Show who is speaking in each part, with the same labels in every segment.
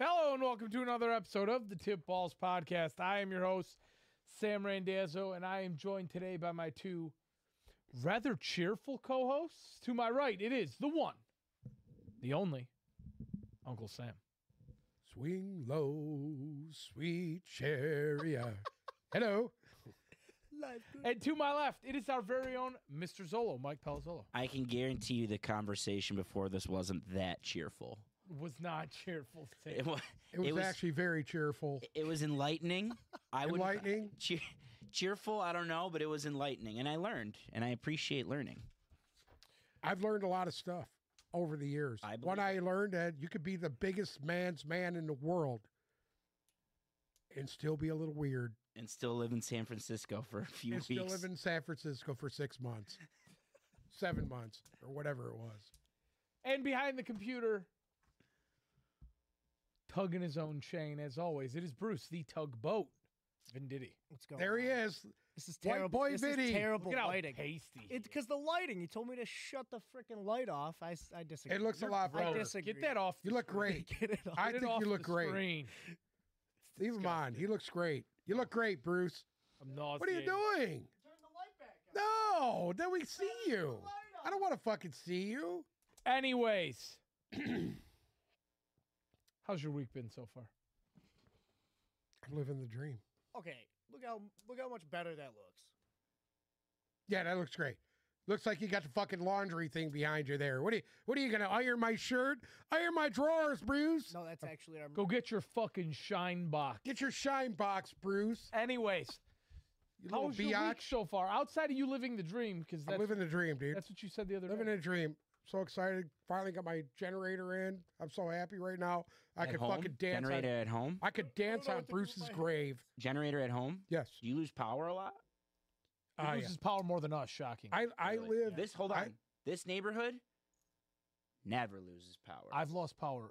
Speaker 1: and welcome to another episode of the Tip Balls Podcast. I am your host, Sam Randazzo, and I am joined today by my two rather cheerful co hosts. To my right, it is the one, the only, Uncle Sam.
Speaker 2: Swing low, sweet chariot. Hello.
Speaker 1: And to my left, it is our very own Mr. Zolo, Mike Palazzolo.
Speaker 3: I can guarantee you the conversation before this wasn't that cheerful.
Speaker 1: Was not cheerful. Sam.
Speaker 3: It was,
Speaker 2: It was, actually very cheerful.
Speaker 3: it was enlightening. I would
Speaker 2: Enlightening?
Speaker 3: cheer, cheerful. I don't know, but it was enlightening, and I learned, and I appreciate learning.
Speaker 2: I've learned a lot of stuff over the years.
Speaker 3: I believe
Speaker 2: One I learned that you could be the biggest man's man in the world and still be a little weird
Speaker 3: And still live in San Francisco for a few
Speaker 2: and
Speaker 3: weeks.
Speaker 2: still live in San Francisco for six months, seven months, or whatever it was.
Speaker 1: And behind the computer, tugging his own chain as always, it is Bruce, the tugboat, Venditti.
Speaker 4: What's going
Speaker 2: There
Speaker 4: on?
Speaker 2: he is.
Speaker 4: This is
Speaker 2: White
Speaker 4: terrible.
Speaker 2: boy
Speaker 4: this
Speaker 2: Vinny.
Speaker 4: is terrible
Speaker 1: Look at how
Speaker 4: lighting.
Speaker 1: hasty. he
Speaker 4: It's because the lighting. You told me to shut the freaking light off. I, s- I disagree.
Speaker 2: It looks a lot
Speaker 4: I
Speaker 2: better.
Speaker 1: Bro,
Speaker 4: disagree.
Speaker 1: Get that off.
Speaker 2: You look great.
Speaker 4: Get it off.
Speaker 2: I
Speaker 1: Get it
Speaker 2: think
Speaker 1: off
Speaker 2: you look
Speaker 1: the
Speaker 2: great.
Speaker 1: Screen.
Speaker 2: Leave him on. He looks great. You look great, Bruce.
Speaker 1: I'm
Speaker 2: What are you
Speaker 1: nauseated.
Speaker 2: doing?
Speaker 4: Turn the light back on.
Speaker 2: No, then we see you.
Speaker 4: light
Speaker 2: I don't want to fucking see you.
Speaker 1: Anyways, how's your week been so far?
Speaker 2: I'm living the dream.
Speaker 4: Okay, look how look how much better that looks.
Speaker 2: Yeah, that looks great. Looks like you got the fucking laundry thing behind you there. What are you? What are you gonna iron my shirt? Iron my drawers, Bruce.
Speaker 4: No, that's actually our.
Speaker 1: Go get your fucking shine box.
Speaker 2: Get your shine box, Bruce.
Speaker 1: Anyways,
Speaker 2: You little
Speaker 1: how's your week
Speaker 2: biatch.
Speaker 1: so far? Outside of you living the dream, because
Speaker 2: I'm
Speaker 1: that's,
Speaker 2: living the dream, dude.
Speaker 1: that's what you said the other
Speaker 2: Living
Speaker 1: day.
Speaker 2: the dream. So excited. Finally got my generator in. I'm so happy right now. I
Speaker 3: At
Speaker 2: could
Speaker 3: home?
Speaker 2: fucking dance.
Speaker 3: Generator
Speaker 2: On,
Speaker 3: at home.
Speaker 2: I could dance
Speaker 4: know
Speaker 2: on
Speaker 4: what to do with
Speaker 2: Bruce's
Speaker 4: my
Speaker 2: grave.
Speaker 3: Generator at home.
Speaker 2: Yes.
Speaker 3: Do you lose power a lot?
Speaker 2: Ah,
Speaker 1: He
Speaker 2: yeah.
Speaker 1: loses power more than us. Shocking.
Speaker 2: I I live.
Speaker 3: This hold on.
Speaker 2: I-
Speaker 3: this neighborhood never loses power.
Speaker 1: I've lost power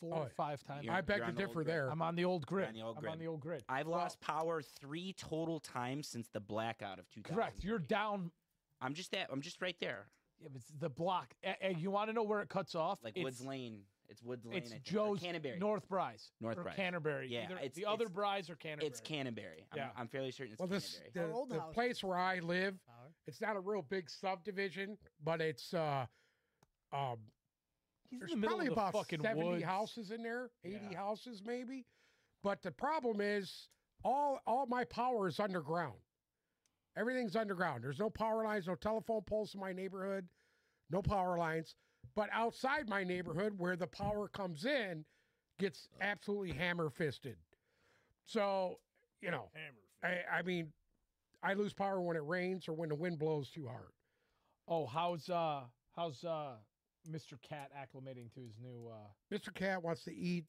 Speaker 1: four
Speaker 2: Oh,
Speaker 1: or five times.
Speaker 3: You're-
Speaker 2: I beg
Speaker 3: you're
Speaker 2: to
Speaker 3: on the old
Speaker 2: differ
Speaker 3: grid.
Speaker 2: there.
Speaker 1: I'm on the old grid.
Speaker 3: on the old
Speaker 1: I'm on
Speaker 3: grid.
Speaker 1: the old grid.
Speaker 3: I've lost power three total times since the blackout of 2000.
Speaker 1: Correct. You're down.
Speaker 3: I'm just that. I'm just right there.
Speaker 1: Yeah, but it's the block. A- a- you want to know where it cuts off?
Speaker 3: Like
Speaker 1: it's,
Speaker 3: Woods Lane. It's Woods Lane.
Speaker 1: It's
Speaker 3: I think, or
Speaker 1: Joe's
Speaker 3: Canterbury.
Speaker 1: North Bryce.
Speaker 3: North
Speaker 1: or
Speaker 3: Bryce.
Speaker 1: Canterbury.
Speaker 3: Yeah,
Speaker 1: Either
Speaker 3: it's-
Speaker 1: the other
Speaker 3: it's-
Speaker 1: Bryce or Canterbury.
Speaker 3: It's Canterbury. I'm,
Speaker 1: Yeah.
Speaker 3: I'm fairly certain it's
Speaker 2: Well, this
Speaker 3: Canterbury.
Speaker 2: the,
Speaker 4: Our old
Speaker 2: the
Speaker 4: house
Speaker 2: place where I live.
Speaker 4: Power.
Speaker 2: It's not a real big subdivision, but it's uh, um,
Speaker 1: He's in
Speaker 2: there's
Speaker 1: the middle
Speaker 2: probably
Speaker 1: of the
Speaker 2: about
Speaker 1: fucking
Speaker 2: seventy
Speaker 1: woods.
Speaker 2: houses in there, eighty
Speaker 1: Yeah.
Speaker 2: houses maybe. But the problem is, all all my power is underground. Everything's underground. There's no power lines, no telephone poles in my neighborhood, no power lines. But outside my neighborhood, where the power comes in, gets absolutely hammer fisted. So you know,
Speaker 4: Hammer.
Speaker 2: I, I mean, I lose power when it rains or when the wind blows too hard.
Speaker 1: Oh, how's uh how's uh Mr. Cat acclimating to his new uh
Speaker 2: Mr. Cat wants to eat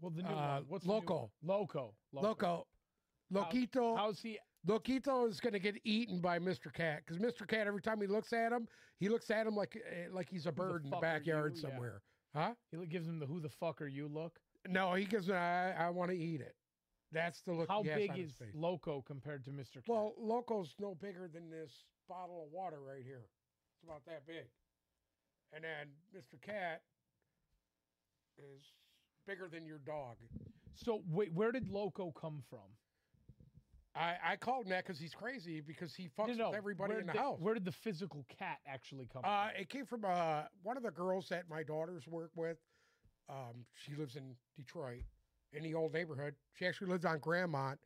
Speaker 1: well the new
Speaker 2: Uh,
Speaker 1: one. What's the new
Speaker 2: Loco.
Speaker 1: one? Loco.
Speaker 2: loco. Loquito,
Speaker 1: How's he
Speaker 2: Loquito is going to get eaten by Mr. Cat because Mr. Cat, every time he looks at him, he looks at him like eh, like he's a bird in the
Speaker 1: fuck are you?
Speaker 2: backyard
Speaker 1: Yeah.
Speaker 2: somewhere, huh?
Speaker 1: he gives him the who the fuck are you look?
Speaker 2: No, he gives. I, I want to eat it. That's the look.
Speaker 1: How
Speaker 2: he has
Speaker 1: big
Speaker 2: on his
Speaker 1: is
Speaker 2: face.
Speaker 1: Loco compared to Mr. Cat?
Speaker 2: Well, Loco's no bigger than this bottle of water right here. It's about that big. And then Mr. Cat is bigger than your dog.
Speaker 1: so wait, where did Loco come from?
Speaker 2: I, I called him that because he's crazy because he
Speaker 1: No,
Speaker 2: fucks
Speaker 1: no,
Speaker 2: with everybody
Speaker 1: where
Speaker 2: in the,
Speaker 1: did-
Speaker 2: house.
Speaker 1: Where did the physical cat actually come
Speaker 2: Uh, it came from uh, one of the girls that my daughters work with. Um, she lives in Detroit, in the old neighborhood. She actually lives on Grandmont,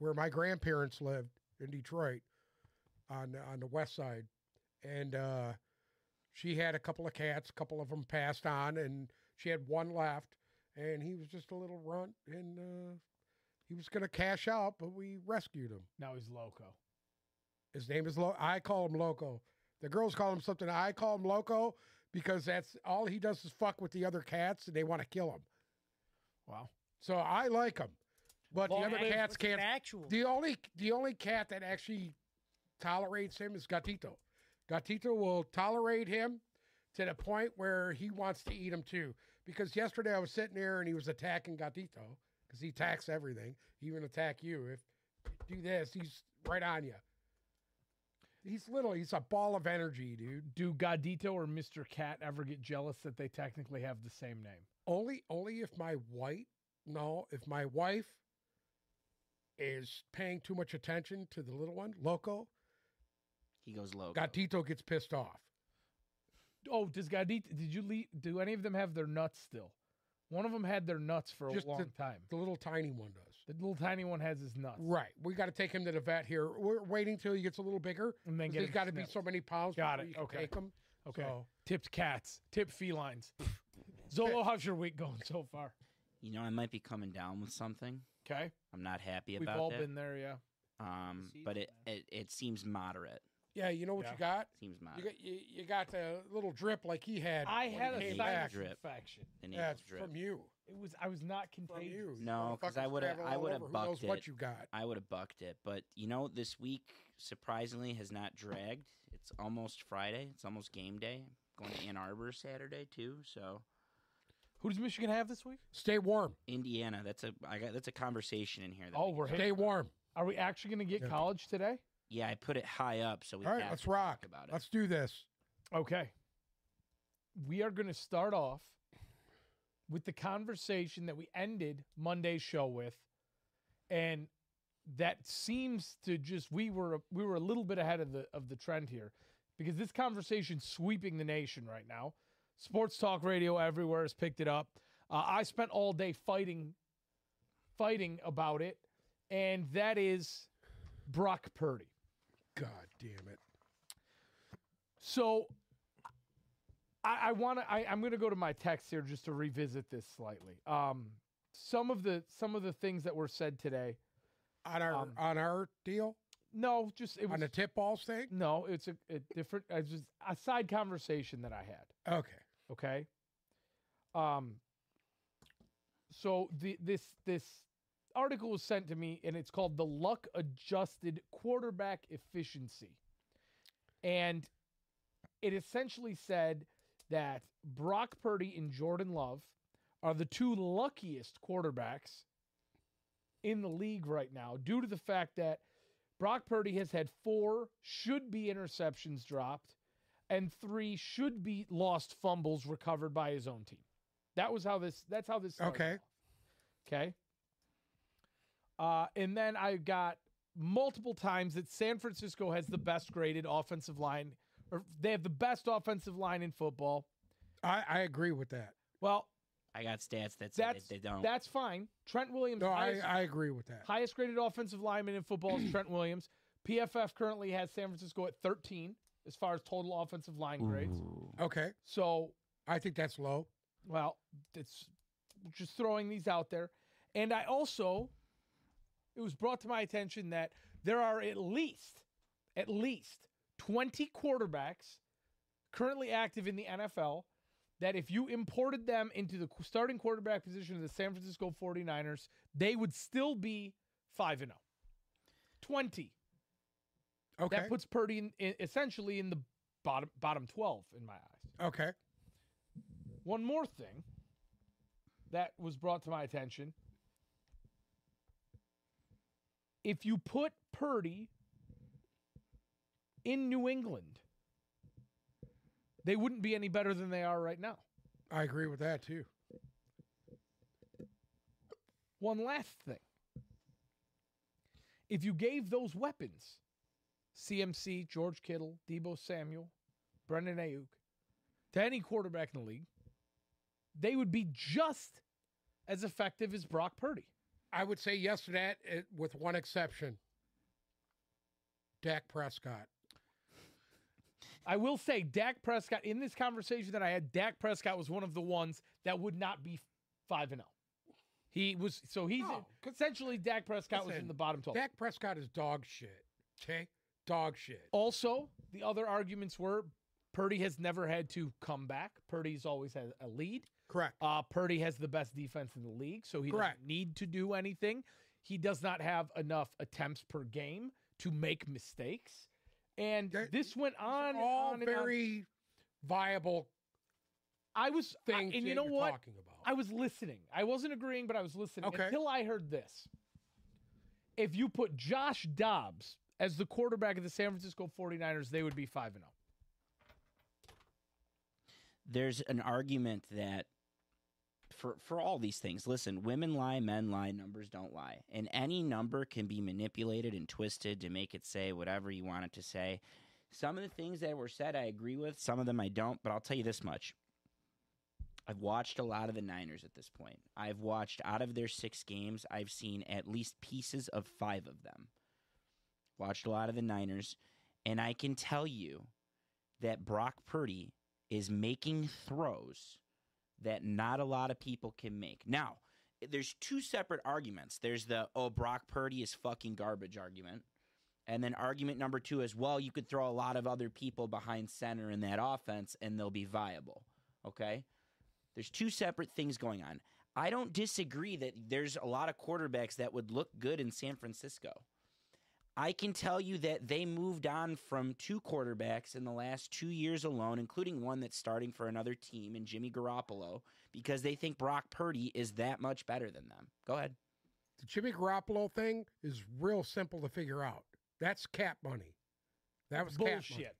Speaker 2: where my grandparents lived in Detroit, on on the west side, and uh, she had a couple of cats. A couple of them passed on, and she had one left, and he was just a little runt, and uh, he was going to cash out, but we rescued him.
Speaker 1: from? Now he's Loco.
Speaker 2: His name is Lo. I call him Loco. The girls call him something. I call him Loco because that's all he does is fuck with the other cats, and they want to kill him.
Speaker 1: Wow.
Speaker 2: So I like him, but
Speaker 1: Long
Speaker 2: the other
Speaker 1: live-
Speaker 2: cats
Speaker 4: What's an
Speaker 2: can't.
Speaker 4: actual?
Speaker 2: The only the only cat that actually tolerates him is Gatito. Gatito will tolerate him to the point where he wants to eat him too. Because yesterday I was sitting there and he was attacking Gatito because he attacks everything. He even attack you if do this. He's right on you. He's little. He's a ball of energy, dude.
Speaker 1: Do Godito or Mr. Cat ever get jealous that they technically have the same name?
Speaker 2: Only only if my white No, if my wife is paying too much attention to the little one, Loco,
Speaker 3: He goes low.
Speaker 2: Gatito gets pissed off.
Speaker 1: Oh, does Gadit? Did you leave? Do any of them have their nuts still? One of them had their nuts for a
Speaker 2: Just
Speaker 1: long
Speaker 2: the-
Speaker 1: time.
Speaker 2: The little tiny one does.
Speaker 1: The little tiny one has his nuts,
Speaker 2: Right. We got to take him to the vet here. We're waiting till he gets a little bigger.
Speaker 1: and then
Speaker 2: 'cause
Speaker 1: get
Speaker 2: He's got to be Oh. so many pounds.
Speaker 1: Got
Speaker 2: before
Speaker 1: it.
Speaker 2: you can
Speaker 1: Okay.
Speaker 2: Take him.
Speaker 1: okay.
Speaker 2: So,
Speaker 1: Tipped cats, tipped felines. Zolo, how's your week going so far?
Speaker 3: You know, I might be coming down with something.
Speaker 1: Okay,
Speaker 3: I'm not happy
Speaker 1: we've
Speaker 3: about
Speaker 1: all
Speaker 3: that.
Speaker 1: been there, yeah.
Speaker 3: um,
Speaker 4: Seeds
Speaker 3: but
Speaker 4: of
Speaker 3: it, it it seems moderate.
Speaker 2: yeah, you know what
Speaker 1: Yeah.
Speaker 2: you got?
Speaker 3: Seems
Speaker 2: You
Speaker 3: moderate.
Speaker 2: got you, you got the little drip like he had.
Speaker 1: I
Speaker 2: when
Speaker 1: had
Speaker 2: he
Speaker 1: a
Speaker 2: came
Speaker 3: Nasal
Speaker 1: sinus
Speaker 2: back.
Speaker 3: drip.
Speaker 1: infection.
Speaker 3: The nasal
Speaker 2: Yeah, it's
Speaker 3: drip.
Speaker 2: from you.
Speaker 1: It was I was not
Speaker 2: From
Speaker 1: contagious.
Speaker 2: you. You
Speaker 3: No, 'cause
Speaker 2: motherfuckers
Speaker 3: I woulda-
Speaker 2: travel
Speaker 3: I
Speaker 2: all
Speaker 3: woulda
Speaker 2: over. Who knows
Speaker 3: bucked
Speaker 2: what
Speaker 3: it.
Speaker 2: you got?
Speaker 3: I would have bucked it, but you know, this week surprisingly has not dragged. It's almost Friday. It's almost game day. going to Ann Arbor Saturday too. So
Speaker 1: Who does Michigan have this week?
Speaker 2: Stay warm.
Speaker 3: Indiana, that's a I got that's a conversation in here. That
Speaker 1: Oh,
Speaker 3: we-
Speaker 1: we're hitting.
Speaker 2: Stay warm.
Speaker 1: Are we actually going to get
Speaker 2: Yeah.
Speaker 1: college today?
Speaker 3: yeah, I put it high up, so we
Speaker 2: All right,
Speaker 3: have
Speaker 2: let's
Speaker 3: to talk
Speaker 2: rock.
Speaker 3: about it.
Speaker 2: Let's do this.
Speaker 1: Okay. We are going to start off with the conversation that we ended Monday's show with and that seems to just we were we were a little bit ahead of the of the trend here because this conversation's sweeping the nation right now. Sports talk radio everywhere has picked it up. Uh, I spent all day fighting fighting about it and that is Brock Purdy.
Speaker 2: God damn it.
Speaker 1: So I, I want to. I'm going to go to my text here just to revisit this slightly. Um, some of the some of the things that were said today.
Speaker 2: On our
Speaker 1: Um,
Speaker 2: on our deal
Speaker 1: No, just it
Speaker 2: on
Speaker 1: was
Speaker 2: the tip balls thing.
Speaker 1: no. It's a, a different. It's just a side conversation that I had.
Speaker 2: Okay.
Speaker 1: Okay. Um. So the this this article was sent to me, and it's called "The Luck Adjusted Quarterback Efficiency," and it essentially said that Brock Purdy and Jordan Love are the two luckiest quarterbacks in the league right now, due to the fact that Brock Purdy has had four should be interceptions dropped and three should be lost fumbles recovered by his own team. That was how this. That's how this. started
Speaker 2: Okay.
Speaker 1: off. Okay. Uh, and then I got multiple times that San Francisco has the best graded offensive line, or they have the best offensive line in football.
Speaker 2: I, I agree with that.
Speaker 1: Well,
Speaker 3: I got stats that say
Speaker 1: that's
Speaker 3: that they don't.
Speaker 1: that's fine. Trent Williams,
Speaker 2: No, I,
Speaker 1: highest,
Speaker 2: I agree with that.
Speaker 1: highest graded offensive lineman in football is Trent Williams. PFF currently has San Francisco at 13 as far as total offensive line grades.
Speaker 3: Ooh.
Speaker 2: Okay.
Speaker 1: So
Speaker 2: I think that's low.
Speaker 1: Well, it's just throwing these out there. And I also, it was brought to my attention that there are at least, at least 20 quarterbacks currently active in the NFL that if you imported them into the qu- starting quarterback position of the San Francisco 49ers, they would still be 5 and 0. 20.
Speaker 2: Okay.
Speaker 1: That puts Purdy in, in, essentially in the bottom bottom 12 in my eyes.
Speaker 2: okay.
Speaker 1: One more thing that was brought to my attention. If you put Purdy in New England, they wouldn't be any better than they are right now.
Speaker 2: I agree with that too.
Speaker 1: One last thing. If you gave those weapons, CMC, George Kittle, Debo Samuel, Brendan Ayuk, to any quarterback in the league, they would be just as effective as Brock Purdy.
Speaker 2: I would say yes to that, eh, with one exception. Dak Prescott.
Speaker 1: I will say Dak Prescott in this conversation that I had, Dak Prescott was one of the ones that would not be five and zero. He was so he's
Speaker 2: No, 'cause-
Speaker 1: essentially Dak Prescott was in
Speaker 2: listen,
Speaker 1: the bottom twelve.
Speaker 2: Dak Prescott is dog shit. Okay, dog shit.
Speaker 1: Also, the other arguments were Purdy has never had to come back. Purdy's always had a lead.
Speaker 2: Correct.
Speaker 1: Uh, Purdy has the best defense in the league, so he
Speaker 2: Correct.
Speaker 1: doesn't need to do anything. He does not have enough attempts per game to make mistakes. And
Speaker 2: That-
Speaker 1: this went on and
Speaker 2: All
Speaker 1: on and on.
Speaker 2: very viable
Speaker 1: I was I-
Speaker 2: things.
Speaker 1: and
Speaker 2: that
Speaker 1: you know
Speaker 2: you're
Speaker 1: what?
Speaker 2: Talking about.
Speaker 1: I was listening. I wasn't agreeing, but I was listening
Speaker 2: Okay.
Speaker 1: until I heard this. If you put Josh Dobbs as the quarterback of the San Francisco 49ers, they would be 5 and oh. 0.
Speaker 3: There's an argument that for for all these things. Listen, women lie, men lie, numbers don't lie. And any number can be manipulated and twisted to make it say whatever you want it to say. Some of the things that were said I agree with, some of them I don't, but I'll tell you this much. I've watched a lot of the Niners at this point. I've watched out of their 6 games, I've seen at least pieces of 5 of them. Watched a lot of the Niners, and I can tell you that Brock Purdy is making throws that not a lot of people can make. Now, there's two separate arguments. There's the oh Brock Purdy is fucking garbage argument. And then argument number 2 is well, you could throw a lot of other people behind center in that offense and they'll be viable. Okay? There's two separate things going on. I don't disagree that there's a lot of quarterbacks that would look good in San Francisco. I can tell you that they moved on from two quarterbacks in the last two years alone, including one that's starting for another team in Jimmy Garoppolo, because they think Brock Purdy is that much better than them. Go ahead.
Speaker 2: The Jimmy Garoppolo thing is real simple to figure out. That's cap money. That was cap money.
Speaker 1: bullshit.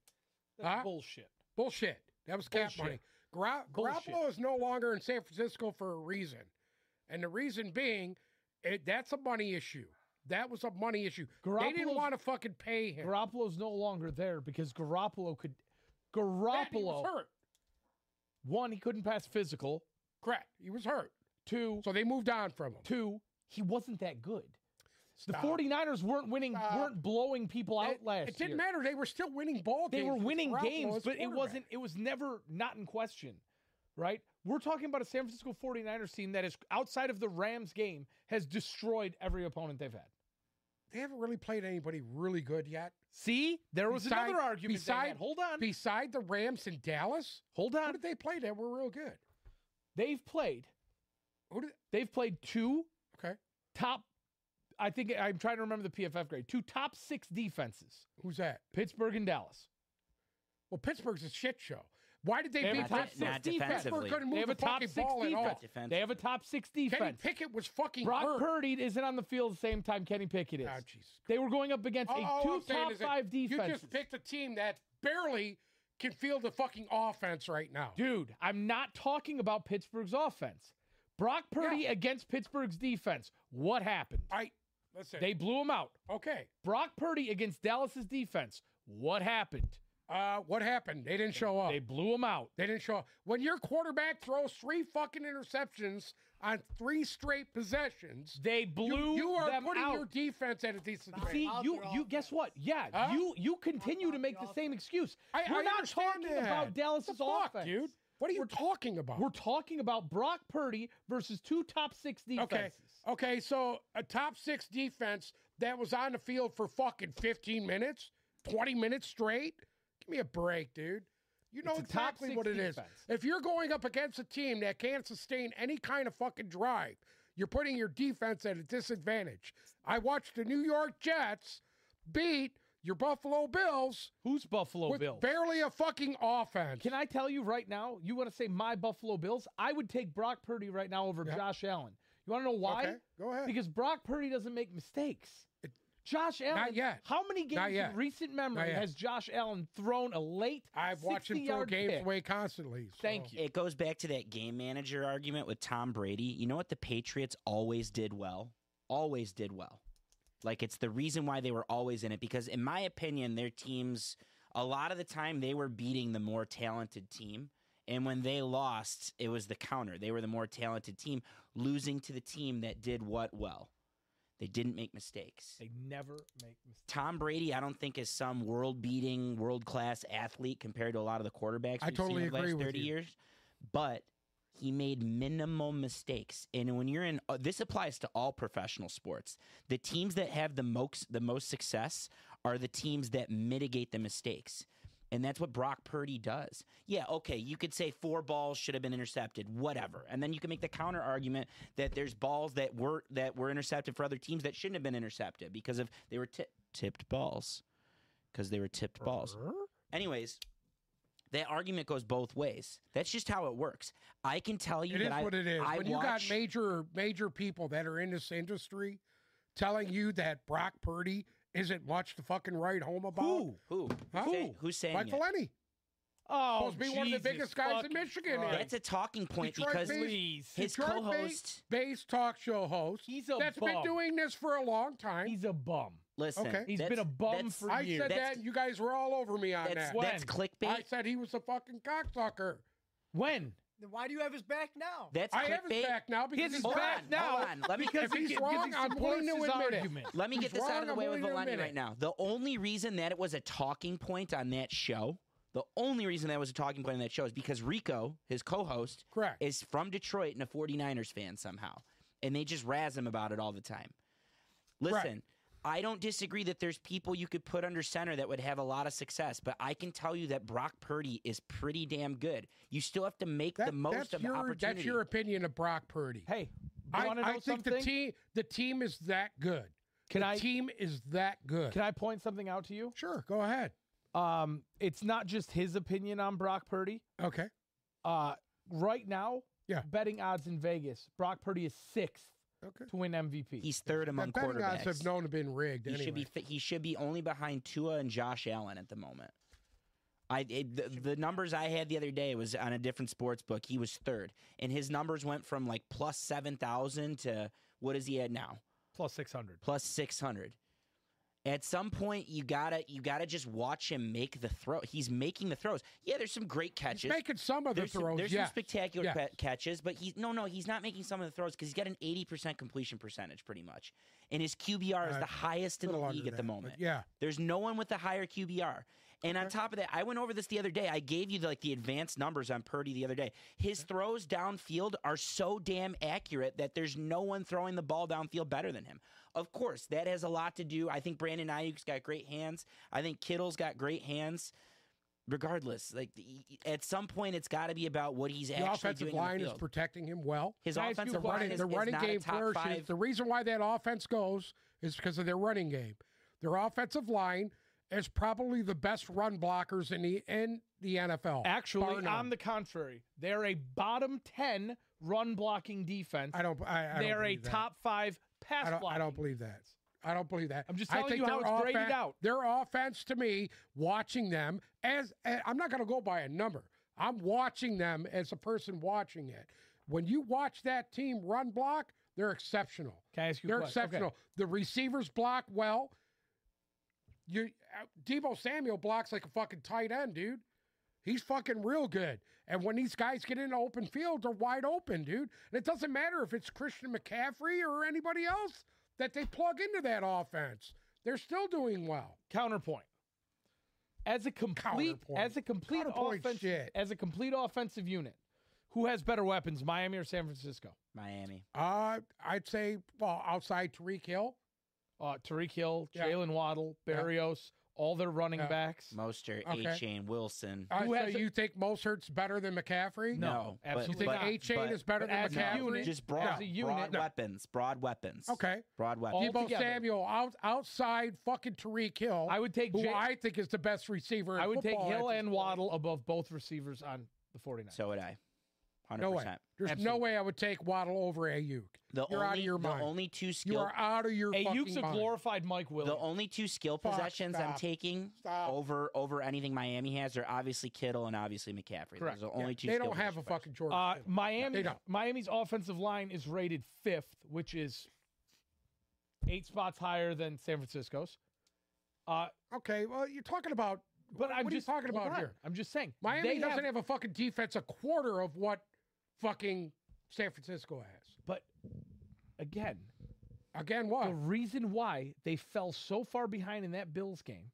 Speaker 1: That's
Speaker 2: Huh?
Speaker 1: bullshit.
Speaker 2: Bullshit. That was cap
Speaker 1: Bullshit.
Speaker 2: money. Gar-
Speaker 1: Bullshit.
Speaker 2: Garoppolo is no longer in San Francisco for a reason. And the reason being, it, that's a money issue. That was a money issue. they didn't
Speaker 1: Garoppolo's-
Speaker 2: want to fucking pay him.
Speaker 1: Garoppolo's no longer there because Garoppolo could.
Speaker 2: That, he was
Speaker 1: Garoppolo
Speaker 2: hurt.
Speaker 1: one he couldn't pass physical.
Speaker 2: Correct. He was hurt.
Speaker 1: Two,
Speaker 2: So they moved on from him.
Speaker 1: two he wasn't that good.
Speaker 2: Stop.
Speaker 1: The 49ers weren't winning,
Speaker 2: Stop.
Speaker 1: weren't blowing people
Speaker 2: It-
Speaker 1: out last
Speaker 2: It didn't
Speaker 1: year.
Speaker 2: matter. They were still winning ball
Speaker 1: They
Speaker 2: games.
Speaker 1: were
Speaker 2: with
Speaker 1: winning
Speaker 2: Garoppolo
Speaker 1: games,
Speaker 2: as
Speaker 1: but it
Speaker 2: quarterback.
Speaker 1: wasn't it was never not in question, right? We're talking about a San Francisco 49ers team that is outside of the Rams game has destroyed every opponent they've had.
Speaker 2: They haven't really played anybody really good yet.
Speaker 1: See, there was
Speaker 2: Beside-
Speaker 1: another argument. they
Speaker 2: beside-
Speaker 1: had. Hold on.
Speaker 2: Beside the Rams in Dallas,
Speaker 1: Hold
Speaker 2: who
Speaker 1: on.
Speaker 2: did they play that were real good?
Speaker 1: They've played.
Speaker 2: Who did?
Speaker 1: They've played two
Speaker 2: Okay,
Speaker 1: top I think I'm trying to remember the PFF grade. Two top 6 defenses.
Speaker 2: who's that?
Speaker 1: Pittsburgh and Dallas.
Speaker 2: Well, Pittsburgh's a shit show. Why did they
Speaker 1: They
Speaker 2: beat
Speaker 1: have a top
Speaker 2: Pittsburgh?
Speaker 1: six
Speaker 3: not
Speaker 1: defense.
Speaker 3: defensively.
Speaker 2: Pittsburgh couldn't
Speaker 1: They
Speaker 2: move
Speaker 1: have
Speaker 2: the
Speaker 1: a top
Speaker 2: fucking
Speaker 1: six
Speaker 2: ball at all.
Speaker 1: defense.
Speaker 3: Defense.
Speaker 1: They have a top 6
Speaker 2: Kenny
Speaker 1: defense.
Speaker 2: Pickett was fucking
Speaker 1: Brock
Speaker 2: hurt.
Speaker 1: Purdy isn't on the field the same time Kenny Pickett is.
Speaker 2: Oh, Jesus.
Speaker 1: They were going up against
Speaker 2: All-
Speaker 1: a
Speaker 2: all
Speaker 1: two
Speaker 2: I'm saying
Speaker 1: top
Speaker 2: is that
Speaker 1: five
Speaker 2: You
Speaker 1: defense.
Speaker 2: just picked a team that barely can field the fucking offense right now.
Speaker 1: Dude, I'm not talking about Pittsburgh's offense. Brock Purdy against Pittsburgh's defense. What happened?
Speaker 2: I listen.
Speaker 1: They blew him out.
Speaker 2: okay.
Speaker 1: Brock Purdy against Dallas's defense. What happened?
Speaker 2: Uh, what happened? They didn't show up.
Speaker 1: They blew him out.
Speaker 2: They didn't show up. When your quarterback throws three fucking interceptions on three straight possessions,
Speaker 1: They
Speaker 2: you-
Speaker 1: blew
Speaker 2: you are
Speaker 1: them
Speaker 2: putting
Speaker 1: out.
Speaker 2: your defense at a disadvantage.
Speaker 1: See,
Speaker 4: Out
Speaker 1: you
Speaker 4: their
Speaker 1: you guess what? Yeah,
Speaker 2: Huh?
Speaker 1: you you continue
Speaker 4: Out
Speaker 1: to make
Speaker 4: their
Speaker 1: the same excuse.
Speaker 2: I-
Speaker 1: We're
Speaker 2: I
Speaker 1: not
Speaker 2: understand
Speaker 1: talking
Speaker 2: that.
Speaker 1: about Dallas's
Speaker 2: the fuck,
Speaker 1: offense,
Speaker 2: dude. What are you
Speaker 1: We're-
Speaker 2: talking about?
Speaker 1: We're talking about Brock Purdy versus two top six defenses.
Speaker 2: Okay. Okay, so a top six defense that was on the field for fucking 15 minutes, 20 minutes straight. Give me a break, dude. You know
Speaker 1: It's a top
Speaker 2: exactly
Speaker 1: six
Speaker 2: what it is.
Speaker 1: defense.
Speaker 2: If you're going up against a team that can't sustain any kind of fucking drive, you're putting your defense at a disadvantage. I watched the New York Jets beat your Buffalo Bills
Speaker 1: Who's Buffalo
Speaker 2: with
Speaker 1: Bill?
Speaker 2: barely a fucking offense.
Speaker 1: Can I tell you right now? You want to say my Buffalo Bills? I would take Brock Purdy right now over
Speaker 2: Yeah.
Speaker 1: Josh Allen. You want to know why?
Speaker 2: Okay, go ahead.
Speaker 1: Because Brock Purdy doesn't make mistakes.
Speaker 2: It-
Speaker 1: Josh Allen.
Speaker 2: yet.
Speaker 1: How many
Speaker 2: Not
Speaker 1: games
Speaker 2: yet.
Speaker 1: in recent
Speaker 2: Not
Speaker 1: memory
Speaker 2: yet.
Speaker 1: has Josh Allen thrown a late?
Speaker 2: I've watched him throw
Speaker 1: 60-yard
Speaker 2: games
Speaker 1: pick?
Speaker 2: away constantly. so-
Speaker 1: Thank you.
Speaker 3: It goes back to that game manager argument with Tom Brady. You know what the Patriots always did well? Always did well. Like it's the reason why they were always in it because in my opinion their teams a lot of the time they were beating the more talented team and when they lost it was the counter. They were the more talented team losing to the team that did what well. They didn't make mistakes.
Speaker 1: They never make mistakes.
Speaker 3: Tom Brady, I don't think is some world-beating, world-class athlete compared to a lot of the quarterbacks
Speaker 2: I
Speaker 3: we've seen
Speaker 2: totally
Speaker 3: over the last
Speaker 2: agree with
Speaker 3: thirty
Speaker 2: you.
Speaker 3: years. But he made minimal mistakes, and when you're in, uh, this applies to all professional sports. The teams that have the most the most success are the teams that mitigate the mistakes. And that's what Brock Purdy does. Yeah, okay, you could say four balls should have been intercepted, whatever. And then you can make the counter argument that there's balls that were that were intercepted for other teams that shouldn't have been intercepted because of they were ti- tipped balls. Because they were tipped balls. Anyways, that argument goes both ways. That's just how it works. I can tell you
Speaker 2: It is
Speaker 3: that I,
Speaker 2: what it is.
Speaker 3: I
Speaker 2: when you got
Speaker 3: watch-
Speaker 2: major major people that are in this industry telling you that Brock Purdy isn't much to fucking write home about,
Speaker 1: Who?
Speaker 3: who
Speaker 2: Huh?
Speaker 3: Say- who's saying
Speaker 2: Mike
Speaker 3: it?
Speaker 2: Valeni.
Speaker 1: Oh,
Speaker 2: Supposed to be one of the
Speaker 1: Jesus
Speaker 2: biggest guys in
Speaker 1: fucking
Speaker 2: Michigan.
Speaker 1: Christ.
Speaker 2: Andy.
Speaker 3: That's a talking point
Speaker 2: Detroit
Speaker 3: because
Speaker 2: Base-
Speaker 1: Please.
Speaker 3: his
Speaker 2: Detroit Base-
Speaker 3: co-host.
Speaker 2: Based talk show host.
Speaker 1: He's a
Speaker 2: that's
Speaker 1: bum.
Speaker 2: been doing this for a long time.
Speaker 1: He's a bum.
Speaker 3: Listen,
Speaker 2: Okay.
Speaker 1: He's
Speaker 3: that's-
Speaker 1: been a bum
Speaker 3: that's-
Speaker 1: for
Speaker 2: I
Speaker 1: years.
Speaker 2: said
Speaker 3: That's-
Speaker 2: that, and you guys were all over me on
Speaker 3: That's,
Speaker 2: that.
Speaker 1: When?
Speaker 3: that's clickbait.
Speaker 2: I said he was a fucking cocksucker.
Speaker 1: when?
Speaker 4: Then why do you have his back now?
Speaker 3: that's
Speaker 2: I have his
Speaker 3: clickbait.
Speaker 2: back now because
Speaker 1: His
Speaker 2: he's
Speaker 3: Hold
Speaker 1: back
Speaker 3: on,
Speaker 1: now
Speaker 3: hold on. Let me
Speaker 2: If he's
Speaker 1: he-
Speaker 2: wrong,
Speaker 1: he
Speaker 2: I'm
Speaker 1: supports
Speaker 2: willing to
Speaker 1: his
Speaker 2: admit it.
Speaker 1: argument.
Speaker 3: Let me
Speaker 2: He's
Speaker 3: get this out
Speaker 2: wrong,
Speaker 3: of the
Speaker 2: I'm
Speaker 3: way with
Speaker 2: willing to
Speaker 3: Valenti
Speaker 2: admit
Speaker 3: right
Speaker 2: it.
Speaker 3: now. The only reason that it was a talking point on that show, the only reason that was a talking point on that show is because Rico, his co-host,
Speaker 2: Correct.
Speaker 3: is from Detroit and a 49ers fan somehow. And they just razz him about it all the time.
Speaker 2: Right.
Speaker 3: Listen, I don't disagree that there's people you could put under center that would have a lot of success, but I can tell you that Brock Purdy is pretty damn good. You still have to make
Speaker 2: That-
Speaker 3: the most
Speaker 2: that's
Speaker 3: of
Speaker 2: your,
Speaker 3: the opportunity.
Speaker 2: That's your opinion of Brock Purdy.
Speaker 1: Hey,
Speaker 2: I,
Speaker 1: want to know
Speaker 2: I think
Speaker 1: something?
Speaker 2: the team the team is that good.
Speaker 1: can
Speaker 2: the
Speaker 1: I
Speaker 2: team is that good.
Speaker 1: can I point something out to you?
Speaker 2: sure, go ahead.
Speaker 1: Um, it's not just his opinion on Brock Purdy.
Speaker 2: Okay.
Speaker 1: Uh, right now,
Speaker 2: Yeah.
Speaker 1: betting odds in Vegas, Brock Purdy is sixth
Speaker 2: Okay.
Speaker 1: to win MVP.
Speaker 3: He's third
Speaker 2: The
Speaker 3: among
Speaker 2: betting odds
Speaker 3: quarterbacks.
Speaker 2: have known to been rigged.
Speaker 3: he
Speaker 2: anyway.
Speaker 3: should be fi- he should be only behind Tua and Josh Allen at the moment. I it, the, the numbers I had the other day was on a different sports book. He was third, and his numbers went from like plus seven thousand to what is he at now?
Speaker 1: plus six hundred.
Speaker 3: plus 600 at some point you gotta you gotta just watch him make the throw he's making the throws yeah there's some great
Speaker 2: He's
Speaker 3: catches
Speaker 2: making some of the
Speaker 3: there's, some-
Speaker 2: throws.
Speaker 3: there's
Speaker 2: yeah.
Speaker 3: some spectacular
Speaker 2: Yes.
Speaker 3: ca- catches but he's no no he's not making some of the throws because he's got an 80% completion percentage pretty much and his qbr is
Speaker 2: Uh,
Speaker 3: the highest in the
Speaker 2: Little under
Speaker 3: league
Speaker 2: that,
Speaker 3: at the
Speaker 2: but
Speaker 3: moment
Speaker 2: Yeah.
Speaker 3: there's no one with a higher QBR. And on top of that, I went over this the other day. I gave you like the advanced numbers on Purdy the other day. His throws downfield are so damn accurate that there's no one throwing the ball downfield better than him. Of course, that has a lot to do. I think Brandon Ayuk's got great hands. I think Kittle's got great hands. Regardless, like the- at some point, it's got to be about what he's
Speaker 2: The
Speaker 3: actually
Speaker 2: offensive
Speaker 3: doing on
Speaker 2: line
Speaker 3: the
Speaker 2: is
Speaker 3: field.
Speaker 2: protecting him well.
Speaker 3: His
Speaker 1: Can I ask you a
Speaker 3: offensive
Speaker 1: question?
Speaker 3: line
Speaker 2: running,
Speaker 3: is,
Speaker 2: the
Speaker 3: is
Speaker 2: running
Speaker 3: not a
Speaker 2: game
Speaker 3: top
Speaker 2: flourishes.
Speaker 3: five.
Speaker 2: The reason why that offense goes is because of their running game. Their offensive line is probably the best run blockers in the in the NFL. bar
Speaker 1: Actually,
Speaker 2: none.
Speaker 1: on the contrary, they're a bottom ten run blocking defense.
Speaker 2: I don't. I, I don't
Speaker 1: they're a
Speaker 2: believe that.
Speaker 1: top five pass
Speaker 2: I don't, I
Speaker 1: blocking.
Speaker 2: don't believe that. I don't believe that.
Speaker 1: I'm just
Speaker 2: I
Speaker 1: telling
Speaker 2: think
Speaker 1: you how
Speaker 2: their
Speaker 1: it's graded
Speaker 2: offen-
Speaker 1: out.
Speaker 2: Their offense to me, watching them as eh, I'm not going to go by a number. I'm watching them as a person watching it. When you watch that team run block, they're exceptional.
Speaker 1: Can I ask you? a
Speaker 2: They're
Speaker 1: question? Okay.
Speaker 2: exceptional. The receivers block well. You uh, Debo Samuel blocks like a fucking tight end, dude. He's fucking real good. And when these guys get into open field, they're wide open, dude. And it doesn't matter if it's Christian McCaffrey or anybody else that they plug into that offense. They're still doing well.
Speaker 1: Counterpoint. As a complete,
Speaker 2: Counterpoint.
Speaker 1: as a complete
Speaker 2: Counterpoint
Speaker 1: offense,
Speaker 2: shit.
Speaker 1: as a complete offensive unit, who has better weapons, Miami or San Francisco?
Speaker 3: Miami.
Speaker 2: Uh, I'd say, well, outside Tariq Hill,
Speaker 1: Uh, Tariq Hill,
Speaker 2: Yeah.
Speaker 1: Jalen Waddle,
Speaker 2: Yeah.
Speaker 1: Barrios, all their running
Speaker 2: Yeah.
Speaker 1: backs.
Speaker 3: Mostert,
Speaker 2: Okay.
Speaker 3: A Chain, Wilson.
Speaker 2: uh,
Speaker 1: Who
Speaker 2: so
Speaker 1: has a-
Speaker 2: you think Mostert's better than McCaffrey?
Speaker 1: No,
Speaker 3: but-
Speaker 1: absolutely
Speaker 2: You think
Speaker 1: not.
Speaker 2: A Chain
Speaker 3: but-
Speaker 2: is better
Speaker 1: but
Speaker 2: than
Speaker 1: as a
Speaker 2: McCaffrey?
Speaker 1: unit-
Speaker 3: Just broad,
Speaker 1: as a unit-
Speaker 3: broad
Speaker 1: No.
Speaker 3: weapons. Broad weapons.
Speaker 2: Okay.
Speaker 3: Broad weapons.
Speaker 2: Debo
Speaker 1: altogether.
Speaker 2: Samuel out, outside fucking Tariq Hill,
Speaker 1: I would take
Speaker 2: who
Speaker 1: Ja-
Speaker 2: I think is the best receiver. in
Speaker 1: I would take
Speaker 2: football at
Speaker 1: Hill
Speaker 2: this
Speaker 1: and
Speaker 2: point.
Speaker 1: Waddle above both receivers on the 49ers.
Speaker 3: So would I. 100%.
Speaker 2: No way. There's
Speaker 1: Absolutely.
Speaker 2: no way I would take Waddle over Ayuk.
Speaker 3: The
Speaker 2: You're
Speaker 3: only,
Speaker 2: out of your
Speaker 3: the
Speaker 2: mind.
Speaker 3: only two
Speaker 2: You
Speaker 3: skill
Speaker 2: are out of your
Speaker 1: Hey,
Speaker 2: fucking
Speaker 1: Yuke's a
Speaker 2: mind.
Speaker 1: glorified Mike
Speaker 3: the
Speaker 1: Williams.
Speaker 3: only two skill
Speaker 2: Fuck,
Speaker 3: possessions I'm
Speaker 2: stop.
Speaker 3: taking
Speaker 2: Stop.
Speaker 3: over over anything Miami has are obviously Kittle and obviously McCaffrey.
Speaker 1: Correct.
Speaker 3: Those are the
Speaker 2: Yeah,
Speaker 3: only two
Speaker 2: they
Speaker 3: skill
Speaker 2: don't have a
Speaker 3: position
Speaker 2: fucking George.
Speaker 1: uh,
Speaker 2: Kittle.
Speaker 1: Miami,
Speaker 2: They don't.
Speaker 1: Miami's offensive line is rated fifth, which is eight spots higher than San Francisco's. Uh,
Speaker 2: okay, well, you're talking about.
Speaker 1: but I'm
Speaker 2: what
Speaker 1: just
Speaker 2: are you talking
Speaker 1: hold
Speaker 2: about
Speaker 1: on.
Speaker 2: here?
Speaker 1: I'm just saying
Speaker 2: Miami
Speaker 1: they
Speaker 2: doesn't
Speaker 1: have,
Speaker 2: have a fucking defense a quarter of what fucking San Francisco has.
Speaker 1: But again,
Speaker 2: Again, what?
Speaker 1: the reason why they fell so far behind in that Bills game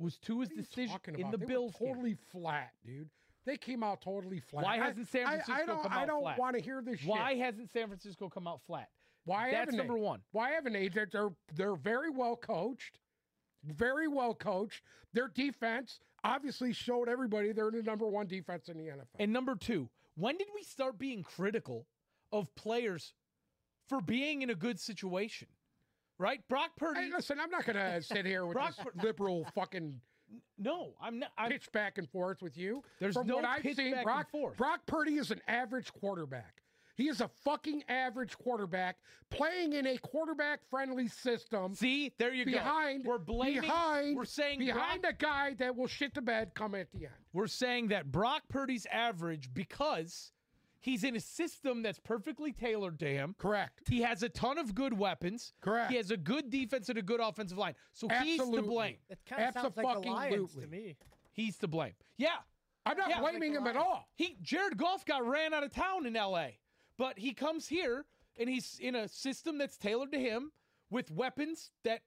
Speaker 1: was Tua's
Speaker 2: What are you
Speaker 1: decision
Speaker 2: talking
Speaker 1: in
Speaker 2: about?
Speaker 1: the
Speaker 2: They were
Speaker 1: Bills game.
Speaker 2: totally flat, dude. They came out totally flat.
Speaker 1: Why
Speaker 2: I-
Speaker 1: hasn't San Francisco
Speaker 2: I, I don't,
Speaker 1: come
Speaker 2: I
Speaker 1: out
Speaker 2: don't
Speaker 1: flat?
Speaker 2: want to hear this
Speaker 1: Why
Speaker 2: shit.
Speaker 1: hasn't San Francisco come out flat?
Speaker 2: Why
Speaker 1: That's
Speaker 2: haven't
Speaker 1: number
Speaker 2: they?
Speaker 1: one.
Speaker 2: Why haven't they? They're, they're they're very well coached, very well coached. Their defense obviously showed everybody they're the number one defense in the NFL.
Speaker 1: And number two, when did we start being critical of players for being in a good situation? Right? Brock Purdy.
Speaker 2: Hey, listen, I'm not gonna sit here with
Speaker 1: Brock
Speaker 2: this liberal fucking
Speaker 1: no, I'm not. I'm,
Speaker 2: pitch back and forth with you.
Speaker 1: there's
Speaker 2: From
Speaker 1: no
Speaker 2: what I've
Speaker 1: pitch
Speaker 2: seen,
Speaker 1: back
Speaker 2: Brock
Speaker 1: and forth.
Speaker 2: Brock Purdy is an average quarterback. He is a fucking average quarterback playing in a quarterback friendly system
Speaker 1: See, there you
Speaker 2: behind
Speaker 1: go. We're blaming.
Speaker 2: behind-
Speaker 1: we're saying
Speaker 2: behind
Speaker 1: Brock,
Speaker 2: a guy that will shit the bed come at the end.
Speaker 1: we're saying that Brock Purdy's average because he's in a system that's perfectly tailored to him.
Speaker 2: Correct.
Speaker 1: He has a ton of good weapons.
Speaker 2: Correct.
Speaker 1: He has a good defense and a good offensive line. So he's
Speaker 2: Absolutely.
Speaker 1: to blame.
Speaker 4: It kind of sounds like the Lions
Speaker 2: Abso-fucking-lutely.
Speaker 4: to me.
Speaker 1: He's to blame. Yeah.
Speaker 2: I'm not
Speaker 1: Yeah.
Speaker 2: blaming him at
Speaker 4: Like
Speaker 2: all.
Speaker 1: He Jared Goff got ran out of town in LA. But he comes here and he's in a system that's tailored to him with weapons that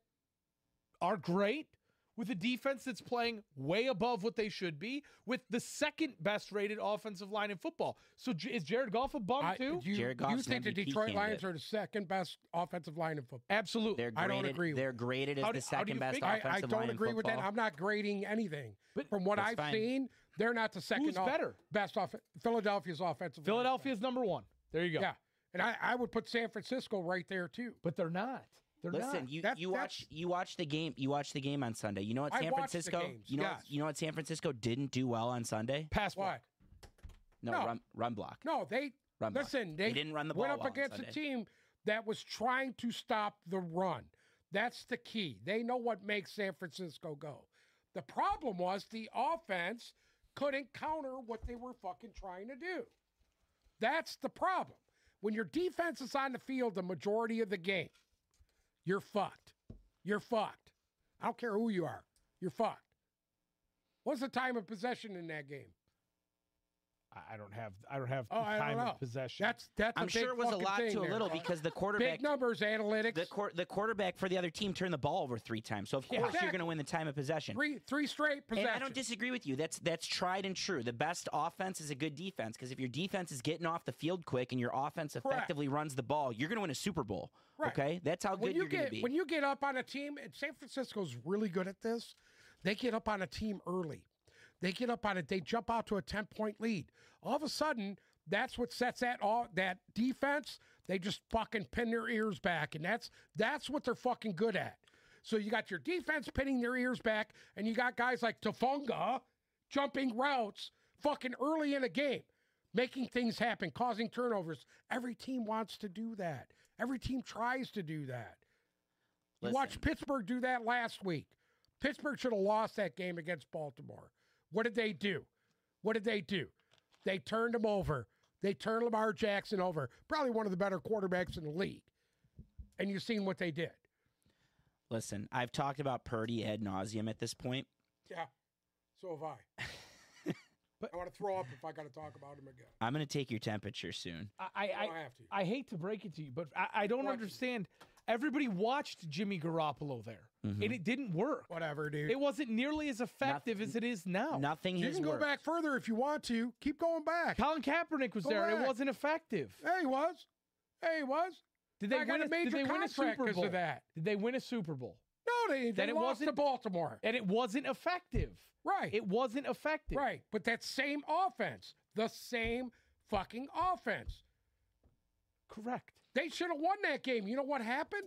Speaker 1: are great, with a defense that's playing way above what they should be, with the second best rated offensive line in football. So J- is Jared Goff a bum
Speaker 2: I-
Speaker 1: too?
Speaker 2: you,
Speaker 3: Jared
Speaker 2: you
Speaker 3: Goff's an
Speaker 2: think the
Speaker 3: MVP
Speaker 2: Detroit
Speaker 3: candidate.
Speaker 2: Lions are the second best offensive line in football?
Speaker 1: Absolutely.
Speaker 3: They're
Speaker 2: I
Speaker 3: graded,
Speaker 2: don't agree with
Speaker 3: They're graded as
Speaker 1: How
Speaker 3: the
Speaker 1: do- how do you
Speaker 3: second best
Speaker 1: figure-
Speaker 2: I,
Speaker 3: offensive
Speaker 2: I
Speaker 3: line
Speaker 2: don't
Speaker 3: in
Speaker 2: agree with that.
Speaker 3: football.
Speaker 2: I'm not grading anything.
Speaker 1: But-
Speaker 2: From what
Speaker 3: That's
Speaker 2: I've
Speaker 3: fine.
Speaker 2: seen, they're not the second
Speaker 1: Who's
Speaker 2: off-
Speaker 1: better?
Speaker 2: best off. Philadelphia's offensive. line.
Speaker 1: Philadelphia's number one. There you go.
Speaker 2: Yeah. And I, I would put San Francisco right there too.
Speaker 1: But they're not. They're
Speaker 3: Listen,
Speaker 1: not.
Speaker 3: you,
Speaker 2: That's-
Speaker 3: you watch you watch the game you watch the game on Sunday. You know what
Speaker 2: I
Speaker 3: San
Speaker 2: watched the
Speaker 3: Francisco
Speaker 2: games,
Speaker 3: you know
Speaker 2: yes.
Speaker 3: what, you know what San Francisco didn't do well on Sunday?
Speaker 1: Pass
Speaker 2: Why?
Speaker 1: block.
Speaker 3: No,
Speaker 2: No.
Speaker 3: run run block.
Speaker 2: No, they
Speaker 3: Run block.
Speaker 2: listen.
Speaker 3: They
Speaker 2: They,
Speaker 3: didn't run the
Speaker 2: went
Speaker 3: ball
Speaker 2: up
Speaker 3: well on
Speaker 2: against a
Speaker 3: Sunday.
Speaker 2: team that was trying to stop the run. That's the key. They know what makes San Francisco go. The problem was the offense couldn't counter what they were fucking trying to do. That's the problem. When your defense is on the field the majority of the game, you're fucked. You're fucked. I don't care who you are. You're fucked. What's the time of possession in that game?
Speaker 1: I- I don't have I don't have
Speaker 2: Oh, I
Speaker 1: the
Speaker 2: don't
Speaker 1: time
Speaker 2: know.
Speaker 1: of possession.
Speaker 2: That's that's.
Speaker 3: I'm
Speaker 2: a big
Speaker 3: sure it was a
Speaker 2: fucking
Speaker 3: lot
Speaker 2: thing
Speaker 3: to a
Speaker 2: there.
Speaker 3: little because the quarterback
Speaker 2: Big numbers, analytics.
Speaker 3: the quar- the quarterback for the other team turned the ball over three times. So of course you're
Speaker 2: Exactly.
Speaker 3: going to win the time of possession.
Speaker 2: three three straight
Speaker 3: And
Speaker 2: possessions.
Speaker 3: I don't disagree with you. That's that's tried and true. The best offense is a good defense because if your defense is getting off the field quick and your offense
Speaker 2: Correct.
Speaker 3: effectively runs the ball, you're going to win a Super Bowl.
Speaker 2: Right.
Speaker 3: Okay, that's how
Speaker 2: when
Speaker 3: good
Speaker 2: you
Speaker 3: are going
Speaker 2: get
Speaker 3: to be.
Speaker 2: when you get up on a team, and San Francisco's really good at this. They get up on a team early. They get up on it. They jump out to a ten point lead. All of a sudden, that's what sets that all that defense. They just fucking pin their ears back, and that's that's what they're fucking good at. So you got your defense pinning their ears back, and you got guys like Tafunga jumping routes fucking early in a game, making things happen, causing turnovers. Every team wants to do that. Every team tries to do that. You watch
Speaker 3: Listen.
Speaker 2: Pittsburgh do that last week. Pittsburgh should have lost that game against Baltimore. What did they do? What did they do? They turned him over. They turned Lamar Jackson over. Probably one of the better quarterbacks in the league. And you've seen what they did.
Speaker 3: Listen, I've talked about Purdy ad nauseum at this point.
Speaker 2: Yeah. So have I.
Speaker 1: But-
Speaker 2: I want to throw up if I got to talk about him again.
Speaker 3: I'm going to take your temperature soon.
Speaker 1: I, I,
Speaker 2: I
Speaker 1: I,
Speaker 2: don't have to.
Speaker 1: I hate to break it to you, but I, I don't
Speaker 2: Watch it.
Speaker 1: understand. Everybody watched Jimmy Garoppolo there, and it didn't work.
Speaker 2: Whatever, dude.
Speaker 1: It wasn't nearly as effective as it is now.
Speaker 3: Nothing
Speaker 2: you
Speaker 3: has
Speaker 2: can go
Speaker 3: worked.
Speaker 2: back further if you want to. Keep going back.
Speaker 1: Colin Kaepernick was there, and it
Speaker 2: Correct.
Speaker 1: wasn't effective.
Speaker 2: Hey, he was. Hey, he was.
Speaker 1: Did they
Speaker 2: I got
Speaker 1: win
Speaker 2: a
Speaker 1: a, did
Speaker 2: major
Speaker 1: they win a
Speaker 2: contract
Speaker 1: Super
Speaker 2: 'cause of
Speaker 1: Bowl?
Speaker 2: that.
Speaker 1: Did they win a Super Bowl?
Speaker 2: No, they,
Speaker 1: Then
Speaker 2: they
Speaker 1: it
Speaker 2: lost to
Speaker 1: wasn't-
Speaker 2: Baltimore.
Speaker 1: And it wasn't effective.
Speaker 2: Right.
Speaker 1: It wasn't effective.
Speaker 2: right. But that same offense, the same fucking offense.
Speaker 1: Correct.
Speaker 2: They should have won that game. You know what happened?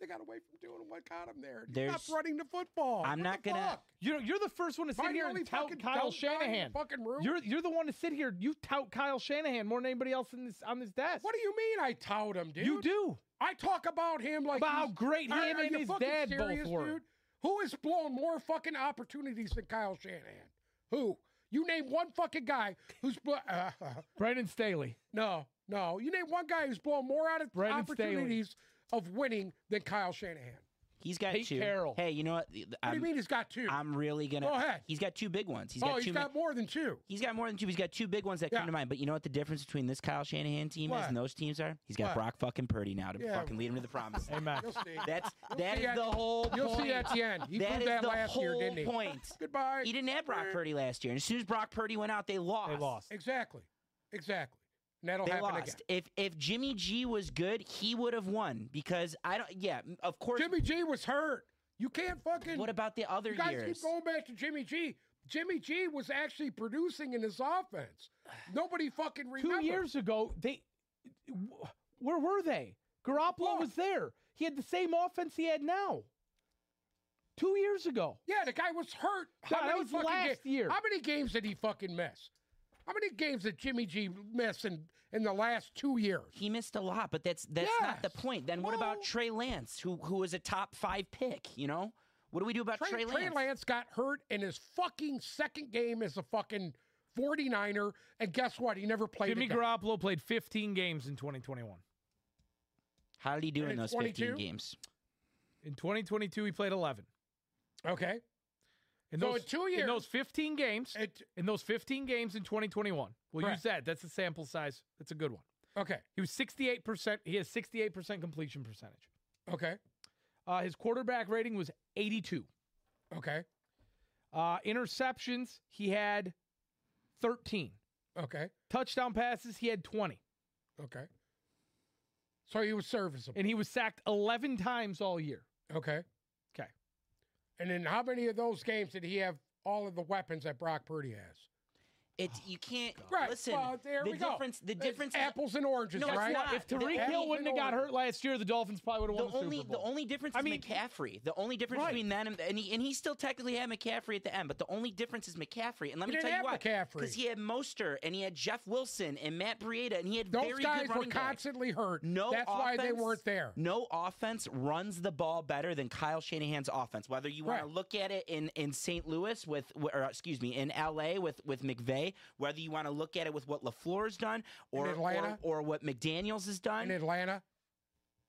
Speaker 2: They got away from doing what got them there. They
Speaker 3: There's-
Speaker 2: stopped running the football.
Speaker 3: I'm
Speaker 2: What
Speaker 3: not
Speaker 2: the
Speaker 3: gonna-
Speaker 2: fuck?
Speaker 1: You're you're the first one to
Speaker 2: Am I
Speaker 1: sit
Speaker 2: the
Speaker 1: here
Speaker 2: only
Speaker 1: and tout
Speaker 2: fucking
Speaker 1: Kyle
Speaker 2: dumb guy in the
Speaker 1: Shanahan.
Speaker 2: Fucking room.
Speaker 1: You're you're the one to sit here. You tout Kyle Shanahan more than anybody else in this on this desk.
Speaker 2: What do you mean I tout him, dude?
Speaker 1: you do?
Speaker 2: I talk about him like
Speaker 1: about how
Speaker 2: he's-
Speaker 1: great him
Speaker 2: Are- are
Speaker 1: and
Speaker 2: you
Speaker 1: his
Speaker 2: fucking
Speaker 1: dad
Speaker 2: serious,
Speaker 1: both were.
Speaker 2: Dude? Who has blown more fucking opportunities than Kyle Shanahan? Who? You name one fucking guy who's blo- uh,
Speaker 1: Brandon Staley.
Speaker 2: no, no. You name one guy who's blown more out of
Speaker 1: Brandon Staley.
Speaker 2: opportunities of winning than Kyle Shanahan.
Speaker 3: He's got
Speaker 1: Pete
Speaker 3: two.
Speaker 1: Carroll.
Speaker 3: Hey, you know what? The- the-
Speaker 2: What do
Speaker 3: I'm,
Speaker 2: you mean he's got two?
Speaker 3: I'm really going to.
Speaker 2: Go ahead.
Speaker 3: He's got two big ones. He's
Speaker 2: oh,
Speaker 3: got
Speaker 2: he's
Speaker 3: two.
Speaker 2: got more than two.
Speaker 3: He's got more than two. He's got two big ones that
Speaker 2: Yeah.
Speaker 3: come to mind. But you know what the difference between this Kyle Shanahan team is
Speaker 2: What?
Speaker 3: and those teams are? He's got
Speaker 2: What?
Speaker 3: Brock fucking Purdy now to
Speaker 2: Yeah.
Speaker 3: fucking lead him to the promise.
Speaker 1: Amen.
Speaker 2: You'll see.
Speaker 3: That's that
Speaker 2: see
Speaker 3: is
Speaker 2: at-
Speaker 3: the whole.
Speaker 2: You'll
Speaker 3: point.
Speaker 2: see at the end. He
Speaker 3: That
Speaker 2: proved
Speaker 3: is
Speaker 2: that
Speaker 3: the
Speaker 2: last year,
Speaker 3: whole
Speaker 2: didn't he?
Speaker 3: point.
Speaker 2: Goodbye.
Speaker 3: He didn't have Brock Purdy last year, and as soon as Brock Purdy went out, they lost.
Speaker 1: They lost.
Speaker 2: Exactly. Exactly. And that'll
Speaker 3: They
Speaker 2: happen
Speaker 3: lost.
Speaker 2: again.
Speaker 3: If if Jimmy G was good, he would have won because I don't. Yeah, m- of course.
Speaker 2: Jimmy G was hurt. You can't fucking.
Speaker 3: what about the other
Speaker 2: You guys
Speaker 3: years?
Speaker 2: keep going back to Jimmy G. Jimmy G was actually producing in his offense. Nobody fucking remembers.
Speaker 1: Two years ago, they w- where were they? Garoppolo
Speaker 2: Fuck.
Speaker 1: was there. He had the same offense he had now. Two years ago,
Speaker 2: Yeah, the guy was hurt.
Speaker 1: No, that was
Speaker 2: fucking
Speaker 1: last
Speaker 2: ga-
Speaker 1: year.
Speaker 2: How many games did he fucking miss? How many games did Jimmy G miss in, in the last two years?
Speaker 3: He missed a lot, but that's that's not the
Speaker 2: Yes.
Speaker 3: point. Then what about
Speaker 2: No.
Speaker 3: Trey Lance, who who was a top five pick? You know, what do we do
Speaker 1: Uh,
Speaker 3: about
Speaker 2: Trey,
Speaker 3: Trey,
Speaker 2: Trey Lance got hurt in his fucking second game as a fucking 49er, and guess what? He never played
Speaker 1: Jimmy
Speaker 2: again.
Speaker 1: Garoppolo played 15 games in 2021.
Speaker 3: How did he do
Speaker 2: And
Speaker 3: in
Speaker 2: it's
Speaker 3: those 15
Speaker 2: 22?
Speaker 3: games?
Speaker 1: In 2022, he played 11.
Speaker 2: Okay.
Speaker 1: In
Speaker 2: So
Speaker 1: those,
Speaker 2: in two
Speaker 1: in
Speaker 2: years-
Speaker 1: those 15 games,
Speaker 2: It,
Speaker 1: in those 15 games in 2021, we'll
Speaker 2: Correct.
Speaker 1: use that. That's a sample size. That's a good one.
Speaker 2: okay.
Speaker 1: He was 68 percent. He has 68 percent completion percentage.
Speaker 2: Okay.
Speaker 1: Uh, his quarterback rating was 82.
Speaker 2: Okay.
Speaker 1: Uh, interceptions, he had 13.
Speaker 2: Okay.
Speaker 1: Touchdown passes, he had 20.
Speaker 2: Okay. So he was serviceable.
Speaker 1: And he was sacked 11 times all year.
Speaker 2: Okay.
Speaker 1: Okay.
Speaker 2: And in how many of those games did he have all of the weapons that Brock Purdy has?
Speaker 3: It's you can't
Speaker 2: Right.
Speaker 3: listen.
Speaker 2: well, there
Speaker 3: the
Speaker 2: we go.
Speaker 3: difference, the
Speaker 2: It's
Speaker 3: difference, is
Speaker 2: apples and oranges,
Speaker 3: No, it's
Speaker 2: right?
Speaker 3: not.
Speaker 1: If
Speaker 3: The
Speaker 1: Tariq
Speaker 2: Eagles
Speaker 1: Hill wouldn't have got
Speaker 2: and-
Speaker 1: hurt last year, the Dolphins probably would have
Speaker 3: the
Speaker 1: won the,
Speaker 3: only
Speaker 1: Super
Speaker 3: the
Speaker 1: Bowl.
Speaker 3: only difference
Speaker 1: I
Speaker 3: is
Speaker 1: mean-
Speaker 3: McCaffrey. The only difference
Speaker 1: Right.
Speaker 3: between then and and he, and he still technically had McCaffrey at the end, but the only difference is McCaffrey. And let
Speaker 2: He didn't
Speaker 3: me tell you
Speaker 2: have
Speaker 3: why,
Speaker 2: McCaffrey.
Speaker 3: because he had Moster and he had Jeff Wilson and Matt Breida, and he had
Speaker 2: Those
Speaker 3: very
Speaker 2: guys
Speaker 3: good
Speaker 2: were
Speaker 3: running backs.
Speaker 2: constantly hurt.
Speaker 3: No
Speaker 2: that's why they
Speaker 3: offense.
Speaker 2: weren't there.
Speaker 3: No offense runs the ball better than Kyle Shanahan's offense. Whether you want
Speaker 2: Right.
Speaker 3: to look at it in, in St. Louis with, or excuse me, in LA with with McVay, whether you want to look at it with what Lafleur's done, or
Speaker 2: Atlanta?
Speaker 3: or, or what McDaniel's has
Speaker 2: In
Speaker 3: done.
Speaker 2: Atlanta,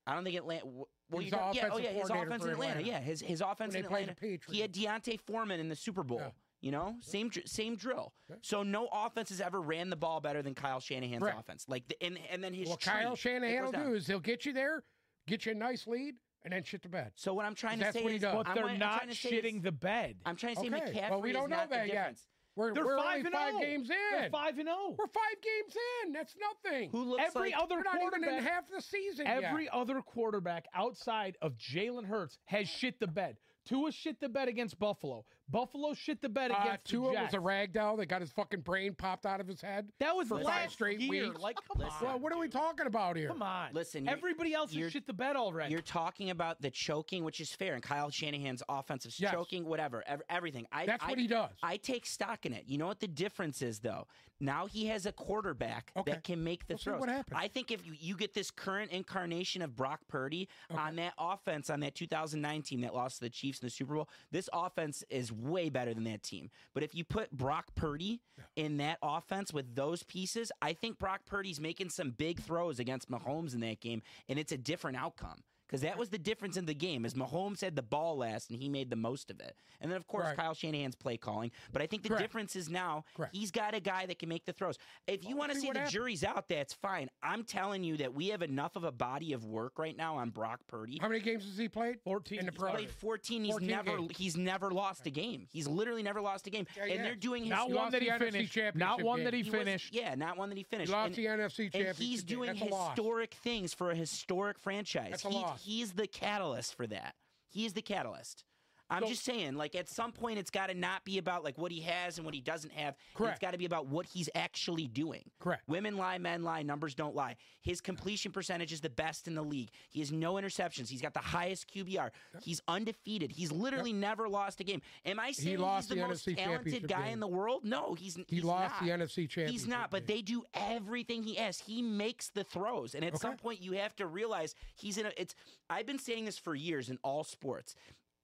Speaker 3: I don't think Atlanta. Well,
Speaker 2: He's
Speaker 3: you
Speaker 2: the
Speaker 3: don't- yeah, oh
Speaker 2: offensive
Speaker 3: yeah, his
Speaker 2: coordinator
Speaker 3: offense
Speaker 2: for
Speaker 3: in Atlanta.
Speaker 2: Atlanta.
Speaker 3: Yeah, his his offense
Speaker 2: they
Speaker 3: in
Speaker 2: played
Speaker 3: Atlanta.
Speaker 2: the
Speaker 3: He had Deontay Foreman in the Super Bowl.
Speaker 2: Yeah.
Speaker 3: You know, same dr- same drill.
Speaker 2: Yeah.
Speaker 3: So no offense has ever ran the ball better than Kyle Shanahan's
Speaker 2: Right.
Speaker 3: offense. Like the, and and then his
Speaker 2: what
Speaker 3: tree,
Speaker 2: Kyle
Speaker 3: it
Speaker 2: Shanahan
Speaker 3: goes
Speaker 2: will
Speaker 3: down.
Speaker 2: do is he'll get you there, get you a nice lead, and then shit the bed.
Speaker 3: So what I'm trying to
Speaker 2: That's
Speaker 3: say
Speaker 2: what he
Speaker 3: is,
Speaker 2: does.
Speaker 1: but
Speaker 3: I'm
Speaker 1: they're
Speaker 3: trying- I'm
Speaker 1: not
Speaker 3: trying to say is-
Speaker 1: shitting the bed.
Speaker 3: I'm trying to say
Speaker 2: Okay.
Speaker 3: McCaffrey
Speaker 2: Well, we
Speaker 3: is
Speaker 2: don't know
Speaker 3: not
Speaker 2: that
Speaker 3: the
Speaker 2: yet.
Speaker 3: difference.
Speaker 2: We're,
Speaker 1: They're
Speaker 2: we're
Speaker 1: five
Speaker 2: only
Speaker 1: and
Speaker 2: five
Speaker 1: oh.
Speaker 2: games
Speaker 1: They're
Speaker 2: in.
Speaker 1: five and oh. zero.
Speaker 2: We're five games in. That's nothing.
Speaker 3: Who looks
Speaker 1: Every
Speaker 3: like
Speaker 1: other
Speaker 2: we're not even in
Speaker 1: quarterback,
Speaker 2: half the season
Speaker 1: every
Speaker 2: yet.
Speaker 1: other quarterback outside of Jalen Hurts has shit the bed. Tua shit the bed against Buffalo. Buffalo shit the bed
Speaker 2: Uh,
Speaker 1: against the
Speaker 2: Tua was
Speaker 1: Jacks.
Speaker 2: a ragdoll that got his fucking brain popped out of his head.
Speaker 1: That was
Speaker 2: for
Speaker 1: last
Speaker 2: five straight
Speaker 1: year.
Speaker 2: weeks.
Speaker 1: Like, come
Speaker 3: Listen.
Speaker 2: Well,
Speaker 1: on,
Speaker 2: what are we talking about here?
Speaker 1: come on.
Speaker 3: Listen, you're-
Speaker 1: everybody else
Speaker 3: you're-
Speaker 1: has shit the bed already.
Speaker 3: You're talking about the choking, which is fair, and Kyle Shanahan's offensive
Speaker 2: Yes.
Speaker 3: choking, whatever, ev- everything. I,
Speaker 2: That's
Speaker 3: I,
Speaker 2: what he does.
Speaker 3: I take stock in it. You know what the difference is, though. Now he has a quarterback
Speaker 2: Okay.
Speaker 3: that can make the
Speaker 2: We'll see
Speaker 3: throws.
Speaker 2: what happens.
Speaker 3: I think if you, you get this current incarnation of Brock Purdy on that offense on that 2009 team that lost to the Chiefs in the Super Bowl, this offense is way better than that team. But if you put Brock Purdy in that offense with those pieces, I think Brock Purdy's making some big throws against Mahomes in that game, and it's a different outcome. Because that was the difference in the game, is Mahomes had the ball last and he made the most of it. And then of course
Speaker 2: Right.
Speaker 3: Kyle Shanahan's play calling. But I think the
Speaker 2: Correct.
Speaker 3: difference is now
Speaker 2: Correct.
Speaker 3: he's got a guy that can make the throws. If you
Speaker 2: Well,
Speaker 3: want to
Speaker 2: see
Speaker 3: say
Speaker 2: what
Speaker 3: the
Speaker 2: happens.
Speaker 3: jury's out, that's fine. I'm telling you that we have enough of a body of work right now on Brock Purdy.
Speaker 2: How many games has he played?
Speaker 1: 14
Speaker 2: in the
Speaker 1: He's
Speaker 2: pro.
Speaker 3: Played 14. He's
Speaker 2: 14
Speaker 3: never
Speaker 2: games.
Speaker 3: he's never lost a game. He's literally never lost a game.
Speaker 2: Yeah,
Speaker 3: and
Speaker 2: yeah.
Speaker 3: they're doing his
Speaker 1: not
Speaker 2: he
Speaker 1: one
Speaker 2: lost
Speaker 1: that
Speaker 2: the
Speaker 1: he
Speaker 2: NFC
Speaker 1: finished. Not
Speaker 2: championship
Speaker 1: one that
Speaker 2: game.
Speaker 1: he,
Speaker 3: he was-
Speaker 1: finished.
Speaker 3: yeah, not one that he
Speaker 2: He
Speaker 3: finished.
Speaker 2: lost
Speaker 3: And-
Speaker 2: the NFC championship.
Speaker 3: and he's
Speaker 2: game.
Speaker 3: doing
Speaker 2: That's a loss.
Speaker 3: historic things for a historic franchise.
Speaker 2: That's a
Speaker 3: He-
Speaker 2: loss.
Speaker 3: He's the catalyst for that. He is the catalyst. I'm
Speaker 1: So-
Speaker 3: just saying, like at some point, it's got to not be about like what he has and what he doesn't have. and It's
Speaker 2: Correct.
Speaker 3: got to be about what he's actually doing.
Speaker 2: Correct.
Speaker 3: Women lie, men lie, numbers don't lie. His completion percentage is the best in the league. He has no interceptions. He's got the highest QBR. He's undefeated. He's literally never lost a game. Am I saying
Speaker 2: lost
Speaker 3: he's the,
Speaker 2: the
Speaker 3: most
Speaker 2: NFC
Speaker 3: talented
Speaker 2: championship
Speaker 3: guy
Speaker 2: game.
Speaker 3: in the world? No, he's
Speaker 2: He
Speaker 3: he's
Speaker 2: lost
Speaker 3: not.
Speaker 2: the NFC championship.
Speaker 3: He's not, but
Speaker 2: game.
Speaker 3: they do everything he asks. He makes the throws, and at some
Speaker 2: Okay.
Speaker 3: point, you have to realize he's in a. It's. I've been saying this for years in all sports.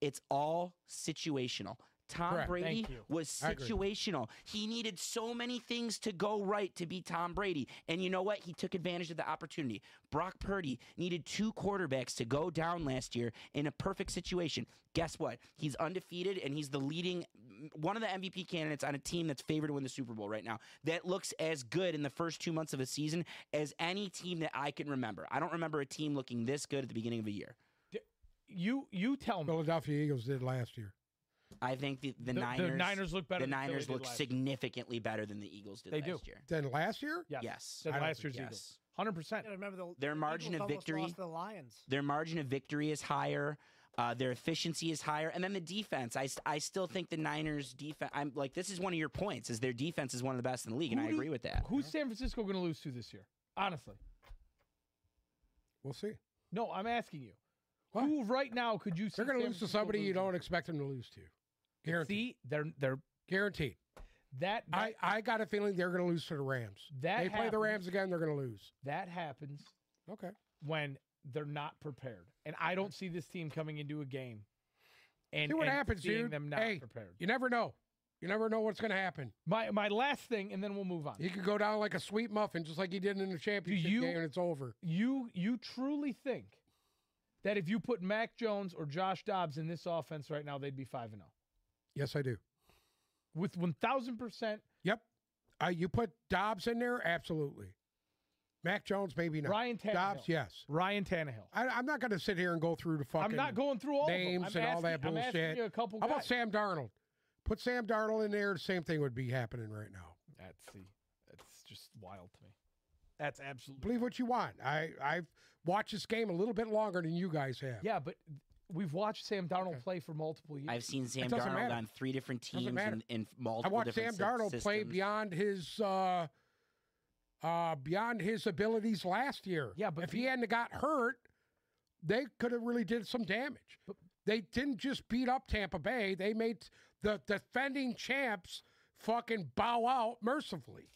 Speaker 3: It's all situational. Tom
Speaker 2: Correct.
Speaker 3: Brady
Speaker 1: Thank you.
Speaker 3: was
Speaker 2: I agree.
Speaker 3: situational. He needed so many things to go right to be Tom Brady. And you know what? He took advantage of the opportunity. Brock Purdy needed two quarterbacks to go down last year in a perfect situation. Guess what? He's undefeated and he's the leading one of the MVP candidates on a team that's favored to win the Super Bowl right now. That looks as good in the first two months of a season as any team that I can remember. I don't remember a team looking this good at the beginning of a year.
Speaker 1: You you tell me.
Speaker 2: Philadelphia Eagles did last year.
Speaker 3: I think the,
Speaker 1: The-
Speaker 3: the,
Speaker 1: the
Speaker 3: Niners
Speaker 1: Niners look better
Speaker 3: The
Speaker 1: than Philly
Speaker 3: Niners
Speaker 1: did
Speaker 3: look
Speaker 1: last year.
Speaker 3: significantly better than the Eagles did
Speaker 1: They
Speaker 3: last
Speaker 1: do.
Speaker 3: year.
Speaker 2: Then last year?
Speaker 1: Yes.
Speaker 3: Yes.
Speaker 1: Than
Speaker 2: I don't
Speaker 1: last year's
Speaker 3: yes.
Speaker 1: Eagles. Hundred percent.
Speaker 4: Yeah, remember the
Speaker 3: Their
Speaker 4: the
Speaker 3: margin
Speaker 4: Eagles
Speaker 3: of
Speaker 4: almost
Speaker 3: victory-
Speaker 4: Lost to the Lions.
Speaker 3: Their margin of victory is higher. Uh, their efficiency is higher, and then the defense. I, s- I still think the Niners defense. I'm like this is one of your points. Is their defense is one of the best in the league, and
Speaker 1: Who
Speaker 3: I
Speaker 1: do-
Speaker 3: agree with that.
Speaker 1: Who's San Francisco going to lose to this year? Honestly,
Speaker 2: We'll see.
Speaker 1: no. I'm asking you.
Speaker 2: What?
Speaker 1: Who right now could you? see
Speaker 2: They're going to
Speaker 1: San
Speaker 2: lose to
Speaker 1: Francisco
Speaker 2: somebody you
Speaker 1: losing?
Speaker 2: don't expect them to lose to. Guaranteed.
Speaker 1: See, they're they're
Speaker 2: Guaranteed.
Speaker 1: That that,
Speaker 2: I, I got a feeling they're going to lose to the Rams.
Speaker 1: that
Speaker 2: they play the
Speaker 1: happens-
Speaker 2: Rams again, they're going to lose.
Speaker 1: That happens
Speaker 2: Okay.
Speaker 1: when they're not prepared, and I don't see this team coming into a game. And
Speaker 2: See what
Speaker 1: and
Speaker 2: happens,
Speaker 1: seeing
Speaker 2: dude.
Speaker 1: Them not
Speaker 2: Hey.
Speaker 1: prepared.
Speaker 2: You never know. You never know what's going to happen.
Speaker 1: My my last thing, and then we'll move on.
Speaker 2: He could go down like a sweet muffin, just like he did in the championship
Speaker 1: you-
Speaker 2: game, and it's over.
Speaker 1: you you truly think that if you put Mac Jones or Josh Dobbs in this offense right now, they'd be five and zero
Speaker 2: Yes, I do.
Speaker 1: with one thousand percent.
Speaker 2: Yep. Uh, you put Dobbs in there, absolutely. Mac Jones, maybe not.
Speaker 1: Ryan Tannehill.
Speaker 2: Dobbs, yes.
Speaker 1: Ryan Tannehill.
Speaker 2: I, I'm not going to sit here and go through the fucking.
Speaker 1: I'm not going through all
Speaker 2: names
Speaker 1: of
Speaker 2: and
Speaker 1: them. I'm
Speaker 2: all that
Speaker 1: asking- I'm asking
Speaker 2: bullshit.
Speaker 1: you a couple
Speaker 2: How about
Speaker 1: guys.
Speaker 2: Sam Darnold? Put Sam Darnold in there. The same thing would be happening right now.
Speaker 1: That's the, that's just wild to me. That's absolutely
Speaker 2: Believe what you want. I I've watched this game a little bit longer than you guys have.
Speaker 1: yeah. But we've watched Sam Darnold
Speaker 2: Okay.
Speaker 1: play for multiple years.
Speaker 3: I've seen Sam
Speaker 2: doesn't
Speaker 3: Darnold
Speaker 2: matter.
Speaker 3: on three different
Speaker 2: Doesn't
Speaker 3: teams
Speaker 2: matter.
Speaker 3: in, in
Speaker 2: I
Speaker 3: multiple
Speaker 2: watched Sam
Speaker 3: different sy-
Speaker 2: Darnold play
Speaker 3: systems.
Speaker 2: beyond his uh, uh, beyond his abilities last year.
Speaker 1: Yeah, but
Speaker 2: if he hadn't got hurt, they could have really did some damage.
Speaker 1: But-
Speaker 2: they didn't just beat up Tampa Bay. They made the defending champs fucking bow out mercifully.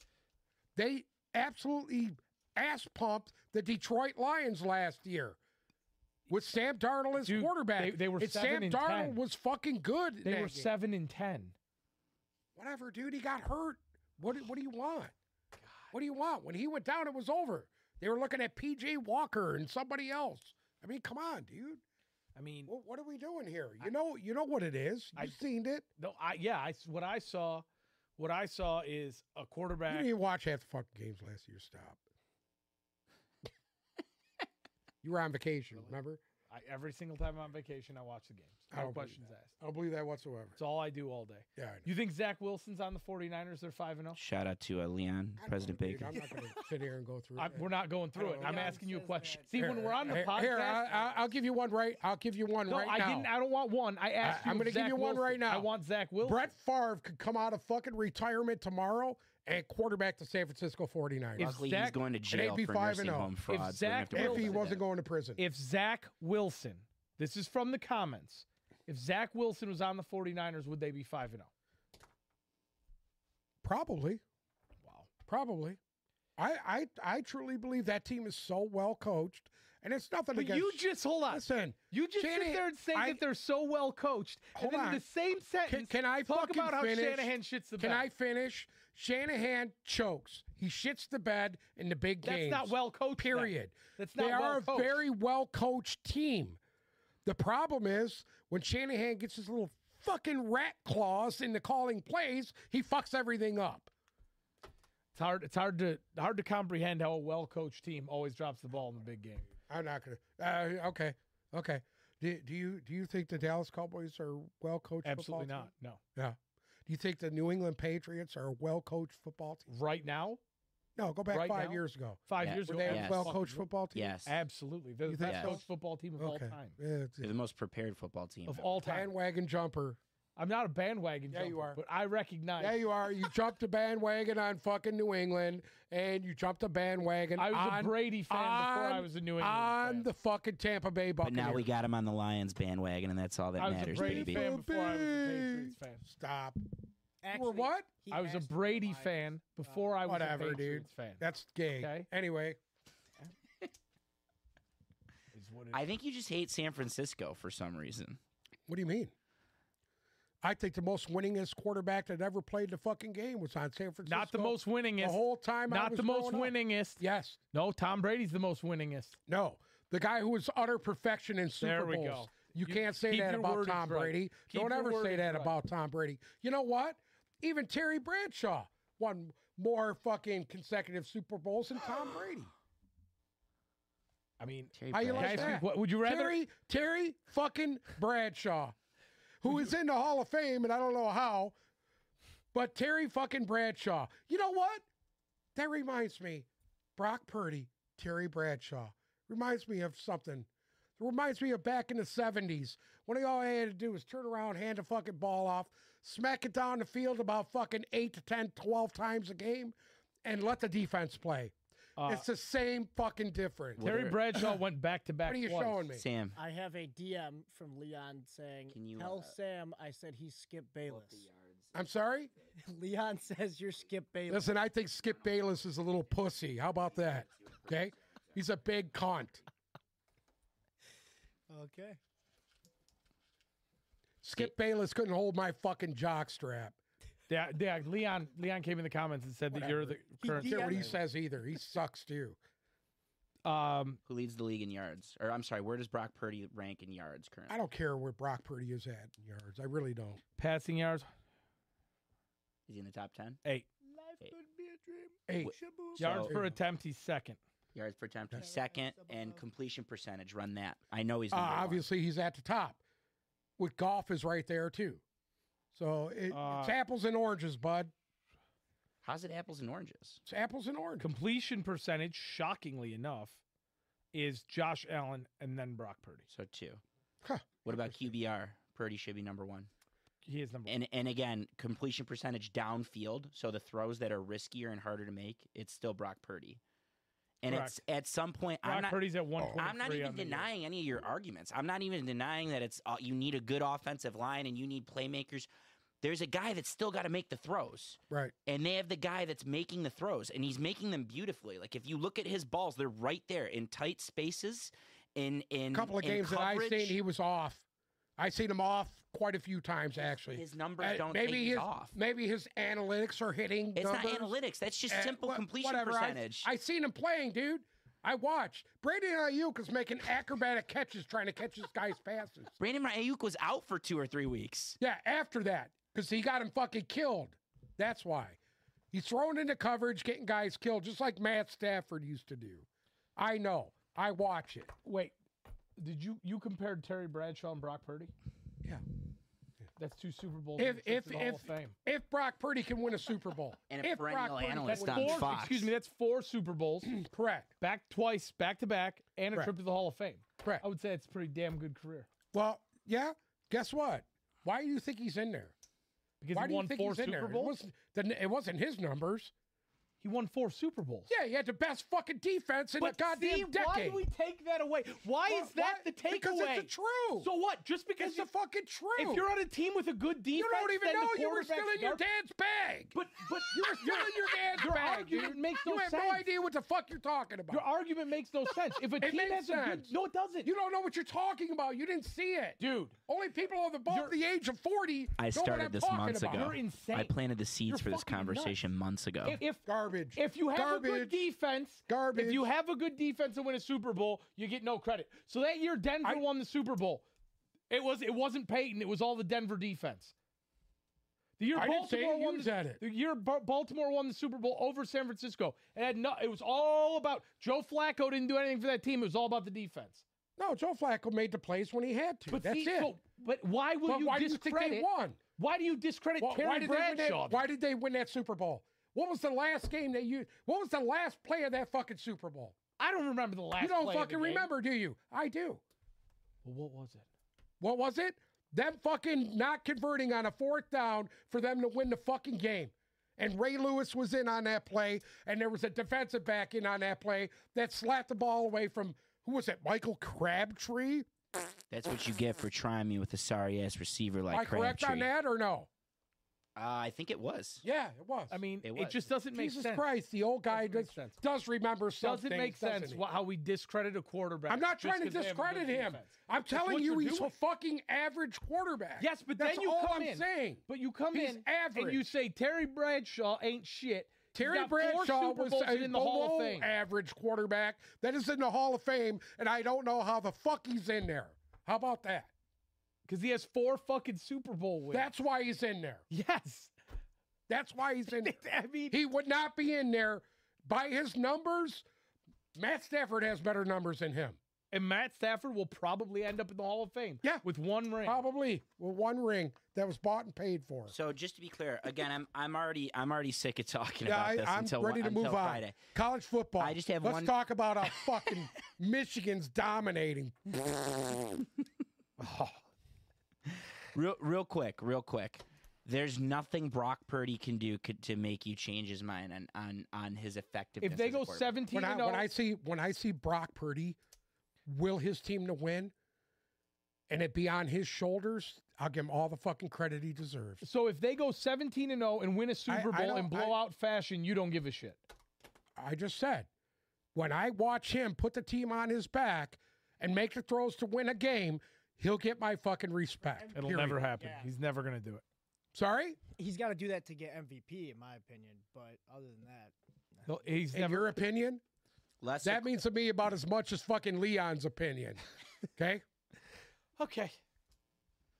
Speaker 2: They absolutely ass pumped the Detroit Lions last year. With Sam Darnold as
Speaker 1: Dude,
Speaker 2: quarterback,
Speaker 1: they- they were
Speaker 2: And Sam
Speaker 1: seven and
Speaker 2: Darnold
Speaker 1: 10.
Speaker 2: was fucking good. in
Speaker 1: they
Speaker 2: that
Speaker 1: were
Speaker 2: game.
Speaker 1: seven and ten.
Speaker 2: Whatever, dude. He got hurt. What, do- what do you want? What do you want? When he went down, it was over. They were looking at PJ Walker and somebody else. I mean, come on, dude.
Speaker 1: I mean,
Speaker 2: What, what are we doing here? You know, you know what it is.
Speaker 1: I-
Speaker 2: You've seen it.
Speaker 1: no, I yeah. I s- what I saw, what I saw is a
Speaker 2: You
Speaker 1: quarterback.
Speaker 2: didn't even watch half the fucking games last year. Stop. you were on vacation, remember?
Speaker 1: I, every single time I'm on vacation, I watch the games.
Speaker 2: I
Speaker 1: No
Speaker 2: don't believe
Speaker 1: questions
Speaker 2: that.
Speaker 1: asked.
Speaker 2: I don't believe that whatsoever.
Speaker 1: It's all I do all day.
Speaker 2: Yeah, I know.
Speaker 1: You think Zach Wilson's on the 49ers? They're 5 and oh? 0?
Speaker 3: Shout out to uh, Leon,
Speaker 2: I don't
Speaker 3: President
Speaker 2: know, dude.
Speaker 3: Baker.
Speaker 2: I'm not going to sit here and go through.
Speaker 1: I-
Speaker 2: it.
Speaker 1: We're not going through
Speaker 2: I
Speaker 1: it.
Speaker 2: don't know.
Speaker 1: I'm
Speaker 2: John
Speaker 1: asking you a
Speaker 4: says
Speaker 1: question.
Speaker 4: that.
Speaker 1: See, when we're on the
Speaker 2: here,
Speaker 1: podcast,
Speaker 2: here, I, I- I'll give you one right. I'll give you one
Speaker 1: no,
Speaker 2: right
Speaker 1: I
Speaker 2: now.
Speaker 1: didn't. I don't want one. I asked.
Speaker 2: I- I'm
Speaker 1: going to
Speaker 2: gonna give you one right
Speaker 1: I
Speaker 2: now.
Speaker 1: want Zach Wilson.
Speaker 2: Brett Favre could come out of fucking retirement tomorrow and quarterback the San Francisco 49ers
Speaker 1: If
Speaker 2: if,
Speaker 3: Luckily, he's
Speaker 1: Zach-
Speaker 3: going to jail
Speaker 2: be
Speaker 3: for
Speaker 2: five and
Speaker 3: nursing
Speaker 2: oh.
Speaker 3: home
Speaker 2: If
Speaker 3: fraud. so we don't have
Speaker 1: Zach-
Speaker 3: to worry
Speaker 1: if
Speaker 2: he
Speaker 3: about that.
Speaker 2: wasn't going to prison.
Speaker 1: if Zach Wilson, this is from the comments. If Zach Wilson was on the 49ers, would they be 5 and oh? 0?
Speaker 2: probably,
Speaker 1: Wow.
Speaker 2: probably. I, I I truly believe that team is so well coached, and it's nothing
Speaker 1: But
Speaker 2: against.
Speaker 1: you just hold on.
Speaker 2: listen,
Speaker 1: You just sit
Speaker 2: Shanahan-
Speaker 1: there and say
Speaker 2: I-
Speaker 1: that they're so well coached, and
Speaker 2: Hold
Speaker 1: then in
Speaker 2: on.
Speaker 1: the same
Speaker 2: can,
Speaker 1: sentence,
Speaker 2: can I
Speaker 1: talk
Speaker 2: fucking
Speaker 1: about how
Speaker 2: finish?
Speaker 1: Shanahan shits the
Speaker 2: can
Speaker 1: bed.
Speaker 2: I finish? Shanahan chokes. He shits the bed in the big
Speaker 1: That's
Speaker 2: games.
Speaker 1: not well coached. then.
Speaker 2: Period.
Speaker 1: That's not
Speaker 2: They
Speaker 1: well
Speaker 2: are a
Speaker 1: coached.
Speaker 2: very well coached team. The problem is when Shanahan gets his little fucking rat claws in the calling plays, he fucks everything up.
Speaker 1: It's hard. It's hard to hard to comprehend how a well coached team always drops the ball in the big game.
Speaker 2: I'm not gonna. Uh, okay, okay. Do, do you do you think the Dallas Cowboys are well coached?
Speaker 1: Absolutely not. No.
Speaker 2: Do you think the New England Patriots are a well coached football team?
Speaker 1: Right now,
Speaker 2: No, go back
Speaker 1: Right
Speaker 2: five
Speaker 1: now?
Speaker 2: years ago.
Speaker 1: five
Speaker 3: Yeah.
Speaker 1: years
Speaker 2: Were
Speaker 1: ago,
Speaker 2: they
Speaker 1: absolutely.
Speaker 2: a
Speaker 3: Yes.
Speaker 2: well coached football team?
Speaker 3: Yes.
Speaker 1: Absolutely, they're the
Speaker 2: You think
Speaker 1: best
Speaker 3: so?
Speaker 1: coached football team of all
Speaker 2: Okay.
Speaker 1: time.
Speaker 2: Yeah, it's
Speaker 3: They're
Speaker 2: a
Speaker 3: the most prepared football team.
Speaker 1: Of
Speaker 3: ever.
Speaker 1: all time.
Speaker 2: bandwagon jumper.
Speaker 1: I'm not a bandwagon.
Speaker 2: Yeah, you
Speaker 1: jumper,
Speaker 2: are.
Speaker 1: But I recognize.
Speaker 2: Yeah, you are. You jumped a bandwagon on fucking New England, and you jumped a bandwagon
Speaker 1: I was
Speaker 2: on,
Speaker 1: a Brady fan before I
Speaker 2: on-
Speaker 1: was a New England
Speaker 2: on
Speaker 1: fan.
Speaker 2: the fucking Tampa Bay
Speaker 3: But
Speaker 2: Buccaneers.
Speaker 3: now we got him on the Lions bandwagon, and that's all that
Speaker 1: I was
Speaker 3: matters,
Speaker 1: a Brady
Speaker 3: baby.
Speaker 1: fan before I was a Patriots fan.
Speaker 2: stop.
Speaker 4: Actually,
Speaker 2: what?
Speaker 4: he
Speaker 1: I was a
Speaker 4: asked for
Speaker 1: Brady
Speaker 4: Lions.
Speaker 1: fan before I was
Speaker 2: uh, whatever,
Speaker 1: a
Speaker 2: dude.
Speaker 1: Patriots fan.
Speaker 2: That's gay.
Speaker 1: Okay.
Speaker 2: Anyway,
Speaker 1: Is what it
Speaker 3: I think you just hate San Francisco for some reason.
Speaker 2: what do you mean? I think the most winningest quarterback that ever played the fucking game was on San Francisco.
Speaker 1: not the most
Speaker 2: The
Speaker 1: winningest.
Speaker 2: whole time. I
Speaker 1: not
Speaker 2: was
Speaker 1: the most
Speaker 2: growing up.
Speaker 1: winningest.
Speaker 2: Yes.
Speaker 1: No, Tom Brady's the most winningest.
Speaker 2: No. The guy who was utter perfection in Super
Speaker 1: There we
Speaker 2: Bowls.
Speaker 1: go.
Speaker 2: You,
Speaker 1: You-
Speaker 2: can't say
Speaker 1: keep
Speaker 2: that
Speaker 1: your
Speaker 2: about
Speaker 1: wordage
Speaker 2: Tom
Speaker 1: right.
Speaker 2: Brady.
Speaker 1: Keep
Speaker 2: Don't
Speaker 1: your
Speaker 2: ever say
Speaker 1: wordage
Speaker 2: that
Speaker 1: right.
Speaker 2: about Tom Brady. You know what? Even Terry Bradshaw won more fucking consecutive Super Bowls than Tom Brady.
Speaker 1: I mean,
Speaker 3: Terry
Speaker 2: How you
Speaker 1: can I
Speaker 2: like
Speaker 1: ask
Speaker 3: Bradshaw.
Speaker 1: you
Speaker 2: that?
Speaker 1: what- would you rather?
Speaker 2: Terry Terry fucking Bradshaw, who is in the Hall of Fame, and I don't know how, but Terry fucking Bradshaw. You know what? That reminds me, Brock Purdy, Terry Bradshaw reminds me of something. It reminds me of back in the '70s when all I had to do was turn around, hand the fucking ball off, smack it down the field about fucking eight to 10, 12 times a game, and let the defense play.
Speaker 1: Uh,
Speaker 2: it's the same fucking difference.
Speaker 3: Well,
Speaker 1: Terry
Speaker 3: there-
Speaker 1: Bradshaw went back to back.
Speaker 2: What are you
Speaker 1: twice.
Speaker 2: showing me?
Speaker 3: Sam,
Speaker 4: I have a DM from Leon saying,
Speaker 3: Can you,
Speaker 4: "Tell
Speaker 3: uh,
Speaker 4: Sam I said he skipped Bayless."
Speaker 2: I'm sorry.
Speaker 4: Leon says you're Skip Bayless.
Speaker 2: Listen, I think Skip Bayless is a little pussy. How about that? Okay, he's a big cunt.
Speaker 4: Okay.
Speaker 2: Skip Bayless couldn't hold my fucking jock strap.
Speaker 1: Yeah, yeah, Leon Leon came in the comments and said that you're the
Speaker 4: He-
Speaker 1: current.
Speaker 4: he
Speaker 2: Care what he
Speaker 4: Yeah.
Speaker 2: says either. He sucks too.
Speaker 1: Um,
Speaker 3: Who leads the league in yards? Or I'm sorry, where does Brock Purdy rank in yards currently?
Speaker 2: I don't care where Brock Purdy is at in yards. I really don't.
Speaker 1: passing yards.
Speaker 3: Is he in the top ten?
Speaker 1: Eight
Speaker 4: Life
Speaker 3: Hey.
Speaker 4: could be a dream.
Speaker 2: Hey,
Speaker 4: Shaboom.
Speaker 1: yards
Speaker 3: So-
Speaker 1: per attempt. He's second.
Speaker 3: Yards per attempt, he's
Speaker 4: Yeah.
Speaker 3: second, and completion percentage. Run that. I know he's
Speaker 2: uh,
Speaker 3: number one.
Speaker 2: obviously he's at the top. With golf is right there too. So it,
Speaker 1: Uh,
Speaker 2: it's apples and oranges, bud.
Speaker 3: How's it apples and oranges?
Speaker 2: It's apples and oranges.
Speaker 1: Completion percentage, shockingly enough, is Josh Allen and then Brock Purdy.
Speaker 3: So two.
Speaker 2: Huh,
Speaker 3: What about QBR? Purdy should be number one.
Speaker 1: He is number. one.
Speaker 3: And and again, completion percentage downfield. So the throws that are riskier and harder to make, it's still Brock Purdy. And
Speaker 1: Correct.
Speaker 3: it's at some point,
Speaker 1: Brock
Speaker 3: I'm not.
Speaker 1: Purdy's at one.
Speaker 3: I'm not even denying any of your arguments. I'm not even denying that it's uh, you need a good offensive line and you need playmakers. There's a guy that's still got to make the throws,
Speaker 2: Right.
Speaker 3: and they have the guy that's making the throws, and he's making them beautifully. Like if you look at his balls, they're right there in tight spaces. In in
Speaker 2: A couple of
Speaker 3: in
Speaker 2: games
Speaker 3: coverage.
Speaker 2: that I seen, he was off. I seen him off quite a few times actually.
Speaker 3: his numbers
Speaker 2: Uh,
Speaker 3: don't
Speaker 2: maybe
Speaker 3: take
Speaker 2: his
Speaker 3: off.
Speaker 2: maybe his analytics are hitting.
Speaker 3: It's
Speaker 2: numbers.
Speaker 3: not analytics. That's just
Speaker 2: Uh,
Speaker 3: simple
Speaker 2: wha-
Speaker 3: completion
Speaker 2: whatever. I-
Speaker 3: percentage.
Speaker 2: I, seen him playing, dude. I watched Brady Ayuk is making acrobatic catches trying to catch this guy's passes.
Speaker 3: Brandon Ayuk was out for two or three weeks.
Speaker 2: Yeah, after that, because he got him fucking killed. That's why. He's thrown into coverage, getting guys killed, just like Matt Stafford used to do. I know. I watch it.
Speaker 1: Wait, did you you compared Terry Bradshaw and Brock Purdy?
Speaker 2: Yeah.
Speaker 1: That's two Super Bowls.
Speaker 2: If
Speaker 1: and six
Speaker 2: if
Speaker 1: to the Hall
Speaker 2: if
Speaker 1: of Fame.
Speaker 2: if Brock Purdy can win a Super Bowl
Speaker 3: And a
Speaker 2: if
Speaker 3: perennial
Speaker 2: Brock Purdy can
Speaker 3: analyst
Speaker 2: win-
Speaker 3: on
Speaker 1: four,
Speaker 3: Fox.
Speaker 1: excuse me, that's four Super Bowls
Speaker 2: correct,
Speaker 1: back twice, back to back, and a
Speaker 2: Correct.
Speaker 1: trip to the Hall of Fame.
Speaker 2: correct.
Speaker 1: I would say it's a pretty damn good career
Speaker 2: Well, yeah. Guess what? Why do you think he's in there?
Speaker 1: because
Speaker 2: Why
Speaker 1: he
Speaker 2: do you
Speaker 1: won
Speaker 2: think
Speaker 1: four
Speaker 2: he's in
Speaker 1: Super
Speaker 2: there? It
Speaker 1: Bowls.
Speaker 2: wasn't, the, it wasn't his numbers.
Speaker 1: He won four Super Bowls.
Speaker 2: Yeah, he had the best fucking defense in the goddamn
Speaker 1: see,
Speaker 2: decade.
Speaker 1: why do we take that away? Why
Speaker 2: Well,
Speaker 1: is that the
Speaker 2: why-
Speaker 1: takeaway?
Speaker 2: Because it's the truth.
Speaker 1: So what? Just because
Speaker 2: it's
Speaker 1: you,
Speaker 2: the fucking truth.
Speaker 1: if you're on a team with a good defense,
Speaker 2: You don't even
Speaker 1: then
Speaker 2: know
Speaker 1: the
Speaker 2: you were still
Speaker 1: quarterback's
Speaker 2: in your
Speaker 1: garbage.
Speaker 2: dad's bag.
Speaker 1: But but
Speaker 2: You were still in your dad's
Speaker 1: your
Speaker 2: bag.
Speaker 1: argument
Speaker 2: dude.
Speaker 1: makes no
Speaker 2: you have no
Speaker 1: sense.
Speaker 2: idea what the fuck you're talking about.
Speaker 1: Your argument makes no sense. If a
Speaker 2: It
Speaker 1: team
Speaker 2: makes
Speaker 1: has a good
Speaker 2: sense.
Speaker 1: no, it doesn't.
Speaker 2: you don't know what you're talking about. You didn't see it.
Speaker 1: Dude,
Speaker 2: Only people of above the age of 40
Speaker 3: I
Speaker 2: know what
Speaker 3: started
Speaker 2: I'm
Speaker 3: this
Speaker 2: talking
Speaker 3: months
Speaker 2: about.
Speaker 3: ago.
Speaker 1: You're insane.
Speaker 3: I planted the seeds
Speaker 1: You're
Speaker 3: for this
Speaker 1: fucking nuts.
Speaker 3: conversation months ago.
Speaker 1: if if,
Speaker 2: Garbage.
Speaker 1: if you have a good
Speaker 2: Garbage.
Speaker 1: defense,
Speaker 2: Garbage.
Speaker 1: if you have a good defense and win a Super Bowl, you get no credit. So that year Denver
Speaker 2: I-
Speaker 1: won the Super Bowl. It was it wasn't Peyton, it was all the Denver defense. The year
Speaker 2: I didn't say
Speaker 1: Baltimore
Speaker 2: it,
Speaker 1: won
Speaker 2: you
Speaker 1: the,
Speaker 2: said it.
Speaker 1: the year Ba- Baltimore won the Super Bowl over San Francisco. It had no it was all about Joe Flacco didn't do anything for that team. It was all about the defense.
Speaker 2: No, Joe Flacco made the plays when he had to.
Speaker 1: But
Speaker 2: That's
Speaker 1: see,
Speaker 2: it.
Speaker 1: so- but why will
Speaker 2: but
Speaker 1: you
Speaker 2: why do you think
Speaker 1: discredit
Speaker 2: they won?
Speaker 1: Why do you discredit
Speaker 2: Why-
Speaker 1: Terry
Speaker 2: why, did they win
Speaker 1: Bradshaw?
Speaker 2: that, why did they win that Super Bowl? What was the last game that you? What was the last play of that fucking Super Bowl?
Speaker 1: I don't remember the last.
Speaker 2: you don't
Speaker 1: play of the
Speaker 2: fucking
Speaker 1: game.
Speaker 2: remember, do you? I do.
Speaker 1: Well, what was it?
Speaker 2: What was it? Them fucking not converting on a fourth down for them to win the fucking game. And Ray Lewis was in on that play, and there was a defensive back in on that play that slapped the ball away from who was it? Michael Crabtree.
Speaker 3: That's what you get for trying me with a sorry ass receiver like
Speaker 2: Am I correct
Speaker 3: Crabtree.
Speaker 2: on that or no?
Speaker 3: Uh, I think it was.
Speaker 2: Yeah, it was.
Speaker 1: I mean,
Speaker 3: It
Speaker 1: it,
Speaker 3: was.
Speaker 1: just doesn't make
Speaker 2: Jesus
Speaker 1: sense.
Speaker 2: Christ, the old guy
Speaker 1: Doesn't make
Speaker 2: does,
Speaker 1: sense.
Speaker 2: does remember something.
Speaker 1: Doesn't make sense wh- how we discredit a quarterback.
Speaker 2: I'm not
Speaker 1: just
Speaker 2: trying to
Speaker 1: 'cause they have a good
Speaker 2: discredit him.
Speaker 1: defense.
Speaker 2: I'm telling
Speaker 1: what
Speaker 2: you,
Speaker 1: you're
Speaker 2: he's
Speaker 1: doing.
Speaker 2: a fucking average quarterback.
Speaker 1: Yes, but
Speaker 2: That's
Speaker 1: then you
Speaker 2: all
Speaker 1: come
Speaker 2: I'm
Speaker 1: in.
Speaker 2: saying.
Speaker 1: But you come
Speaker 2: He's
Speaker 1: in and you
Speaker 2: average.
Speaker 1: say Terry Bradshaw ain't shit. He's
Speaker 2: Terry
Speaker 1: got four
Speaker 2: Bradshaw
Speaker 1: Super
Speaker 2: was
Speaker 1: Bowls
Speaker 2: a
Speaker 1: in the Hall of
Speaker 2: below
Speaker 1: Fame.
Speaker 2: average quarterback that is in the Hall of Fame, and I don't know how the fuck he's in there. How about that?
Speaker 1: because he has four fucking Super Bowl wins.
Speaker 2: That's why he's in there.
Speaker 1: yes.
Speaker 2: That's why he's in there.
Speaker 1: I mean,
Speaker 2: He would not be in there by his numbers. Matt Stafford has better numbers than him.
Speaker 1: and Matt Stafford will probably end up in the Hall of Fame.
Speaker 2: Yeah.
Speaker 1: with one ring.
Speaker 2: Probably with one ring that was bought and paid for.
Speaker 3: So just to be clear, again, I'm I'm already I'm already sick of talking
Speaker 2: Yeah,
Speaker 3: about
Speaker 2: I,
Speaker 3: this
Speaker 2: I'm
Speaker 3: until
Speaker 2: ready to
Speaker 3: until
Speaker 2: move on.
Speaker 3: Friday.
Speaker 2: College football.
Speaker 3: I just have
Speaker 2: Let's
Speaker 3: one-
Speaker 2: talk about how fucking Michigan's dominating.
Speaker 3: Real, real quick, real quick. There's nothing Brock Purdy can do could, to make you change his mind on on, on his effectiveness.
Speaker 1: if they
Speaker 3: as a
Speaker 1: go
Speaker 3: quarterback.
Speaker 1: 17
Speaker 2: When I,
Speaker 1: and 0,
Speaker 2: when I see when I see Brock Purdy, will his team to win, and it be on his shoulders? I'll give him all the fucking credit he deserves.
Speaker 1: oh, So if they go 17 and 0 and win a Super
Speaker 2: I
Speaker 1: Bowl in
Speaker 2: don't- I-
Speaker 1: blowout fashion, you don't give a shit.
Speaker 2: I just said, when I watch him put the team on his back and make the throws to win a game, he'll get my fucking respect.
Speaker 1: It'll
Speaker 2: period.
Speaker 1: never happen.
Speaker 4: Yeah.
Speaker 1: He's never going to do it.
Speaker 2: Sorry,
Speaker 4: He's got to do that to get MVP, in my opinion. But other than that,
Speaker 1: He'll- He's
Speaker 2: in
Speaker 1: never.
Speaker 2: your opinion,
Speaker 3: Less
Speaker 2: that means to me about as much as fucking Leon's opinion. Okay,
Speaker 1: Okay.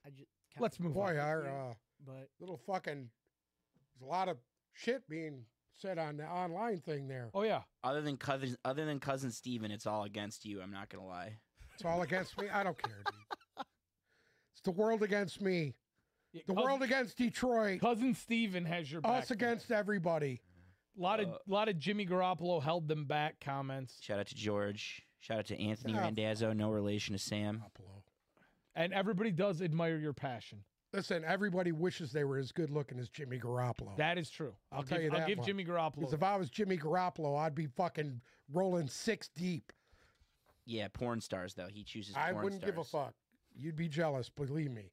Speaker 4: I just
Speaker 1: Let's move
Speaker 2: boy,
Speaker 1: on.
Speaker 2: our uh,
Speaker 4: But
Speaker 2: little fucking there's a lot of shit being said on the online thing there.
Speaker 1: Oh, yeah.
Speaker 3: other than cousin other than cousin Steven, it's all against you. I'm not gonna lie.
Speaker 2: It's all against me. I don't care. Dude. It's the world against me.
Speaker 1: Yeah,
Speaker 2: The
Speaker 1: cousin,
Speaker 2: world against Detroit.
Speaker 1: Cousin Steven has your back.
Speaker 2: Us against everybody.
Speaker 1: A lot of
Speaker 3: Uh,
Speaker 1: lot of Jimmy Garoppolo held them back comments.
Speaker 3: Shout out to George. Shout out to Anthony
Speaker 2: Ah, fuck.
Speaker 3: Randazzo. No relation to Sam.
Speaker 2: Garoppolo.
Speaker 1: And everybody does admire your passion.
Speaker 2: Listen, everybody wishes they were as good looking as Jimmy Garoppolo.
Speaker 1: That is true. I'll,
Speaker 2: I'll tell
Speaker 1: give,
Speaker 2: you
Speaker 1: I'll
Speaker 2: that
Speaker 1: give
Speaker 2: much.
Speaker 1: Jimmy
Speaker 2: Because
Speaker 1: Garoppolo.
Speaker 2: if I was Jimmy Garoppolo, I'd be fucking rolling six deep.
Speaker 3: Yeah, porn stars though. He chooses.
Speaker 2: I
Speaker 3: porn
Speaker 2: wouldn't give a
Speaker 3: stars.
Speaker 2: fuck. You'd be jealous, believe me.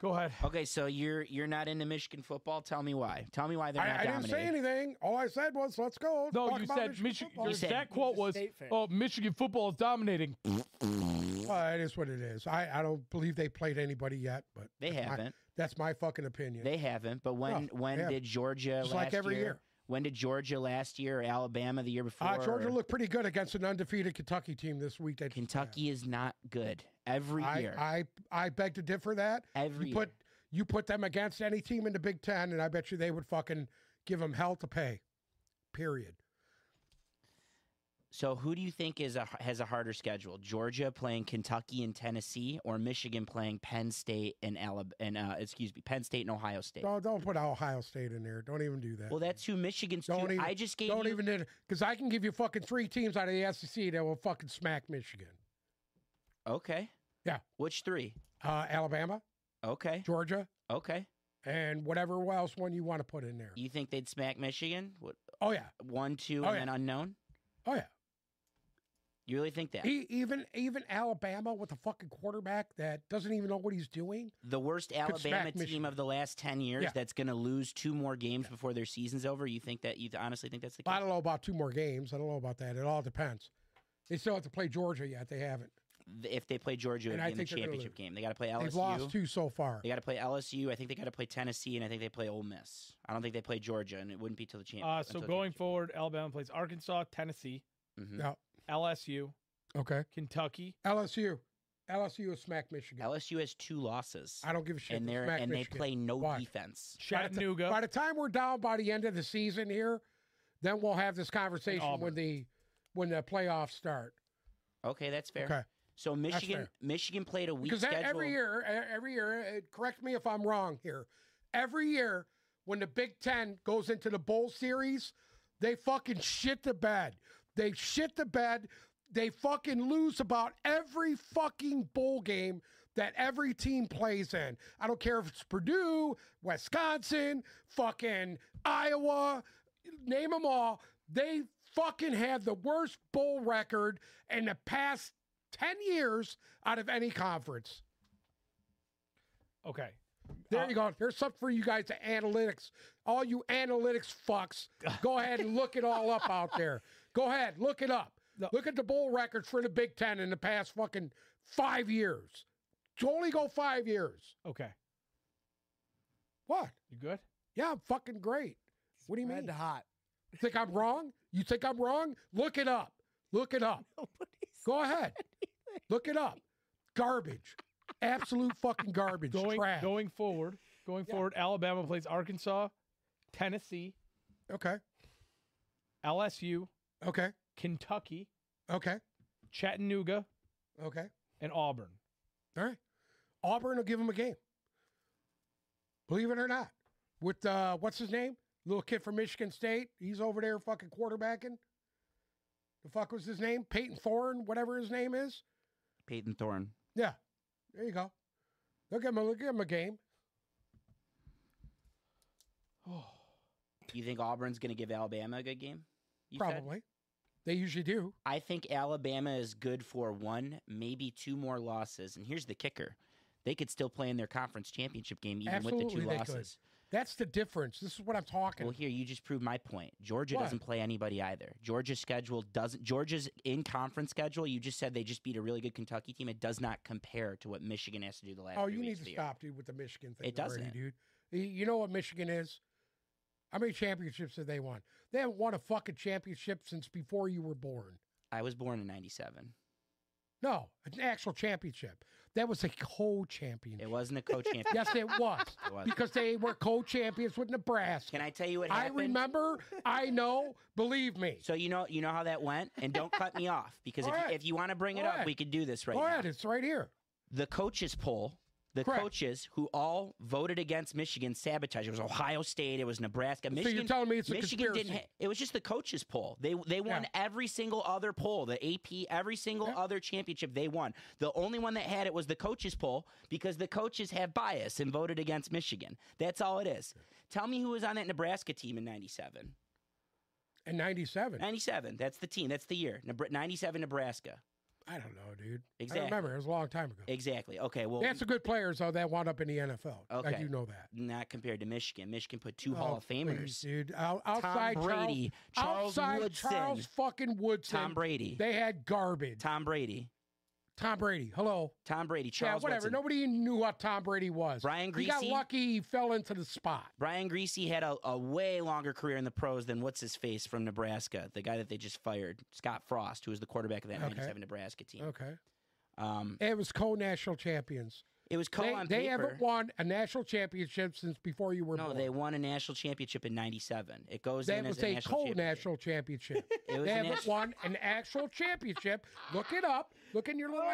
Speaker 1: Go ahead.
Speaker 3: Okay, so you're you're not into Michigan football. Tell me why. Tell me why they're not
Speaker 2: I, I didn't
Speaker 3: dominating.
Speaker 2: say anything. All I said was, "Let's go." Let's
Speaker 1: No,
Speaker 2: talk
Speaker 1: you
Speaker 2: about
Speaker 1: said Michigan.
Speaker 2: football."
Speaker 1: your
Speaker 3: said-
Speaker 1: exact quote
Speaker 4: He's a
Speaker 1: was,
Speaker 4: state fan.
Speaker 1: "Oh, Michigan football is dominating."
Speaker 2: Well, it is what it is. I, I don't believe they played anybody yet, but
Speaker 3: They
Speaker 2: that's my-
Speaker 3: haven't.
Speaker 2: That's my fucking opinion.
Speaker 3: They haven't. But when
Speaker 2: No,
Speaker 3: when
Speaker 2: they haven't.
Speaker 3: did Georgia
Speaker 2: Just
Speaker 3: last
Speaker 2: like every year.
Speaker 3: When did Georgia last year? Or Alabama the year before?
Speaker 2: uh, Georgia
Speaker 3: or-
Speaker 2: looked pretty good against an undefeated Kentucky team this week. They just
Speaker 3: Kentucky is not good every
Speaker 2: had.
Speaker 3: year.
Speaker 2: I, I I beg to differ that
Speaker 3: every
Speaker 2: you put
Speaker 3: year.
Speaker 2: you put them against any team in the Big Ten, and I bet you they would fucking give them hell to pay. Period.
Speaker 3: So who do you think is a has a harder schedule? Georgia playing Kentucky and Tennessee, or Michigan playing Penn State and Alabama? And uh, excuse me, Penn State and Ohio State.
Speaker 2: Don't don't put Ohio State in there. Don't even do that.
Speaker 3: Well, that's who Michigan's.
Speaker 2: Don't
Speaker 3: two-
Speaker 2: even-
Speaker 3: I just gave
Speaker 2: don't
Speaker 3: you.
Speaker 2: even because I can give you fucking three teams out of the SEC that will fucking smack Michigan,
Speaker 3: Okay.
Speaker 2: Yeah.
Speaker 3: Which three?
Speaker 2: uh, Alabama,
Speaker 3: Okay.
Speaker 2: Georgia,
Speaker 3: Okay.
Speaker 2: and whatever else one you want to put in there.
Speaker 3: You think they'd smack Michigan? What,
Speaker 2: Oh yeah,
Speaker 3: one, two,
Speaker 2: Oh,
Speaker 3: and
Speaker 2: yeah.
Speaker 3: then unknown.
Speaker 2: oh yeah.
Speaker 3: You really think that?
Speaker 2: E- even even Alabama with a fucking quarterback that doesn't even know what he's doing.
Speaker 3: the worst Alabama
Speaker 2: smack
Speaker 3: team
Speaker 2: Michigan.
Speaker 3: of the last ten years
Speaker 2: Yeah.
Speaker 3: that's going to lose two more games before their season's over. You think that? You honestly think that's the
Speaker 2: I
Speaker 3: case?
Speaker 2: don't know about two more games. I don't know about that. It all depends. They still have to play Georgia yet. They haven't.
Speaker 3: Th- If they play Georgia
Speaker 2: And
Speaker 3: it'd
Speaker 2: I
Speaker 3: be in the
Speaker 2: think they're gonna
Speaker 3: championship
Speaker 2: lose.
Speaker 3: game, they got to play
Speaker 2: They've lost
Speaker 3: LSU.
Speaker 2: two so far.
Speaker 3: They got to play LSU. I think they got to play Tennessee, and I think they play Ole Miss. I don't think they play Georgia, and it wouldn't be till the champ.
Speaker 1: Uh, so going forward, Alabama plays Arkansas, Tennessee,
Speaker 3: hmm
Speaker 2: No.
Speaker 1: LSU,
Speaker 2: Okay.
Speaker 1: Kentucky.
Speaker 2: LSU. LSU is smack Michigan.
Speaker 3: LSU has two losses,
Speaker 2: I don't give a shit.
Speaker 3: and
Speaker 2: They'll
Speaker 3: they're
Speaker 2: smack
Speaker 3: and they
Speaker 2: Michigan.
Speaker 3: play no
Speaker 2: Why?
Speaker 3: defense.
Speaker 2: By the ti-
Speaker 1: Chattanooga.
Speaker 2: By the time we're down by the end of the season here, then we'll have this conversation
Speaker 1: Auburn.
Speaker 2: when the when the playoffs start.
Speaker 3: Okay, that's fair.
Speaker 2: Okay.
Speaker 3: So Michigan
Speaker 2: fair.
Speaker 3: Michigan played a weak
Speaker 2: Because e-
Speaker 3: schedule.
Speaker 2: every year, e- every year, uh, correct me if I'm wrong here. Every year, when the Big Ten goes into the bowl series, they fucking shit the bed. They shit the bed. They fucking lose about every fucking bowl game that every team plays in. I don't care if it's Purdue, Wisconsin, fucking Iowa, name them all. They fucking have the worst bowl record in the past 10 years out of any conference.
Speaker 1: okay.
Speaker 2: There
Speaker 1: Uh,
Speaker 2: you go. Here's something for you guys to analytics. All you analytics fucks, go ahead and look it all up out there. Go ahead, look it up.
Speaker 1: No.
Speaker 2: Look at the bowl records for the Big Ten in the past fucking five years. Totally go five years.
Speaker 1: Okay.
Speaker 2: What?
Speaker 1: You good?
Speaker 2: Yeah, I'm fucking great. What do you
Speaker 4: red
Speaker 2: mean?
Speaker 4: hot.
Speaker 2: Think I'm wrong? You think I'm wrong? Look it up. Look it up.
Speaker 4: Nobody's
Speaker 2: Go ahead. Look it up. Garbage. Absolute fucking garbage.
Speaker 1: Going
Speaker 2: Trash.
Speaker 1: going forward, going
Speaker 2: Yeah.
Speaker 1: forward, Alabama plays Arkansas, Tennessee,
Speaker 2: Okay.
Speaker 1: LSU,
Speaker 2: Okay.
Speaker 1: Kentucky,
Speaker 2: Okay.
Speaker 1: Chattanooga,
Speaker 2: Okay.
Speaker 1: and Auburn.
Speaker 2: All right. Auburn will give him a game. Believe it or not. With uh, what's his name? Little kid from Michigan State. He's over there fucking quarterbacking. The fuck was his name? Peyton Thorne, whatever his name is.
Speaker 3: Peyton Thorne.
Speaker 2: Yeah. There you go. They'll give him a, they'll give him a game.
Speaker 3: You think Auburn's going to give Alabama a good game? You said?
Speaker 2: probably. They usually do.
Speaker 3: I think Alabama is good for one, maybe two more losses. And here's the kicker They could still play in their conference championship game even with the
Speaker 2: Absolutely
Speaker 3: two
Speaker 2: they could.
Speaker 3: losses.
Speaker 2: That's the difference. This is what I'm talking.
Speaker 3: Well, here you just proved my point. Georgia
Speaker 2: What?
Speaker 3: doesn't play anybody either. Georgia's schedule doesn't. Georgia's in conference schedule. You just said they just beat a really good Kentucky team. It does not compare to what Michigan has to do the last.
Speaker 2: Oh,
Speaker 3: three
Speaker 2: you need
Speaker 3: weeks
Speaker 2: to
Speaker 3: of the year.
Speaker 2: stop, dude, with the Michigan thing.
Speaker 3: It
Speaker 2: already,
Speaker 3: doesn't.
Speaker 2: dude. Y- You know what Michigan is? How many championships have they won? They haven't won a fucking championship since before you were born.
Speaker 3: I was born in '97.
Speaker 2: No, an actual championship. That was a
Speaker 3: It
Speaker 2: co-championship.
Speaker 3: wasn't a co-champion.
Speaker 2: Yes, it was
Speaker 3: It was.
Speaker 2: because they were co-champions with Nebraska.
Speaker 3: Can I tell you what
Speaker 2: I
Speaker 3: happened?
Speaker 2: remember. I know. Believe me.
Speaker 3: So you know you know how that went, and don't cut me off because if,
Speaker 2: All right.
Speaker 3: if you want to bring it
Speaker 2: All
Speaker 3: up,
Speaker 2: right.
Speaker 3: we could do this right
Speaker 2: Go
Speaker 3: now.
Speaker 2: ahead. It's right here.
Speaker 3: the coaches poll, the
Speaker 2: Correct.
Speaker 3: coaches who all voted against Michigan sabotage. It was Ohio State. It was Nebraska.
Speaker 2: so
Speaker 3: Michigan.
Speaker 2: you're telling me it's a
Speaker 3: Michigan
Speaker 2: conspiracy?
Speaker 3: didn't. Ha- it was just the coaches poll. They they won
Speaker 2: Yeah.
Speaker 3: every single other poll. The AP, every single
Speaker 2: Yeah.
Speaker 3: other championship they won. The only one that had it was the coaches poll because the coaches have bias and voted against Michigan. That's all it is. Tell me who was on that Nebraska team in '97.
Speaker 2: In '97.
Speaker 3: 97. That's the team. That's the year. Nebra- 97 Nebraska.
Speaker 2: I don't know, dude. I
Speaker 3: Exactly.
Speaker 2: remember. It was a long time ago.
Speaker 3: Exactly. Okay. Well,
Speaker 2: They had some good players though that wound up in the NFL. I
Speaker 3: Okay.
Speaker 2: do know that.
Speaker 3: not compared to Michigan. Michigan put two
Speaker 2: Oh,
Speaker 3: Hall of
Speaker 2: please,
Speaker 3: Famers.
Speaker 2: dude. Out- outside
Speaker 3: Tom Brady,
Speaker 2: Charles,
Speaker 3: Charles
Speaker 2: outside
Speaker 3: Woodson,
Speaker 2: Charles fucking Woodson.
Speaker 3: Tom Brady,
Speaker 2: They had garbage. Tom,
Speaker 3: Tom Brady,
Speaker 2: Brady. Hello.
Speaker 3: Tom Brady,
Speaker 2: yeah,
Speaker 3: Charles
Speaker 2: whatever.
Speaker 3: Woodson.
Speaker 2: Nobody knew what Tom Brady was.
Speaker 3: Brian
Speaker 2: He got
Speaker 3: Griese?
Speaker 2: lucky. He fell into the spot.
Speaker 3: Brian Greasy had a, a way longer career in the pros than what's his face from Nebraska, the guy that they just fired, Scott Frost, who was the quarterback of that
Speaker 2: Okay.
Speaker 3: 97 Nebraska team.
Speaker 2: Okay.
Speaker 3: Um,
Speaker 2: It was co-national champions.
Speaker 3: it was co
Speaker 2: they,
Speaker 3: on
Speaker 2: they
Speaker 3: paper.
Speaker 2: haven't won a national championship since before you were
Speaker 3: no,
Speaker 2: born.
Speaker 3: they won a national championship in '97. It goes
Speaker 2: that
Speaker 3: in
Speaker 2: was
Speaker 3: as a,
Speaker 2: a
Speaker 3: national championship.
Speaker 2: co-national championship.
Speaker 3: It was
Speaker 2: they
Speaker 3: a
Speaker 2: haven't
Speaker 3: national-
Speaker 2: won an actual championship. Look it up. Look in your little
Speaker 1: Oh.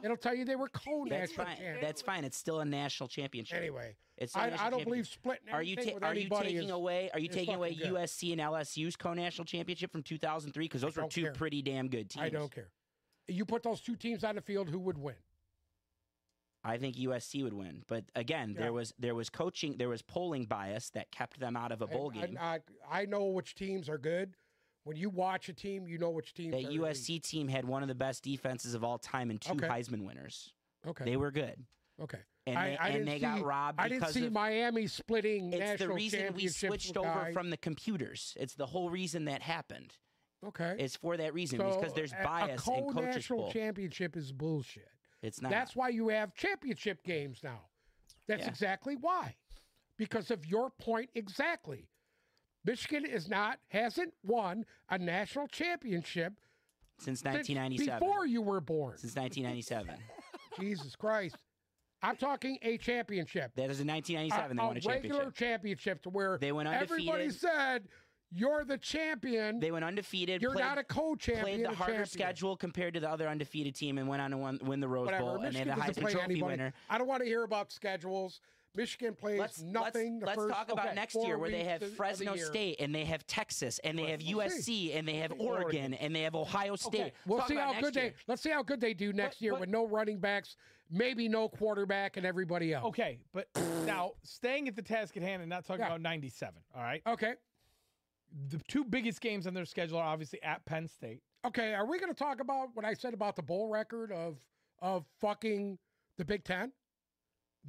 Speaker 2: analytics. It'll tell you they were
Speaker 3: Ah. That's
Speaker 2: co-national
Speaker 3: fine.
Speaker 2: champions.
Speaker 3: That's fine. It's still a national championship.
Speaker 2: Anyway,
Speaker 3: it's still a
Speaker 2: I,
Speaker 3: national
Speaker 2: I don't
Speaker 3: championship.
Speaker 2: believe splitting
Speaker 3: Are you
Speaker 2: anything
Speaker 3: ta-
Speaker 2: with
Speaker 3: are you
Speaker 2: anybody
Speaker 3: taking
Speaker 2: is-
Speaker 3: away are you
Speaker 2: is
Speaker 3: taking away
Speaker 2: fucking good.
Speaker 3: USC and LSU's co-national championship from 2003 because those were
Speaker 2: don't
Speaker 3: two
Speaker 2: care.
Speaker 3: pretty damn good teams.
Speaker 2: I don't care. You put those two teams on the field, who would win?
Speaker 3: I think USC would win, but again,
Speaker 2: Yeah.
Speaker 3: there was there was coaching, there was polling bias that kept them out of a
Speaker 2: I-
Speaker 3: bowl
Speaker 2: I,
Speaker 3: game.
Speaker 2: I, I know which teams are good. When you watch a team, you know which teams.
Speaker 3: that
Speaker 2: are elite.
Speaker 3: USC team had one of the best defenses of all time and two
Speaker 2: Okay.
Speaker 3: Heisman winners.
Speaker 2: Okay.
Speaker 3: They were good,
Speaker 2: okay.
Speaker 3: and
Speaker 2: I-
Speaker 3: they,
Speaker 2: I
Speaker 3: and
Speaker 2: didn't
Speaker 3: they got
Speaker 2: see-
Speaker 3: robbed
Speaker 2: I didn't
Speaker 3: because
Speaker 2: see
Speaker 3: of
Speaker 2: Miami splitting
Speaker 3: it's the
Speaker 2: national
Speaker 3: reason we
Speaker 2: championships
Speaker 3: switched
Speaker 2: with
Speaker 3: over
Speaker 2: guys.
Speaker 3: from the computers. It's the whole reason that happened.
Speaker 2: Okay.
Speaker 3: It's for that reason because there's
Speaker 2: a-
Speaker 3: bias
Speaker 2: a
Speaker 3: in coaches.
Speaker 2: national
Speaker 3: poll.
Speaker 2: championship is bullshit.
Speaker 3: it's not.
Speaker 2: That's why you have championship games now. That's
Speaker 3: Yeah.
Speaker 2: exactly why. Because of your point exactly. Michigan is not hasn't won a national championship
Speaker 3: since
Speaker 2: since
Speaker 3: 1997.
Speaker 2: before you were born.
Speaker 3: since 1997.
Speaker 2: Jesus Christ. I'm talking a championship.
Speaker 3: That is in
Speaker 2: A-
Speaker 3: 1997. They
Speaker 2: a
Speaker 3: won a
Speaker 2: regular
Speaker 3: championship.
Speaker 2: championship to where
Speaker 3: They went
Speaker 2: everybody
Speaker 3: undefeated.
Speaker 2: said you're the champion.
Speaker 3: They went undefeated.
Speaker 2: you're
Speaker 3: played,
Speaker 2: not a co-champion.
Speaker 3: played the
Speaker 2: a
Speaker 3: harder
Speaker 2: champion.
Speaker 3: schedule compared to the other undefeated team and went on to won, win the Rose
Speaker 2: Whatever.
Speaker 3: Bowl
Speaker 2: Michigan
Speaker 3: and they're
Speaker 2: doesn't
Speaker 3: the Heisman
Speaker 2: play
Speaker 3: Trophy
Speaker 2: anybody.
Speaker 3: winner.
Speaker 2: I don't want to hear about schedules. Michigan plays
Speaker 3: Let's
Speaker 2: nothing. the
Speaker 3: Let's, let's
Speaker 2: first-
Speaker 3: talk about
Speaker 2: okay,
Speaker 3: next
Speaker 2: four
Speaker 3: year where they
Speaker 2: weeks
Speaker 3: have
Speaker 2: of the- of the
Speaker 3: Fresno
Speaker 2: year.
Speaker 3: State and they have Texas and they have
Speaker 2: We'll see.
Speaker 3: USC and they have
Speaker 2: We'll see Oregon.
Speaker 3: Oregon and they have Ohio State. Let's
Speaker 2: We'll
Speaker 3: talk
Speaker 2: see
Speaker 3: about
Speaker 2: how
Speaker 3: next
Speaker 2: good
Speaker 3: year.
Speaker 2: they. Let's see how good they do next year
Speaker 1: but-
Speaker 2: with no running backs, maybe no quarterback, and everybody else.
Speaker 1: Okay, but now staying at the task at hand and not talking
Speaker 2: Yeah.
Speaker 1: about 97, all right?
Speaker 2: Okay.
Speaker 1: The two biggest games on their schedule are obviously at Penn State.
Speaker 2: Okay. Are we going to talk about what I said about the bowl record of of fucking the Big Ten?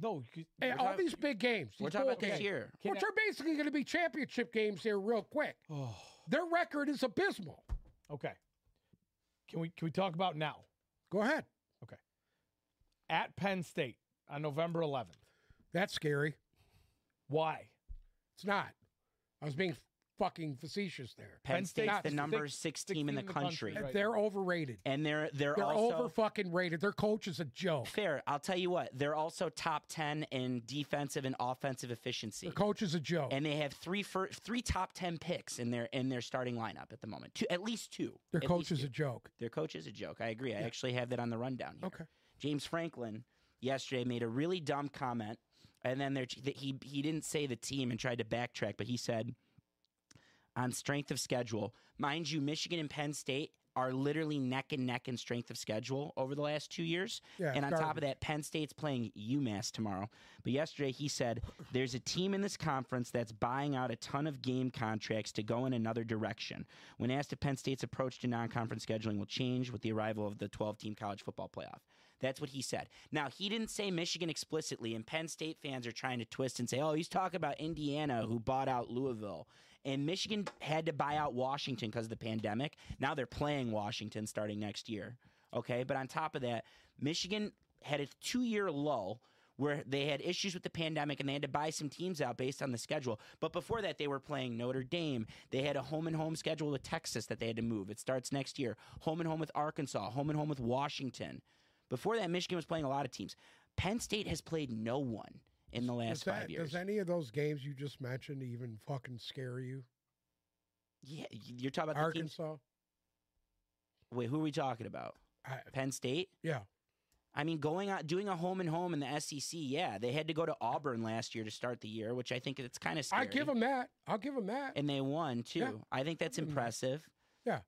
Speaker 1: No, you could-
Speaker 2: Hey,
Speaker 1: we're
Speaker 2: all
Speaker 1: talking-
Speaker 2: these big games.
Speaker 3: We're
Speaker 2: these
Speaker 3: talking
Speaker 2: bowl
Speaker 3: about this
Speaker 2: games,
Speaker 3: year.
Speaker 1: Can
Speaker 2: Which
Speaker 1: I-
Speaker 2: are basically going to be championship games here, real quick.
Speaker 1: Oh,
Speaker 2: Their record is abysmal.
Speaker 1: okay. Can we can we talk about now
Speaker 2: Go ahead.
Speaker 1: at Penn State on November 11th?
Speaker 2: That's scary.
Speaker 1: Why?
Speaker 2: It's not. I was being fucking facetious there.
Speaker 3: Penn,
Speaker 1: Penn
Speaker 3: State's
Speaker 2: State's
Speaker 3: the
Speaker 2: the
Speaker 3: number
Speaker 1: sixth-
Speaker 3: six team in the country,
Speaker 1: Right.
Speaker 2: They're overrated.
Speaker 3: and they're they're,
Speaker 2: They're
Speaker 3: also
Speaker 2: over fucking rated. Their coach is a joke.
Speaker 3: fair. I'll tell you what, they're also top ten in defensive and offensive efficiency.
Speaker 2: Their coach is a joke.
Speaker 3: and they have three fir- three top ten picks in their in their starting lineup at the moment. Two, at least two.
Speaker 2: Their
Speaker 3: At
Speaker 2: coach
Speaker 3: least
Speaker 2: is a
Speaker 3: two.
Speaker 2: joke.
Speaker 3: their coach is a joke. I agree. I actually have that on the rundown. Here.
Speaker 2: Okay.
Speaker 3: James Franklin yesterday made a really dumb comment, and then there that he he didn't say the team and tried to backtrack, but he said on strength of schedule, mind you, Michigan and Penn State are literally neck and neck in strength of schedule over the last two years.
Speaker 2: Yeah.
Speaker 3: And on
Speaker 2: garbage.
Speaker 3: top of that, Penn State's playing UMass tomorrow. But yesterday he said there's a team in this conference that's buying out a ton of game contracts to go in another direction. When asked if Penn State's approach to non conference scheduling will change with the arrival of the 12 team college football playoff, That's what he said. Now, he didn't say Michigan explicitly, and Penn State fans are trying to twist and say, oh, he's talking about Indiana who bought out Louisville. And Michigan had to buy out Washington because of the pandemic. Now they're playing Washington starting next year. Okay. But on top of that, Michigan had a two year lull where they had issues with the pandemic and they had to buy some teams out based on the schedule. But before that, they were playing Notre Dame. They had a home and home schedule with Texas that they had to move. It starts next year. Home and home with Arkansas, home and home with Washington. Before that, Michigan was playing a lot of teams. Penn State has played no one in the last
Speaker 2: does, that,
Speaker 3: five years.
Speaker 2: does any of those games you just mentioned even fucking scare you?
Speaker 3: yeah, you're talking about the teams.
Speaker 2: Arkansas?
Speaker 3: Wait, who are we talking about?
Speaker 2: I,
Speaker 3: Penn State?
Speaker 2: yeah.
Speaker 3: I mean, going out doing a home and home in the SEC. Yeah, they had to go to Auburn last year to start the year, which I think it's kind of
Speaker 2: I
Speaker 3: scary.
Speaker 2: give them that. I'll give them that.
Speaker 3: and they won too.
Speaker 2: Yeah.
Speaker 3: I think that's
Speaker 2: I'll give 'em that.
Speaker 3: impressive.
Speaker 2: Yeah.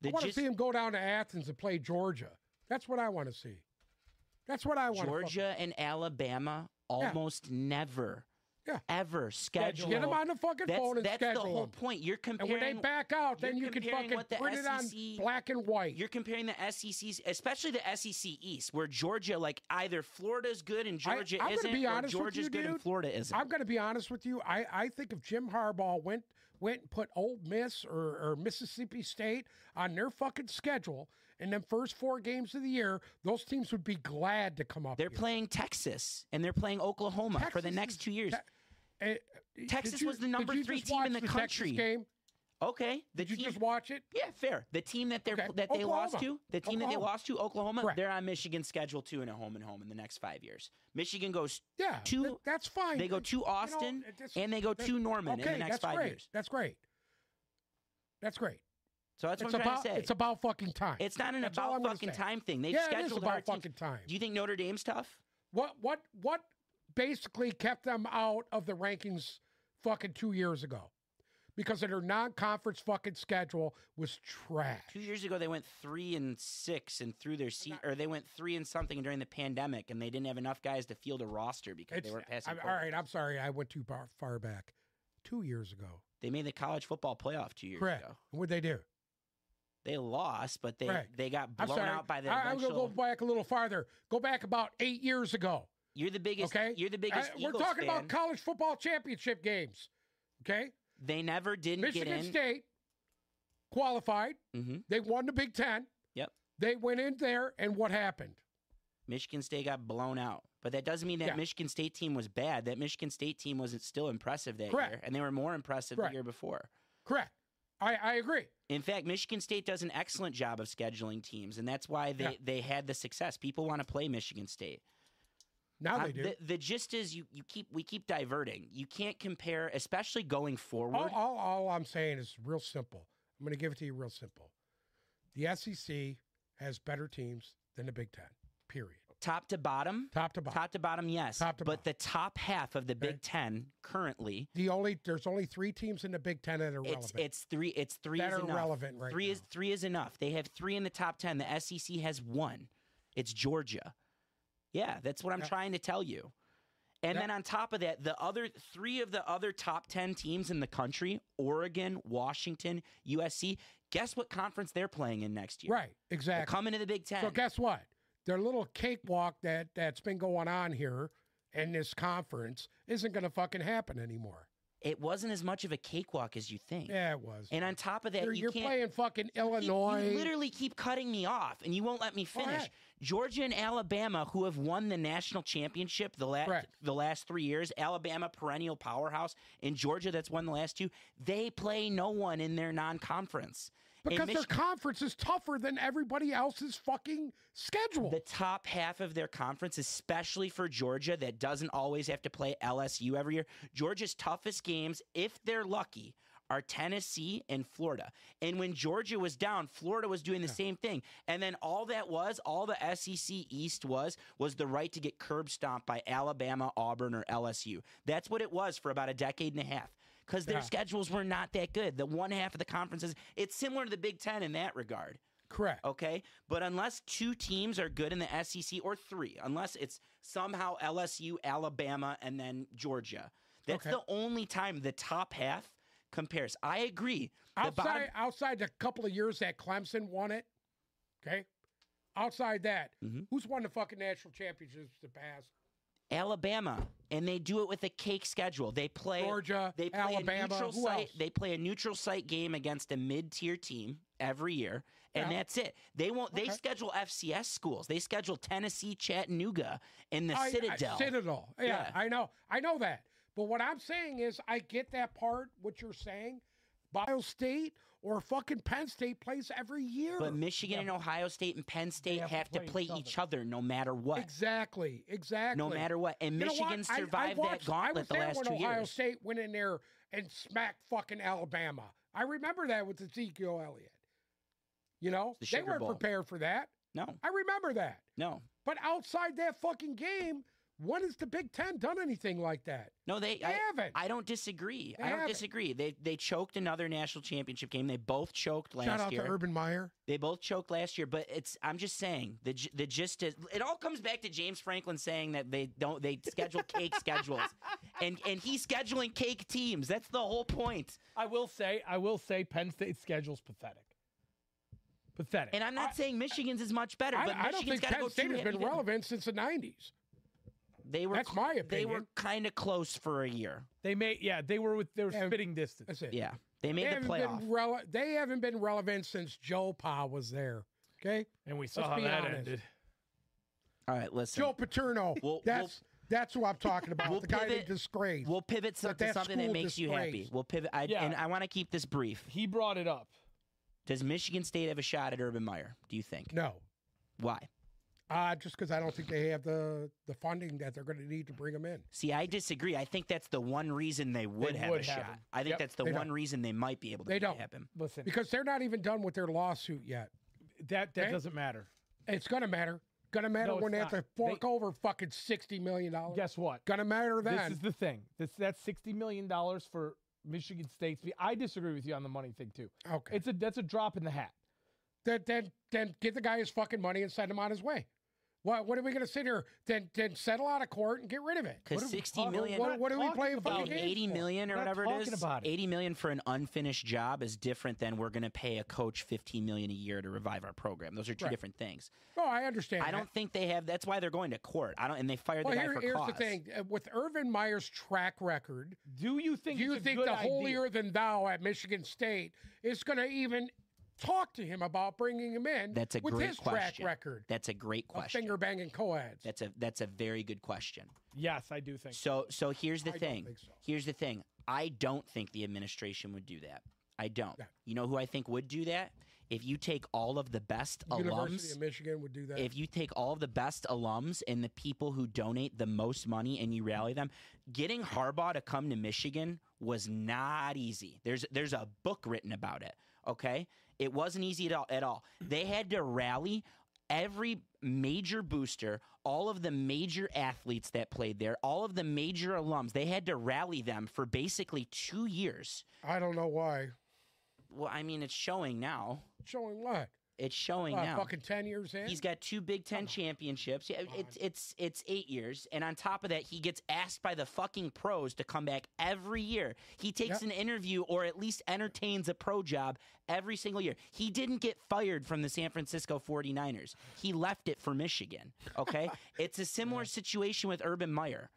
Speaker 3: The
Speaker 2: I want to
Speaker 3: just-
Speaker 2: see them go down to Athens and play Georgia. That's what I want to see. That's what I want.
Speaker 3: Georgia and Alabama almost never,
Speaker 2: Yeah.
Speaker 3: ever
Speaker 2: To
Speaker 3: schedule.
Speaker 2: fucking, get them on the fucking
Speaker 3: that's
Speaker 2: phone and
Speaker 3: that's the
Speaker 2: schedule
Speaker 3: whole
Speaker 2: 'em.
Speaker 3: point. You're
Speaker 2: And when
Speaker 3: comparing.
Speaker 2: they back out, then
Speaker 3: you're
Speaker 2: you can
Speaker 3: comparing
Speaker 2: fucking
Speaker 3: what the E
Speaker 2: print it on
Speaker 3: SEC
Speaker 2: black and white.
Speaker 3: you're comparing the SECs, especially the SEC East, where Georgia, like either Florida's good and
Speaker 2: I-
Speaker 3: Georgia
Speaker 2: I'm gonna
Speaker 3: isn't,
Speaker 2: be
Speaker 3: or
Speaker 2: honest with
Speaker 3: Georgia's
Speaker 2: you,
Speaker 3: good and
Speaker 2: dude.
Speaker 3: Florida isn't.
Speaker 2: I'm going to be honest with you. I, I think if Jim Harbaugh went went and put Ole Miss or, or Mississippi State on their fucking schedule, and then first four games of the year, those teams would be glad to come up.
Speaker 3: they're
Speaker 2: here.
Speaker 3: playing Texas and they're playing Oklahoma for the
Speaker 2: Texas
Speaker 3: next
Speaker 2: is-
Speaker 3: two years.
Speaker 2: Te- eh, did
Speaker 3: Texas was the
Speaker 2: did
Speaker 3: number
Speaker 2: you
Speaker 3: three
Speaker 2: just
Speaker 3: team in
Speaker 2: watch
Speaker 3: the
Speaker 2: Texas
Speaker 3: country.
Speaker 2: game?
Speaker 3: okay, the
Speaker 2: Did you
Speaker 3: team-
Speaker 2: just watch it?
Speaker 3: Yeah, fair. The team that they're
Speaker 2: Okay.
Speaker 3: that they lost
Speaker 2: Oklahoma.
Speaker 3: to, the team that they
Speaker 2: Oklahoma.
Speaker 3: lost to, Oklahoma,
Speaker 2: Correct.
Speaker 3: they're on Michigan's schedule too in a home and home in the next five years. Michigan goes,
Speaker 2: Yeah,
Speaker 3: Two-
Speaker 2: that- that's fine.
Speaker 3: they go to Austin
Speaker 2: it just-
Speaker 3: and they go
Speaker 2: that-
Speaker 3: to Norman
Speaker 2: okay,
Speaker 3: in the next
Speaker 2: that's
Speaker 3: five
Speaker 2: great.
Speaker 3: years.
Speaker 2: That's great. That's great.
Speaker 3: So that's
Speaker 2: it's
Speaker 3: what I'm
Speaker 2: about
Speaker 3: trying to say.
Speaker 2: it's about fucking time.
Speaker 3: It's not an
Speaker 2: that's all
Speaker 3: about
Speaker 2: I'm gonna
Speaker 3: fucking
Speaker 2: say.
Speaker 3: time thing. They've
Speaker 2: yeah,
Speaker 3: scheduled
Speaker 2: it is about
Speaker 3: hard teams.
Speaker 2: fucking time.
Speaker 3: Do you think Notre Dame's tough?
Speaker 2: What what what basically kept them out of the rankings fucking two years ago? Because of their non-conference fucking schedule was trash.
Speaker 3: Two years ago, they went three and six and through their seat, or they went three and something during the pandemic, and they didn't have enough guys to field a roster because
Speaker 2: It's-
Speaker 3: they weren't passing.
Speaker 2: I'm- all
Speaker 3: quota.
Speaker 2: right, I'm sorry, I went too far, far back. Two years ago,
Speaker 3: They made the college football playoff two years
Speaker 2: correct?
Speaker 3: ago.
Speaker 2: And What'd they do?
Speaker 3: They lost, but they
Speaker 2: Correct.
Speaker 3: they got
Speaker 2: I'm
Speaker 3: blown
Speaker 2: sorry.
Speaker 3: out by the.
Speaker 2: All right, I'm gonna
Speaker 3: eventual-
Speaker 2: go back a little farther. Go back about eight years ago.
Speaker 3: You're the biggest.
Speaker 2: Okay.
Speaker 3: You're the biggest.
Speaker 2: Uh, we're
Speaker 3: Eagles
Speaker 2: talking
Speaker 3: fan.
Speaker 2: about college football championship games. Okay,
Speaker 3: They never didn't
Speaker 2: Michigan
Speaker 3: get in.
Speaker 2: State qualified.
Speaker 3: hmm
Speaker 2: They won the Big Ten.
Speaker 3: Yep.
Speaker 2: They went in there, and what happened?
Speaker 3: Michigan State got blown out, but that doesn't mean that
Speaker 2: Yeah.
Speaker 3: Michigan State team was bad. That Michigan State team wasn't still impressive that
Speaker 2: Correct.
Speaker 3: year, and they were more impressive
Speaker 2: Correct.
Speaker 3: the year before.
Speaker 2: Correct. I, I agree.
Speaker 3: In fact, Michigan State does an excellent job of scheduling teams, and that's why they,
Speaker 2: Yeah.
Speaker 3: they had the success. People want to play Michigan State.
Speaker 2: Now
Speaker 3: Um,
Speaker 2: Oh, they do.
Speaker 3: The, the gist is you, you keep we keep diverting. You can't compare, especially going
Speaker 2: all,
Speaker 3: forward.
Speaker 2: all, all I'm saying is real simple. I'm going to give it to you real simple. The SEC has better teams than the Big Ten. Period.
Speaker 3: top to bottom,
Speaker 2: Top to bottom.
Speaker 3: top to bottom, yes.
Speaker 2: Top to
Speaker 3: but
Speaker 2: bottom.
Speaker 3: the top half of the
Speaker 2: Okay.
Speaker 3: Big Ten currently,
Speaker 2: The only there's only three teams in the Big Ten that are relevant.
Speaker 3: it's it's three. It's three
Speaker 2: that
Speaker 3: is
Speaker 2: are
Speaker 3: enough.
Speaker 2: relevant right
Speaker 3: three
Speaker 2: now.
Speaker 3: is three is enough. They have three in the top ten. The SEC has one. It's Georgia. Yeah, that's what I'm
Speaker 2: Yeah.
Speaker 3: trying to tell you. And
Speaker 2: Yeah.
Speaker 3: then on top of that, the other three of the other top ten teams in the country, Oregon, Washington, USC, guess what conference they're playing in next year?
Speaker 2: right.
Speaker 3: They're
Speaker 2: Exactly.
Speaker 3: coming to the Big Ten.
Speaker 2: So guess what? Their little cakewalk that that's been going on here in this conference isn't going to fucking happen anymore.
Speaker 3: it wasn't as much of a cakewalk as you think.
Speaker 2: Yeah, it was.
Speaker 3: And on top of that,
Speaker 2: you're
Speaker 3: you
Speaker 2: you're
Speaker 3: can't
Speaker 2: playing fucking
Speaker 3: you- you
Speaker 2: Illinois.
Speaker 3: literally keep cutting me off and you won't let me
Speaker 2: Go
Speaker 3: finish.
Speaker 2: ahead.
Speaker 3: Georgia and Alabama, who have won the national championship the last
Speaker 2: Correct.
Speaker 3: the last three years, Alabama perennial powerhouse, and Georgia that's won the last two, they play no one in their non-conference. And
Speaker 2: Because their
Speaker 3: Michigan-
Speaker 2: conference is tougher than everybody else's fucking schedule.
Speaker 3: the top half of their conference, especially for Georgia, that doesn't always have to play LSU every year. Georgia's toughest games, if they're lucky, are Tennessee and Florida. And when Georgia was down, Florida was doing the same thing. And then all that was, all the SEC East was, was the right to get curb stomped by Alabama, Auburn, or LSU. That's what it was for about a decade and a half. Because their
Speaker 2: Yeah.
Speaker 3: schedules were not that good. The one half of the conferences, it's similar to the Big Ten in that regard
Speaker 2: Correct.
Speaker 3: okay? But unless two teams are good in the SEC or three, unless it's somehow LSU, Alabama, and then Georgia, that's
Speaker 2: Okay.
Speaker 3: the only time the top half compares. I agree. The
Speaker 2: outside
Speaker 3: bottom,
Speaker 2: outside the couple of years that Clemson won it, okay? Outside that,
Speaker 3: Mhm.
Speaker 2: who's won the fucking national championships the past?
Speaker 3: Alabama, and they do it with a cake schedule. They play
Speaker 2: Georgia,
Speaker 3: They play
Speaker 2: Alabama,
Speaker 3: a neutral
Speaker 2: who
Speaker 3: site.
Speaker 2: else?
Speaker 3: They play a neutral site game against a mid-tier team every year, and
Speaker 2: Yeah.
Speaker 3: that's it. They won't. They
Speaker 2: Okay.
Speaker 3: schedule FCS schools. They schedule Tennessee, Chattanooga, and the
Speaker 2: I- I-
Speaker 3: Citadel.
Speaker 2: Citadel. Yeah,
Speaker 3: Yeah.
Speaker 2: I know. I know that. But what I'm saying is, I get that part. What you're saying, Bio State or fucking Penn State plays every year.
Speaker 3: but Michigan and Ohio State and Penn State have,
Speaker 1: have to
Speaker 3: to
Speaker 1: play
Speaker 3: play
Speaker 1: each
Speaker 3: each other no matter what.
Speaker 2: exactly, exactly.
Speaker 3: No matter what. And
Speaker 2: You know what?
Speaker 3: Michigan
Speaker 2: I- I
Speaker 3: survived
Speaker 2: watched-
Speaker 3: that gauntlet the
Speaker 2: I was
Speaker 3: last
Speaker 2: there
Speaker 3: two
Speaker 2: when Ohio
Speaker 3: years.
Speaker 2: State went in there and smacked fucking Alabama. I remember that with Ezekiel Elliott. You know,
Speaker 3: The
Speaker 2: they
Speaker 3: Sugar
Speaker 2: weren't
Speaker 3: Bowl.
Speaker 2: prepared for that.
Speaker 3: No,
Speaker 2: I remember that.
Speaker 3: no,
Speaker 2: But outside that fucking game, when has the Big Ten done anything like that?
Speaker 3: no. They.
Speaker 2: They
Speaker 3: I,
Speaker 2: haven't.
Speaker 3: I don't disagree.
Speaker 2: They
Speaker 3: I don't
Speaker 2: haven't.
Speaker 3: disagree. They they choked another national championship game. They both choked last
Speaker 2: Shout out
Speaker 3: year.
Speaker 2: to Urban Meyer.
Speaker 3: They both choked last year, but it's. I'm just saying the gi- the gist is. It all comes back to James Franklin saying that they don't. They schedule cake schedules, and and he's scheduling cake teams. That's the whole point.
Speaker 1: I will say, I will say, Penn State's schedule's pathetic. Pathetic.
Speaker 3: And I'm not saying Michigan's is much better,
Speaker 2: I,
Speaker 3: but
Speaker 2: I don't
Speaker 3: Michigan's
Speaker 2: think
Speaker 3: got to
Speaker 2: Penn
Speaker 3: go
Speaker 2: State
Speaker 3: two
Speaker 2: has been
Speaker 3: heavy-
Speaker 2: relevant since the '90s.
Speaker 3: They were.
Speaker 2: That's
Speaker 3: cl-
Speaker 2: my
Speaker 3: They were
Speaker 2: opinion.
Speaker 3: kind of close for a year.
Speaker 1: they made, yeah, they were with, they were
Speaker 2: Yeah.
Speaker 1: spitting distance.
Speaker 2: That's it.
Speaker 3: Yeah, they
Speaker 2: they
Speaker 3: made the
Speaker 2: haven't
Speaker 3: playoff.
Speaker 2: been rele- They haven't been relevant since Joe Pa was there. Okay,
Speaker 1: And we saw
Speaker 2: Let's
Speaker 1: how
Speaker 2: be
Speaker 1: that
Speaker 2: honest.
Speaker 1: ended.
Speaker 3: All right, listen.
Speaker 2: Joe Paterno.
Speaker 3: We'll-
Speaker 2: that's that's who I'm talking about.
Speaker 3: We'll
Speaker 2: the guy that
Speaker 3: pivot-
Speaker 2: disgraced.
Speaker 3: We'll pivot some,
Speaker 2: that
Speaker 3: to something that
Speaker 2: school
Speaker 3: makes you happy.
Speaker 2: disgrace.
Speaker 3: We'll pivot, I,
Speaker 1: Yeah.
Speaker 3: and I want to keep this brief.
Speaker 1: He brought it up.
Speaker 3: Does Michigan State have a shot at Urban Meyer? Do you think?
Speaker 2: no,
Speaker 3: Why?
Speaker 2: uh, just because I don't think they have the the funding that they're going to need to bring him in.
Speaker 3: See, I disagree. I think that's the one reason they would have
Speaker 1: would
Speaker 3: a
Speaker 1: have
Speaker 3: shot.
Speaker 1: him.
Speaker 3: I think
Speaker 1: Yep,
Speaker 3: that's the
Speaker 2: they
Speaker 3: one
Speaker 2: don't.
Speaker 3: reason they might be able to
Speaker 2: They
Speaker 3: make
Speaker 2: don't.
Speaker 3: it happen.
Speaker 1: Listen,
Speaker 2: Because they're not even done with their lawsuit yet.
Speaker 1: that that
Speaker 2: Okay.
Speaker 1: doesn't matter.
Speaker 2: It's going to matter. Going to matter
Speaker 1: No,
Speaker 2: when
Speaker 1: it's
Speaker 2: they have to
Speaker 1: not.
Speaker 2: fork
Speaker 1: They-
Speaker 2: over fucking sixty million dollars.
Speaker 1: Guess what?
Speaker 2: Going to matter then.
Speaker 1: This is the thing. This that's sixty million dollars for Michigan State's. fee. I disagree with you on the money thing too.
Speaker 2: okay.
Speaker 1: It's a that's a drop in the hat.
Speaker 2: then then then get the guy his fucking money and send him on his way. What what are we gonna sit here? Then then settle out of court and get rid of it.
Speaker 1: What
Speaker 3: Because
Speaker 1: are we
Speaker 3: sixty
Speaker 1: talking-
Speaker 3: million,
Speaker 1: we're not
Speaker 2: what are we
Speaker 1: talking
Speaker 2: playing
Speaker 1: about
Speaker 2: fucking
Speaker 1: it.
Speaker 2: games
Speaker 3: eighty
Speaker 2: for?
Speaker 3: million or
Speaker 1: We're not
Speaker 3: whatever it
Speaker 1: talking
Speaker 3: is,
Speaker 1: about it.
Speaker 3: eighty million for an unfinished job is different than we're going to pay a coach fifteen million a year to revive our program. Those are two
Speaker 2: Right.
Speaker 3: different things.
Speaker 2: No, Oh, I understand.
Speaker 3: I don't think they have. That's why they're going to court. I don't, and they fired
Speaker 2: That. Well,
Speaker 3: the guy
Speaker 2: here,
Speaker 3: for
Speaker 2: here's
Speaker 3: cause.
Speaker 2: the thing: Uh, with Irvin Meyer's track record,
Speaker 1: Do you think
Speaker 2: do you
Speaker 1: it's a
Speaker 2: think
Speaker 1: good
Speaker 2: the
Speaker 1: idea?
Speaker 2: holier than thou at Michigan State is going to even talk to him about bringing him in?
Speaker 3: That's a
Speaker 2: with
Speaker 3: great
Speaker 2: his
Speaker 3: question.
Speaker 2: track record
Speaker 3: That's a great
Speaker 2: of
Speaker 3: question.
Speaker 2: finger banging coeds.
Speaker 3: That's a that's a very good question.
Speaker 1: Yes, I do think.
Speaker 3: So so here's the
Speaker 2: I don't
Speaker 3: thing.
Speaker 2: think so.
Speaker 3: Here's the thing. I don't think the administration would do that. I don't.
Speaker 2: Yeah.
Speaker 3: You know who I think would do that? If you take all of the best
Speaker 2: University
Speaker 3: alums,
Speaker 2: of Michigan would do that.
Speaker 3: if you take all of the best alums and the people who donate the most money and you rally them, getting Harbaugh to come to Michigan was not easy. There's there's a book written about it. Okay, it wasn't easy at all. At all. They had to rally every major booster, all of the major athletes that played there, all of the major alums. They had to rally them for basically two years.
Speaker 2: I don't know why.
Speaker 3: Well, I mean, it's showing now.
Speaker 2: Showing what?
Speaker 3: It's showing
Speaker 2: Uh,
Speaker 3: now.
Speaker 2: fucking ten years in.
Speaker 3: He's got two Big
Speaker 2: Oh.
Speaker 3: Ten championships. Yeah,
Speaker 2: Come
Speaker 3: it's it's it's eight years, and on top of that, he gets asked by the fucking pros to come back every year. He takes
Speaker 2: Yep.
Speaker 3: an interview or at least entertains a pro job every single year. He didn't get fired from the San Francisco 49ers. He left it for Michigan. Okay, it's a similar situation with Urban Meyer.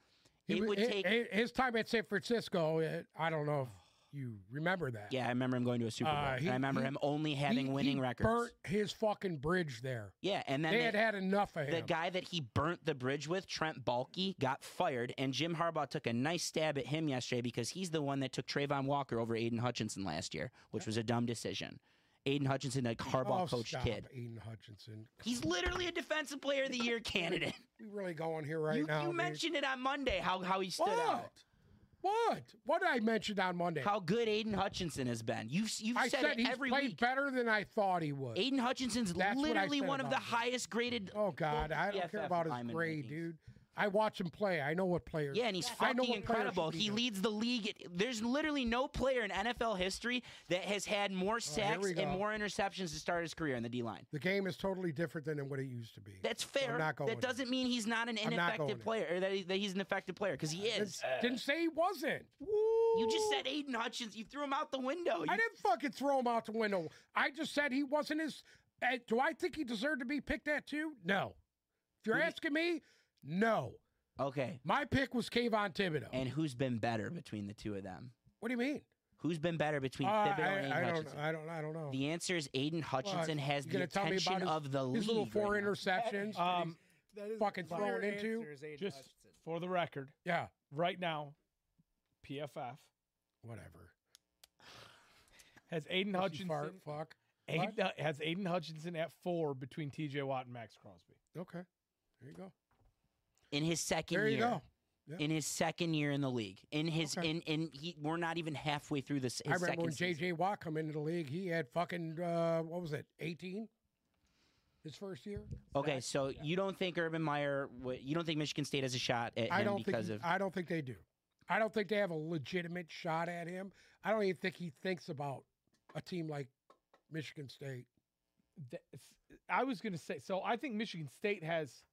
Speaker 2: He
Speaker 3: it
Speaker 2: wa- eh,
Speaker 3: would
Speaker 2: hi-
Speaker 3: take.
Speaker 2: hi- his time at San Francisco. It, I don't know if you remember that.
Speaker 3: yeah, I remember him going to a Super Bowl.
Speaker 2: Uh,
Speaker 3: and
Speaker 2: he-
Speaker 3: I remember
Speaker 2: he-
Speaker 3: him only
Speaker 2: He-
Speaker 3: having
Speaker 2: he
Speaker 3: winning records.
Speaker 2: Burnt his fucking bridge there.
Speaker 3: yeah, and then
Speaker 2: they
Speaker 3: they-
Speaker 2: had had enough of
Speaker 3: the
Speaker 2: him.
Speaker 3: guy that he burnt the bridge with, Trent Balky, got fired, and Jim Harbaugh took a nice stab at him yesterday because he's the one that took Trayvon Walker over Aiden Hutchinson last year, which was a dumb decision. Aiden Hutchinson, a Harbaugh
Speaker 2: oh,
Speaker 3: coach
Speaker 2: stop,
Speaker 3: kid.
Speaker 2: Aiden Hutchinson.
Speaker 3: He's literally a defensive player of the year candidate.
Speaker 2: We really going here right
Speaker 3: you,
Speaker 2: now.
Speaker 3: you
Speaker 2: dude.
Speaker 3: mentioned it on Monday how, how he stood
Speaker 2: what?
Speaker 3: out.
Speaker 2: What? What did I mention on Monday?
Speaker 3: How good Aiden Hutchinson has been. You've, you've
Speaker 2: I
Speaker 3: said,
Speaker 2: said
Speaker 3: it
Speaker 2: he's
Speaker 3: every
Speaker 2: played
Speaker 3: week.
Speaker 2: better than I thought he would.
Speaker 3: Aiden Hutchinson's
Speaker 2: That's what I
Speaker 3: literally
Speaker 2: said
Speaker 3: one of the
Speaker 2: about him.
Speaker 3: highest graded.
Speaker 2: Oh God, I don't care
Speaker 3: PFF
Speaker 2: about his
Speaker 3: lineman
Speaker 2: grade,
Speaker 3: rankings.
Speaker 2: dude. I watch him play. I know what players.
Speaker 3: Yeah, and he's
Speaker 2: I know
Speaker 3: fucking
Speaker 2: what players should
Speaker 3: incredible.
Speaker 2: be
Speaker 3: He
Speaker 2: doing.
Speaker 3: leads the league. at- There's literally no player in NFL history that has had more sacks
Speaker 2: Oh, we
Speaker 3: and
Speaker 2: go.
Speaker 3: more interceptions to start his career in the D line.
Speaker 2: The game is totally different than what it used to be.
Speaker 3: That's fair.
Speaker 2: not going
Speaker 3: that
Speaker 2: there.
Speaker 3: doesn't mean he's not an
Speaker 2: I'm not going
Speaker 3: ineffective
Speaker 2: there.
Speaker 3: player or that, he- that he's an effective player because he
Speaker 2: Didn't-
Speaker 3: is.
Speaker 2: didn't say he wasn't.
Speaker 3: You just said Aiden Hutchins. You threw him out the
Speaker 2: I
Speaker 3: window. You-
Speaker 2: didn't fucking throw him out the window. I just said he wasn't as Eh, do I think he deserved to be picked at two? No. If you're
Speaker 3: Who do you-
Speaker 2: asking me, no.
Speaker 3: Okay.
Speaker 2: My pick was Kayvon Thibodeau.
Speaker 3: And who's been better between the two of them?
Speaker 2: what do you mean?
Speaker 3: Who's been better between
Speaker 2: Uh,
Speaker 3: Thibodeau and
Speaker 2: I, I
Speaker 3: Aiden
Speaker 2: don't.
Speaker 3: Hutchinson?
Speaker 2: I don't. I don't know.
Speaker 3: the answer is Aiden Hutchinson has
Speaker 2: you
Speaker 3: the
Speaker 2: gonna tell me
Speaker 3: attention
Speaker 2: about
Speaker 3: of the league.
Speaker 2: His little four
Speaker 3: right now.
Speaker 2: interceptions.
Speaker 1: Um,
Speaker 4: That is
Speaker 2: Fucking
Speaker 4: the
Speaker 2: thrown
Speaker 4: clear
Speaker 2: into-
Speaker 4: answer is Aiden
Speaker 1: just
Speaker 4: Hutchinson.
Speaker 1: for the record,
Speaker 2: yeah.
Speaker 1: right now, PFF
Speaker 2: Whatever.
Speaker 1: has Aiden
Speaker 2: Pussy
Speaker 1: Hutchinson.
Speaker 2: fart, fuck.
Speaker 1: Aiden, has Aiden Hutchinson at four between T.J. Watt and Max Crosby.
Speaker 2: Okay. There you go.
Speaker 3: in his second
Speaker 2: There you
Speaker 3: year.
Speaker 2: go. Yeah.
Speaker 3: In his second year in the league, in his
Speaker 2: Okay.
Speaker 3: in in he, we're not even halfway through this. His
Speaker 2: I remember
Speaker 3: second
Speaker 2: when
Speaker 3: season.
Speaker 2: J.J. Watt come into the league. He had fucking uh, what was it, eighteen? His first year.
Speaker 3: Okay, so you don't think Urban Meyer? wa- You don't think Michigan State has a shot at
Speaker 2: I
Speaker 3: him
Speaker 2: don't think.
Speaker 3: because
Speaker 2: he-
Speaker 3: of?
Speaker 2: I don't think they do. I don't think they have a legitimate shot at him. I don't even think he thinks about a team like Michigan State.
Speaker 1: Th- I was going to say so. I think Michigan State has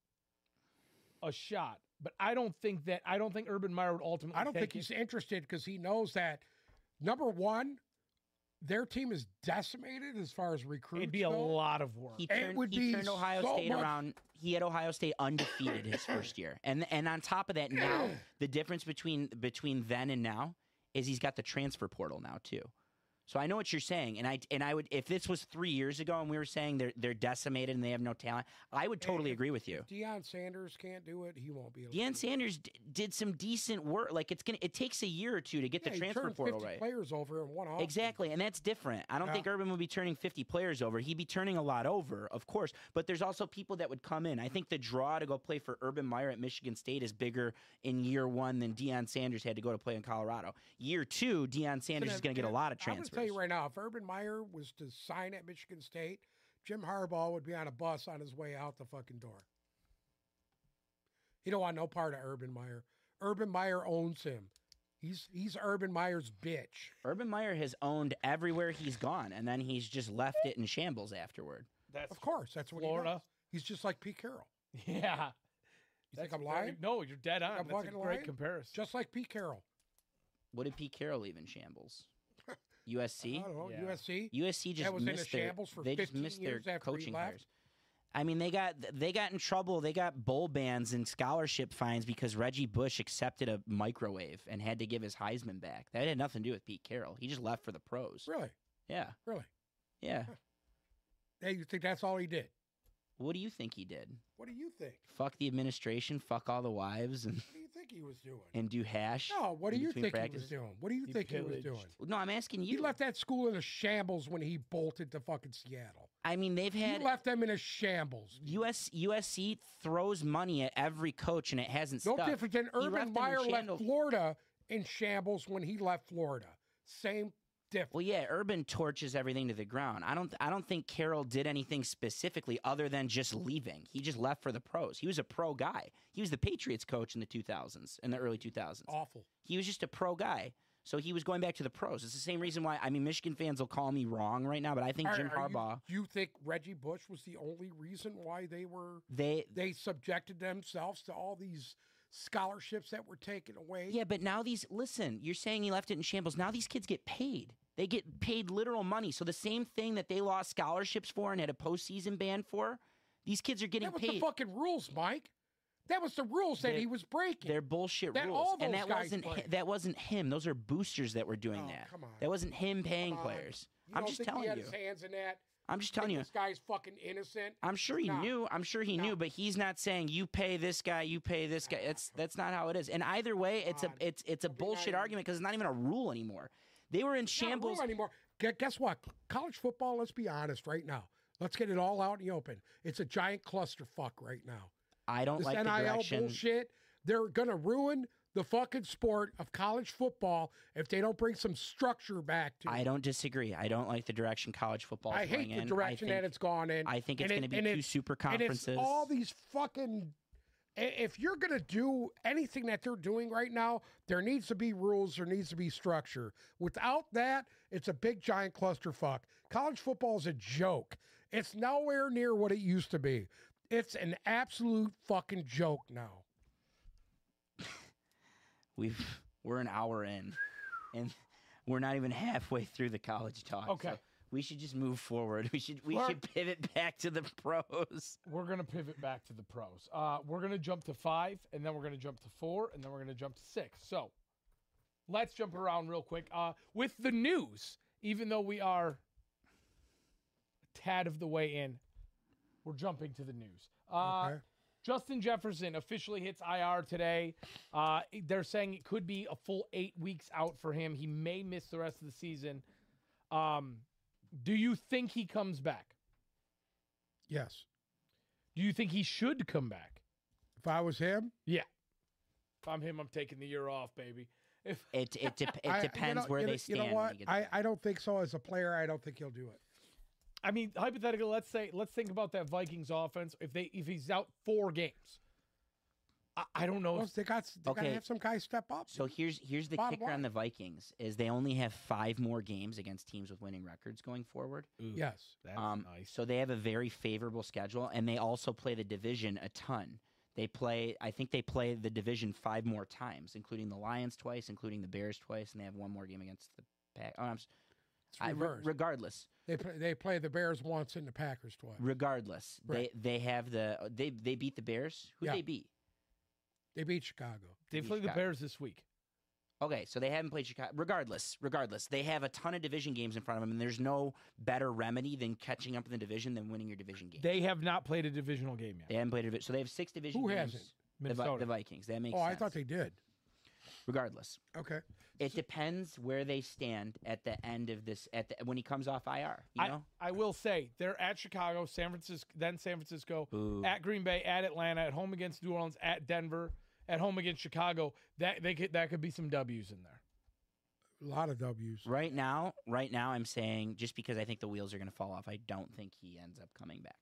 Speaker 1: a shot, but I don't think that I don't think Urban Meyer would ultimately.
Speaker 2: I don't think
Speaker 1: take it.
Speaker 2: he's interested because he knows that number one, their team is decimated as far as recruits.
Speaker 1: It'd be a
Speaker 2: go.
Speaker 1: lot of work.
Speaker 3: he
Speaker 2: It
Speaker 3: turned,
Speaker 2: would
Speaker 3: he
Speaker 2: be
Speaker 3: turned Ohio
Speaker 2: so
Speaker 3: State
Speaker 2: much-
Speaker 3: around. He had Ohio State undefeated his first year, and and on top of that, now the difference between between then and now is he's got the transfer portal now too. So I know what you're saying, and I and I would if this was three years ago and we were saying they're they're decimated and they have no talent, I would
Speaker 2: And
Speaker 3: totally
Speaker 2: if-
Speaker 3: agree with you.
Speaker 2: If Deion Sanders can't do it, he won't be. Able
Speaker 3: Deion
Speaker 2: to do it.
Speaker 3: Sanders d- did some decent work. Like it's gonna, it takes a year or two to get
Speaker 2: Yeah,
Speaker 3: the
Speaker 2: he
Speaker 3: transfer
Speaker 2: turned
Speaker 3: portal
Speaker 2: 50
Speaker 3: right.
Speaker 2: Players over in one off.
Speaker 3: Exactly, and that's different. I don't
Speaker 2: Yeah.
Speaker 3: think Urban would be turning 50 players over. He'd be turning a lot over, of course, but there's also people that would come in. I think the draw to go play for Urban Meyer at Michigan State is bigger in year one than Deion Sanders had to go to play in Colorado. Year two, Deion Sanders is going to get a lot of
Speaker 2: I'm gonna
Speaker 3: transfers.
Speaker 2: tell you right now, if Urban Meyer was to sign at Michigan State, Jim Harbaugh would be on a bus on his way out the fucking door. He don't want no part of Urban Meyer. Urban Meyer owns him. He's he's Urban Meyer's bitch.
Speaker 3: Urban Meyer has owned everywhere he's gone, and then he's just left it in shambles afterward.
Speaker 1: That's
Speaker 2: Of course, that's what He does.
Speaker 1: Florida.
Speaker 2: He's just like Pete Carroll.
Speaker 1: Yeah,
Speaker 2: You
Speaker 1: that's
Speaker 2: think I'm
Speaker 1: very-
Speaker 2: lying?
Speaker 1: no, you're dead on.
Speaker 2: I'm
Speaker 1: that's a
Speaker 2: fucking
Speaker 1: great
Speaker 2: lying?
Speaker 1: comparison.
Speaker 2: Just like Pete Carroll.
Speaker 3: What did Pete Carroll leave in shambles?
Speaker 2: I
Speaker 3: USC.
Speaker 2: don't know,
Speaker 1: Yeah.
Speaker 2: USC.
Speaker 3: USC just
Speaker 2: was in a
Speaker 3: missed their
Speaker 2: shambles for
Speaker 3: they just
Speaker 2: 15
Speaker 3: missed
Speaker 2: years
Speaker 3: their
Speaker 2: after he
Speaker 3: coaching
Speaker 2: left.
Speaker 3: hires. I mean, they got they got in trouble. They got bowl bans and scholarship fines because Reggie Bush accepted a microwave and had to give his Heisman back. That had nothing to do with Pete Carroll. He just left for the pros.
Speaker 2: Really,
Speaker 3: Yeah,
Speaker 2: really.
Speaker 3: yeah.
Speaker 2: Hey, you think that's all he did?
Speaker 3: What do you think he did?
Speaker 2: What do you think?
Speaker 3: Fuck the administration. Fuck all the wives and
Speaker 2: What do you think he was doing?
Speaker 3: and do hash.
Speaker 2: no, what do
Speaker 3: in
Speaker 2: you
Speaker 3: between
Speaker 2: think
Speaker 3: practices?
Speaker 2: he was doing? What do you
Speaker 1: He
Speaker 2: think
Speaker 1: pillaged.
Speaker 2: he was doing?
Speaker 3: No, I'm asking you.
Speaker 2: He left that school in a shambles when he bolted to fucking Seattle.
Speaker 3: I mean, they've had
Speaker 2: he left them in a shambles.
Speaker 3: US USC throws money at every coach and it hasn't
Speaker 2: No
Speaker 3: stuck.
Speaker 2: different than
Speaker 3: left them
Speaker 2: Urban
Speaker 3: in
Speaker 2: Meyer left
Speaker 3: shambles.
Speaker 2: Florida in shambles when he left Florida. Same difference.
Speaker 3: Well, yeah, Urban torches everything to the ground. I don't, I don't think Carroll did anything specifically other than just leaving. He just left for the pros. He was a pro guy. He was the Patriots coach in the 2000s, in the early 2000s.
Speaker 2: Awful.
Speaker 3: He was just a pro guy. So he was going back to the pros. It's the same reason why. I mean, Michigan fans will call me wrong right now, but I think
Speaker 2: Are-
Speaker 3: Jim
Speaker 2: are you-
Speaker 3: Harbaugh.
Speaker 2: You, think Reggie Bush was the only reason why they were
Speaker 3: They,
Speaker 2: they subjected themselves to all these scholarships that were taken away?
Speaker 3: yeah, but now these. Listen, you're saying he left it in shambles. Now these kids get paid. They get paid literal money. So the same thing that they lost scholarships for and had a postseason ban for, these kids are getting
Speaker 2: that was
Speaker 3: paid.
Speaker 2: the fucking rules, Mike. That was the rules that
Speaker 3: They're-
Speaker 2: he was breaking.
Speaker 3: They're bullshit
Speaker 2: That
Speaker 3: rules,
Speaker 2: all
Speaker 3: and
Speaker 2: those
Speaker 3: that
Speaker 2: guys
Speaker 3: wasn't hi-
Speaker 2: play.
Speaker 3: that wasn't him. Those are boosters that were doing
Speaker 2: Oh,
Speaker 3: that.
Speaker 2: come on.
Speaker 3: That wasn't him paying
Speaker 2: on.
Speaker 3: players.
Speaker 2: You
Speaker 3: I'm
Speaker 2: don't
Speaker 3: just
Speaker 2: think he
Speaker 3: telling
Speaker 2: had
Speaker 3: you.
Speaker 2: his hands in that.
Speaker 3: I'm just
Speaker 2: Think
Speaker 3: telling you.
Speaker 2: This guy's fucking innocent.
Speaker 3: I'm sure he
Speaker 2: Nah.
Speaker 3: knew. I'm sure he knew,
Speaker 2: Nah.
Speaker 3: but he's not saying you pay this guy, you pay this guy. That's that's not how it is. And either way, it's a
Speaker 2: God.
Speaker 3: it's it's a
Speaker 2: Don't be naive.
Speaker 3: bullshit argument because it's not even a rule anymore. They were in
Speaker 2: not a rule
Speaker 3: shambles.
Speaker 2: anymore. Gu- Guess what? College football. Let's be honest right now. Let's get it all out in the open. It's a giant clusterfuck right now.
Speaker 3: I don't
Speaker 2: This
Speaker 3: like the
Speaker 2: NIL
Speaker 3: direction.
Speaker 2: bullshit. They're gonna ruin the fucking sport of college football if they don't bring some structure back to.
Speaker 3: I
Speaker 2: it.
Speaker 3: don't disagree. I don't like the direction college football.
Speaker 2: I hate the direction
Speaker 3: I think,
Speaker 2: that it's gone in.
Speaker 3: I think it's
Speaker 2: and it-
Speaker 3: going to be
Speaker 2: and
Speaker 3: two
Speaker 2: it's-
Speaker 3: super
Speaker 2: and
Speaker 3: conferences.
Speaker 2: it's all these fucking. i- If you're gonna do anything that they're doing right now, there needs to be rules. There needs to be structure. Without that, it's a big giant clusterfuck. College football is a joke. It's nowhere near what it used to be. It's an absolute fucking joke now.
Speaker 3: we've we're an hour in and we're not even halfway through the college talk
Speaker 1: Okay.
Speaker 3: so We should just move forward. We should we
Speaker 1: Well-
Speaker 3: should pivot back to the pros.
Speaker 1: We're gonna pivot back to the pros. Uh, we're gonna jump to five, and then we're gonna jump to four, and then we're gonna jump to six. So, let's jump around real quick uh, with the news. Even though we are a tad of the way in, we're jumping to the news. Uh,
Speaker 2: Okay.
Speaker 1: Justin Jefferson officially hits IR today. Uh, they're saying it could be a full eight weeks out for him. He may miss the rest of the season. Um, do you think he comes back?
Speaker 2: Yes.
Speaker 1: Do you think he should come back?
Speaker 2: If I was him,
Speaker 1: If I'm him, I'm taking the year off, baby. If
Speaker 3: It it, dep it
Speaker 2: I- you
Speaker 3: depends
Speaker 2: know-
Speaker 3: where
Speaker 2: you
Speaker 3: they
Speaker 2: know-
Speaker 3: stand.
Speaker 2: You know
Speaker 3: when
Speaker 2: what?
Speaker 3: he gets
Speaker 2: I,
Speaker 3: back.
Speaker 2: I don't think so. As a player, I don't think he'll do it.
Speaker 1: I mean hypothetically, let's say let's think about that Vikings offense. If they if he's out four games, I, I don't know.
Speaker 2: Well,
Speaker 1: If,
Speaker 2: they got they got
Speaker 3: Oh, Okay.
Speaker 2: to have some guys step up.
Speaker 3: So here's here's the
Speaker 2: Bottom
Speaker 3: kicker on
Speaker 2: line.
Speaker 3: the Vikings is they only have five more games against teams with winning records going forward.
Speaker 2: yes.
Speaker 1: that's
Speaker 3: um, So they have a very favorable schedule, and they also play the division a ton. They play, I think they play the division five more times, including the Lions twice, including the Bears twice, and they have one more game against the Pack. Oh, I'm, s-
Speaker 2: It's
Speaker 3: I- re-
Speaker 2: reversed.
Speaker 3: regardless,
Speaker 2: they play, they play the Bears once and the Packers twice.
Speaker 3: regardless,
Speaker 2: Right.
Speaker 3: they they have the they they beat the Bears. Who
Speaker 2: Yeah.
Speaker 3: they beat?
Speaker 2: They beat Chicago.
Speaker 1: they play the
Speaker 3: Chicago.
Speaker 1: Bears this week.
Speaker 3: Okay, so they haven't played Chicago. Regardless, regardless, they have a ton of division games in front of them, and there's no better remedy than catching up in the division than winning your division game. They,
Speaker 1: They have not played a divisional game yet.
Speaker 3: haven't played a division, so they have six division
Speaker 2: Who
Speaker 3: games.
Speaker 2: hasn't?
Speaker 3: The, Vi-
Speaker 1: Minnesota.
Speaker 3: the Vikings. That makes
Speaker 2: Oh, I
Speaker 3: sense.
Speaker 2: thought they did.
Speaker 3: Regardless,
Speaker 2: Okay.
Speaker 3: It depends where they stand at the end of this. At the, when he comes off IR, you know.
Speaker 1: I will say they're at Chicago, San Francisco, then San Francisco,
Speaker 3: Ooh.
Speaker 1: at Green Bay, at Atlanta, at home against New Orleans, at Denver, at home against Chicago. That they could that could be some W's in there.
Speaker 2: A lot of W's.
Speaker 3: Right now, right now, I'm saying just because I think the wheels are going to fall off, I don't think he ends up coming back.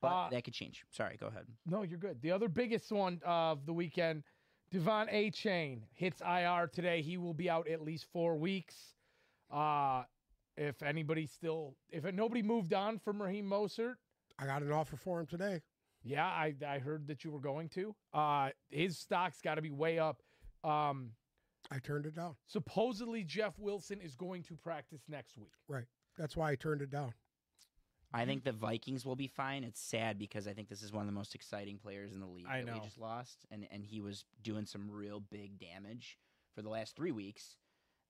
Speaker 3: But
Speaker 1: Uh,
Speaker 3: that could change. Sorry, go ahead.
Speaker 1: No, you're good. The other biggest one of the weekend, Devon A. Chain hits IR today. He will be out at least four weeks. Uh if anybody still, if nobody moved on from Raheem Mosert,
Speaker 2: I got an offer for him today.
Speaker 1: Yeah, I, I heard that you were going to. Uh, his stock's got to be way up. Um,
Speaker 2: I turned it down.
Speaker 1: supposedly Jeff Wilson is going to practice next week.
Speaker 2: That's why I turned it down.
Speaker 1: Mm-hmm.
Speaker 3: I think the Vikings will be fine. It's sad because I think this is one of the most exciting players in the league
Speaker 1: I
Speaker 3: that
Speaker 1: know.
Speaker 3: we just lost, and and he was doing some real big damage for the last three weeks,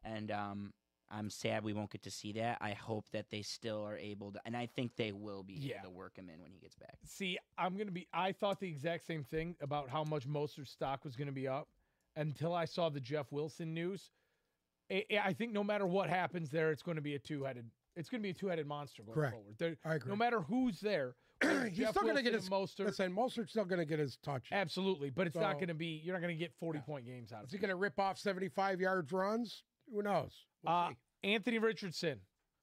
Speaker 3: and um. I'm sad we won't get to see that. I hope that they still are able to, and I think they will be
Speaker 1: Yeah.
Speaker 3: able to work him in when he gets back.
Speaker 1: See, I'm gonna be. I thought the exact same thing about how much Mostert's stock was gonna be up until I saw the Jeff Wilson news. I, I- I think no matter what happens there, it's going to be a two headed. It's going to be a two headed monster going
Speaker 2: Correct.
Speaker 1: forward. There,
Speaker 2: I agree.
Speaker 1: no matter who's there, whether it's
Speaker 2: He's still gonna get
Speaker 1: Wilson and Mostert.
Speaker 2: Listen, Mostert's still going to get his touch.
Speaker 1: Absolutely, but it's not
Speaker 2: So-
Speaker 1: going to be. You're not going to get 40
Speaker 2: Yeah.
Speaker 1: point games out of
Speaker 2: Is he
Speaker 1: it.
Speaker 2: going to rip off 75 yard runs? Who knows? We'll
Speaker 1: Uh,
Speaker 2: see.
Speaker 1: Anthony Richardson,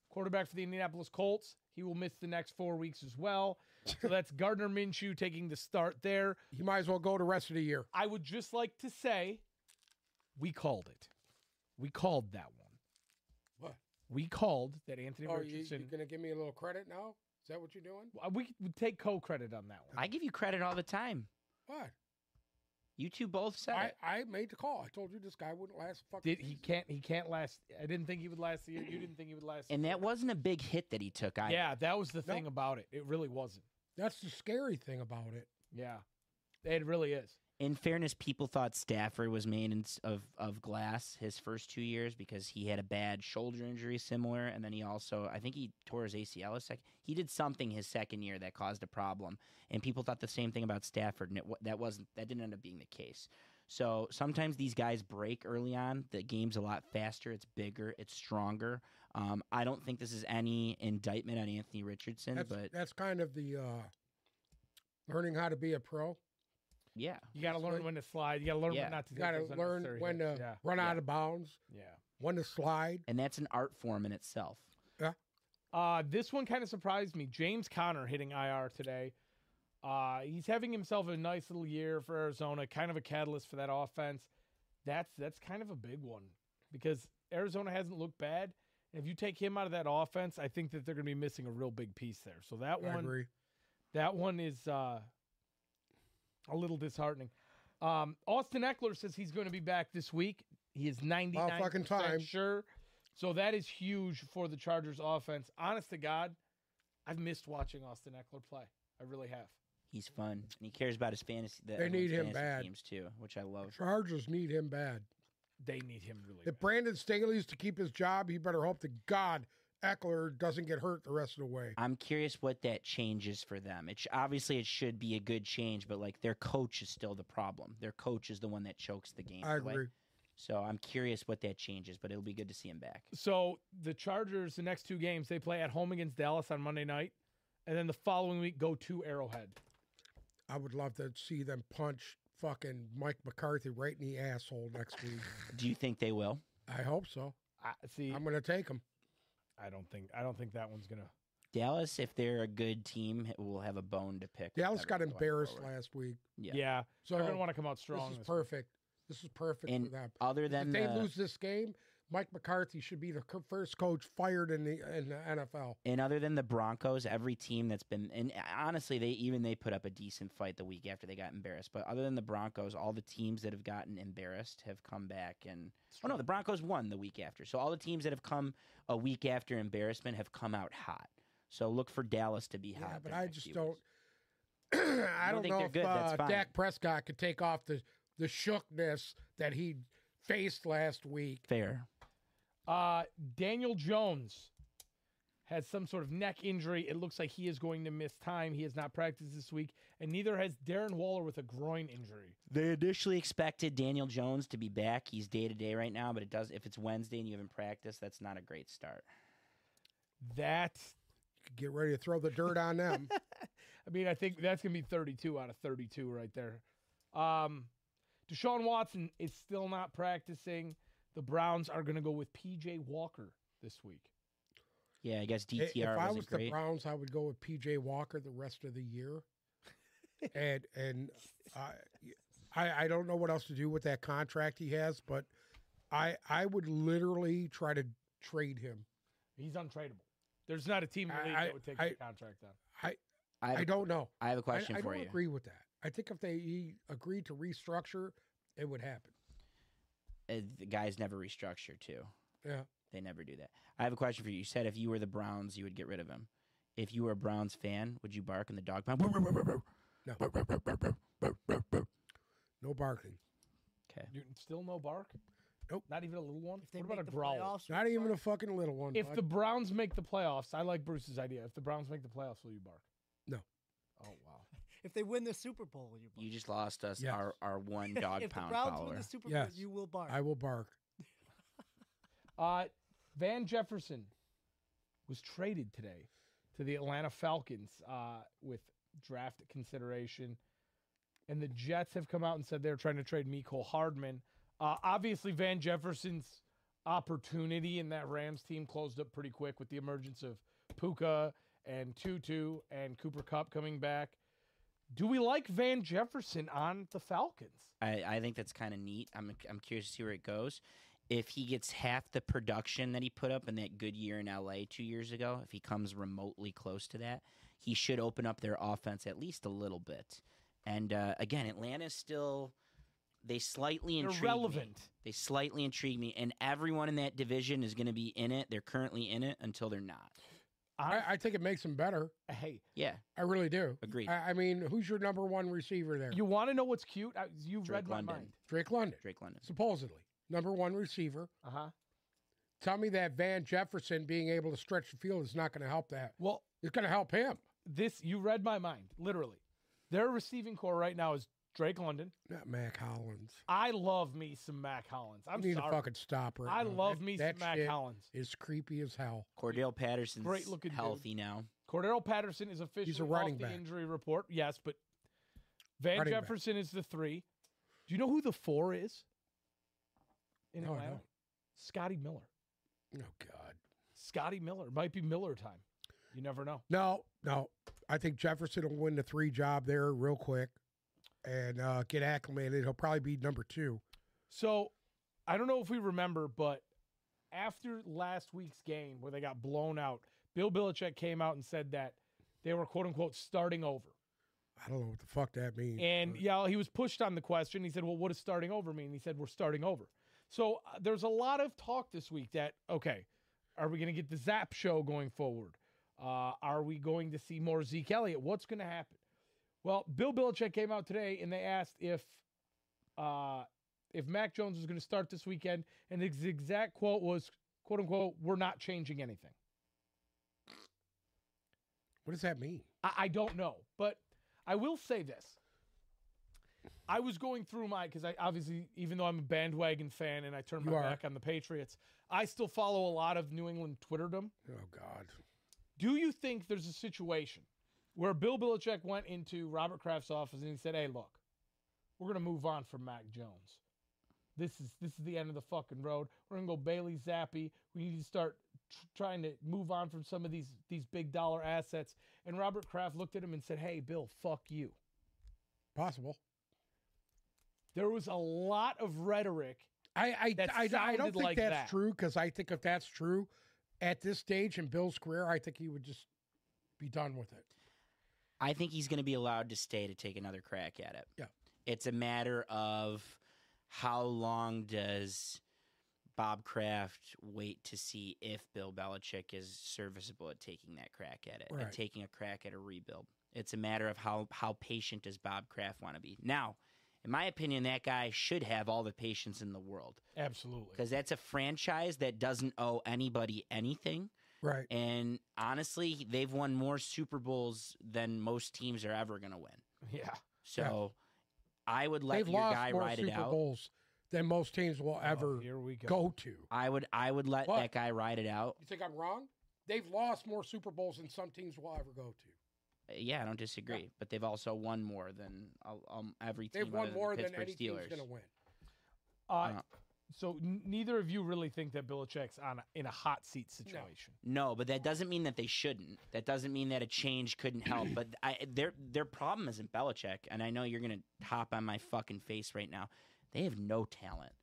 Speaker 1: quarterback for the Indianapolis Colts. He will miss the next four weeks as well. So that's Gardner Minshew taking the start there.
Speaker 2: He might as well go the rest of the year.
Speaker 1: I would just like to say we called it. We called that one.
Speaker 2: What?
Speaker 1: We called that Anthony
Speaker 2: Oh, you, you're
Speaker 1: Richardson.
Speaker 2: going to give me a little credit now? Is that what you're doing?
Speaker 1: Uh, we would take co credit on that one.
Speaker 3: I give you credit all the time.
Speaker 2: What?
Speaker 3: You two both said
Speaker 2: I,
Speaker 3: it.
Speaker 2: I made the call. I told you this guy wouldn't last. a Fucking
Speaker 1: Did he
Speaker 2: season.
Speaker 1: can't he can't last? I didn't think he would last the year. You didn't think he would last. the
Speaker 3: And
Speaker 1: year.
Speaker 3: that wasn't a big hit that he took. I
Speaker 1: yeah, that was the
Speaker 2: No.
Speaker 1: thing about it. It really wasn't.
Speaker 2: That's the scary thing about it.
Speaker 1: Yeah, it really is.
Speaker 3: In fairness, people thought Stafford was made in, s- of of glass his first two years because he had a bad shoulder injury similar, and then he also I think he tore his ACL a sec. He did something his second year that caused a problem, and people thought the same thing about Stafford, and it, wa- that wasn't that didn't end up being the case. So sometimes these guys break early on. The game's a lot faster. It's bigger. It's stronger. Um, I don't think this is any indictment on Anthony Richardson,
Speaker 2: That's,
Speaker 3: but
Speaker 2: that's kind of the uh, learning how to be a pro.
Speaker 3: yeah.
Speaker 1: You got to
Speaker 2: That's
Speaker 1: learn
Speaker 2: what-
Speaker 1: when to slide. You got to learn
Speaker 3: Yeah.
Speaker 1: when not to.
Speaker 2: You
Speaker 1: take
Speaker 2: got to
Speaker 1: those
Speaker 2: learn
Speaker 1: unnecessary
Speaker 2: when to
Speaker 1: hits. yeah,
Speaker 2: run
Speaker 1: yeah,
Speaker 2: out of bounds,
Speaker 1: Yeah.
Speaker 2: when to slide.
Speaker 3: and that's an art form in itself.
Speaker 1: Uh, this one kind of surprised me. James Conner hitting IR today. Uh, he's having himself a nice little year for Arizona. Kind of a catalyst for that offense. That's that's kind of a big one because Arizona hasn't looked bad. And if you take him out of that offense, I think that they're going to be missing a real big piece there. So that
Speaker 2: I
Speaker 1: one,
Speaker 2: agree.
Speaker 1: That one is uh, a little disheartening. Um, Austin Eckler says he's going to be back this week. He is ninety nine
Speaker 2: fucking time.
Speaker 1: percent sure. So that is huge for the Chargers offense. Honest to God, I've missed watching Austin Eckler play. I really have.
Speaker 3: He's fun, and he cares about his fantasy. The,
Speaker 2: They
Speaker 3: everyone's
Speaker 2: need him
Speaker 3: fantasy
Speaker 2: bad.
Speaker 3: Teams too, which I love.
Speaker 2: Chargers need him bad.
Speaker 1: They need him really.
Speaker 2: If
Speaker 1: bad.
Speaker 2: Brandon Staley's to keep his job, he better hope to God Eckler doesn't get hurt the rest of the way.
Speaker 3: I'm curious what that changes for them. It sh- obviously it should be a good change, but like their coach is still the problem. Their coach is the one that chokes the game.
Speaker 2: I
Speaker 3: away.
Speaker 2: agree.
Speaker 3: So I'm curious what that changes, but it'll be good to see him back.
Speaker 1: So the Chargers, the next two games, they play at home against Dallas on Monday night, and then the following week go to Arrowhead.
Speaker 2: I would love to see them punch fucking Mike McCarthy right in the asshole next week.
Speaker 3: Do you think they will?
Speaker 2: I hope so.
Speaker 1: I see.
Speaker 2: I'm going to take him.
Speaker 1: I don't think. I don't think that one's gonna.
Speaker 3: Dallas, if they're a good team, h- will have a bone to pick. with
Speaker 2: Dallas got
Speaker 3: everyone going
Speaker 2: embarrassed
Speaker 3: forward.
Speaker 2: last week.
Speaker 1: Yeah,
Speaker 3: Yeah.
Speaker 2: So
Speaker 1: they're gonna want to come out
Speaker 2: this
Speaker 1: strong. this
Speaker 2: is
Speaker 1: week.
Speaker 2: perfect. This is perfect
Speaker 3: And
Speaker 2: for them.
Speaker 3: Other
Speaker 2: If
Speaker 3: than
Speaker 2: they
Speaker 3: the,
Speaker 2: lose this game, Mike McCarthy should be the co- first coach fired in the in the NFL.
Speaker 3: and other than the Broncos, every team that's been and honestly, they even they put up a decent fight the week after they got embarrassed. But other than the Broncos, all the teams that have gotten embarrassed have come back and oh no, the Broncos won the week after. So all the teams that have come a week after embarrassment have come out hot. So look for Dallas to be
Speaker 2: Yeah,
Speaker 3: hot.
Speaker 2: but
Speaker 3: the
Speaker 2: I
Speaker 3: next
Speaker 2: just
Speaker 3: few
Speaker 2: don't.
Speaker 3: weeks.
Speaker 2: I
Speaker 3: You
Speaker 2: don't
Speaker 3: think
Speaker 2: know
Speaker 3: they're
Speaker 2: if
Speaker 3: good, that's
Speaker 2: uh,
Speaker 3: fine.
Speaker 2: Dak Prescott could take off the the shookness that he faced last week.
Speaker 3: Fair.
Speaker 1: Uh, Daniel Jones has some sort of neck injury. It looks like he is going to miss time. He has not practiced this week, and neither has Darren Waller with a groin injury.
Speaker 3: They initially expected Daniel Jones to be back. He's day to day right now, but it does if it's Wednesday and you haven't practiced, that's not a great start.
Speaker 1: That,
Speaker 2: Get ready to throw the dirt on them.
Speaker 1: I mean, I think that's going to be 32 out of 32 right there. Um, Deshaun Watson is still not practicing. The Browns are going to go with PJ Walker this week.
Speaker 3: Yeah, I guess
Speaker 2: I-
Speaker 3: DTR
Speaker 2: if I
Speaker 3: E wasn't
Speaker 2: was the
Speaker 3: great.
Speaker 2: Browns, I would go with PJ Walker the rest of the year. and and I, I I don't know what else to do with that contract he has, but I I would literally try to trade him.
Speaker 1: He's untradeable. There's not a team in the
Speaker 2: I-
Speaker 1: league
Speaker 2: I-
Speaker 1: that would take
Speaker 2: I-
Speaker 1: the contract on.
Speaker 3: I, have,
Speaker 2: I don't know.
Speaker 3: I have a
Speaker 2: I-
Speaker 3: question
Speaker 2: I,
Speaker 3: for
Speaker 2: don't
Speaker 3: you.
Speaker 2: agree with that. I think if they agreed to restructure, it would happen.
Speaker 3: uh, the guys never restructure too.
Speaker 2: Yeah.
Speaker 3: They never do that. I have a question for you. You said if you were the Browns, you would get rid of him. If you were a Browns fan, would you bark in the dog pound?
Speaker 2: No. No barking.
Speaker 1: You, still no bark?
Speaker 2: Nope.
Speaker 1: Not even a little one?
Speaker 4: If they
Speaker 1: what about
Speaker 4: make
Speaker 1: a
Speaker 4: the
Speaker 1: growl?
Speaker 4: playoffs, we
Speaker 2: Not even
Speaker 4: bark.
Speaker 2: a fucking little one.
Speaker 1: If
Speaker 2: bud.
Speaker 1: the Browns make the playoffs, I like Bruce's idea. If the Browns make the playoffs, will you bark?
Speaker 2: No.
Speaker 1: Oh wow.
Speaker 4: if they win the Super Bowl, you, bark.
Speaker 3: You just lost us
Speaker 2: Yes.
Speaker 3: our, our one dog
Speaker 4: if the
Speaker 3: pound
Speaker 4: Browns
Speaker 3: follower.
Speaker 4: win the Super Bowl,
Speaker 2: Yes.
Speaker 4: you will bark.
Speaker 2: I will bark.
Speaker 1: Uh, Van Jefferson was traded today to the Atlanta Falcons uh, with draft consideration, and the Jets have come out and said they're trying to trade Miko Hardman. Uh, obviously, Van Jefferson's opportunity in that Rams team closed up pretty quick with the emergence of Puka and Tutu and Cooper Cup coming back. Do we like Van Jefferson on the Falcons?
Speaker 3: I, I think that's kind of neat. I'm, I'm curious to see where it goes. If he gets half the production that he put up in that good year in LA two years ago, if he comes remotely close to that, he should open up their offense at least a little bit. And uh, again, Atlanta's still they slightly
Speaker 1: They're
Speaker 3: intrigue me.
Speaker 1: relevant.
Speaker 3: They slightly intrigue me, and everyone in that division is going to be in it. They're currently in it until they're not.
Speaker 2: I,
Speaker 1: I,
Speaker 2: I think it makes him better.
Speaker 1: hey,
Speaker 3: Yeah,
Speaker 2: I really do.
Speaker 3: agreed.
Speaker 2: I, I mean, who's your number one receiver there?
Speaker 1: You want to know what's cute? I, you've
Speaker 3: Drake
Speaker 1: read my
Speaker 3: London.
Speaker 1: mind.
Speaker 2: Drake London,
Speaker 3: Drake London.
Speaker 2: supposedly number one receiver.
Speaker 1: Uh huh.
Speaker 2: Tell me that Van Jefferson being able to stretch the field is not going to help that.
Speaker 1: Well,
Speaker 2: It's going to help him.
Speaker 1: this you read my mind literally. Their receiving core right now is Drake London.
Speaker 2: Not Mac Hollins.
Speaker 1: I love me some Mac Hollins. I'm
Speaker 2: you need
Speaker 1: sorry.
Speaker 2: to fucking stop her.
Speaker 1: I love me some
Speaker 2: that
Speaker 1: Mac
Speaker 2: shit
Speaker 1: Hollins.
Speaker 2: Is creepy as hell.
Speaker 3: Cordell Patterson's
Speaker 1: Great looking dude.
Speaker 3: healthy now.
Speaker 1: Cordero Patterson is officially
Speaker 2: running
Speaker 1: off the
Speaker 2: back.
Speaker 1: injury report. Yes, but Van
Speaker 2: Running back.
Speaker 1: Jefferson is the three. Do you know who the four is? In
Speaker 2: No, I
Speaker 1: Atlanta,
Speaker 2: don't.
Speaker 1: Scotty Miller.
Speaker 2: Oh God.
Speaker 1: Scotty Miller might be Miller time. You never know.
Speaker 2: No, no. I think Jefferson will win the three job there real quick, and uh, get acclimated. He'll probably be number two.
Speaker 1: So I don't know if we remember, but after last week's game where they got blown out, Bill Belichick came out and said that they were quote unquote starting over.
Speaker 2: I don't know what the fuck that means.
Speaker 1: And
Speaker 2: but-
Speaker 1: yeah, he was pushed on the question. He said, Well, what does starting over mean? He said, We're starting over. So uh, there's a lot of talk this week that okay, are we going to get the Zap show going forward? Uh, are we going to see more Zeke Elliott? What's going to happen? Well, Bill Belichick came out today and they asked if uh, if Mac Jones was going to start this weekend, and his exact quote was "quote unquote We're not changing anything."
Speaker 2: What does that mean?
Speaker 1: I, I don't know, but I will say this. I was going through my because I obviously, even though I'm a bandwagon fan and I turn my
Speaker 2: You are.
Speaker 1: back on the Patriots, I still follow a lot of New England Twitterdom.
Speaker 2: Oh God.
Speaker 1: Do you think there's a situation where Bill Belichick went into Robert Kraft's office and he said, "Hey, look, we're gonna move on from Mac Jones. This is this is the end of the fucking road. We're gonna go Bailey Zappi. We need to start tr- trying to move on from some of these these big dollar assets." And Robert Kraft looked at him and said, "Hey, Bill, fuck you."
Speaker 2: Possible.
Speaker 1: There was a lot of rhetoric.
Speaker 2: I
Speaker 1: That
Speaker 2: I, I, I
Speaker 1: sounded
Speaker 2: don't think
Speaker 1: like
Speaker 2: that's
Speaker 1: that.
Speaker 2: true because I think if that's true, at this stage in Bill's career, I think he would just be done with it.
Speaker 3: I think he's going to be allowed to stay to take another crack at it.
Speaker 2: Yeah.
Speaker 3: It's a matter of how long does Bob Kraft wait to see if Bill Belichick is serviceable at taking that crack at it,
Speaker 2: Right.
Speaker 3: at taking a crack at a rebuild. It's a matter of how how patient does Bob Kraft want to be. Now, in my opinion, that guy should have all the patience in the world
Speaker 1: Absolutely.
Speaker 3: because that's a franchise that doesn't owe anybody anything.
Speaker 2: Right.
Speaker 3: And honestly, they've won more Super Bowls than most teams are ever going to win.
Speaker 1: Yeah.
Speaker 3: So I would let
Speaker 2: They've
Speaker 3: your
Speaker 2: lost
Speaker 3: guy
Speaker 2: more
Speaker 3: ride
Speaker 2: Super
Speaker 3: it out.
Speaker 2: Bowls than most teams will ever
Speaker 1: Oh, here we go.
Speaker 2: go to. You
Speaker 3: I would I would let
Speaker 2: What?
Speaker 3: that guy ride it out.
Speaker 2: think I'm wrong? They've lost more Super Bowls than some teams will ever go to.
Speaker 3: Uh, Yeah, I don't disagree. But they've also won more than uh, um, every team.
Speaker 2: They've won
Speaker 3: other
Speaker 2: more
Speaker 3: the
Speaker 2: than
Speaker 3: Pittsburgh
Speaker 2: any team's
Speaker 3: Steelers.
Speaker 2: going to win.
Speaker 1: Uh,
Speaker 3: Uh,
Speaker 1: so n- neither of you really think that Belichick's on a, in a hot seat situation.
Speaker 3: No, but that doesn't mean that they shouldn't. That doesn't mean that a change couldn't help. but I, their their problem isn't Belichick, and I know you're gonna hop on my fucking face right now. They have no talent.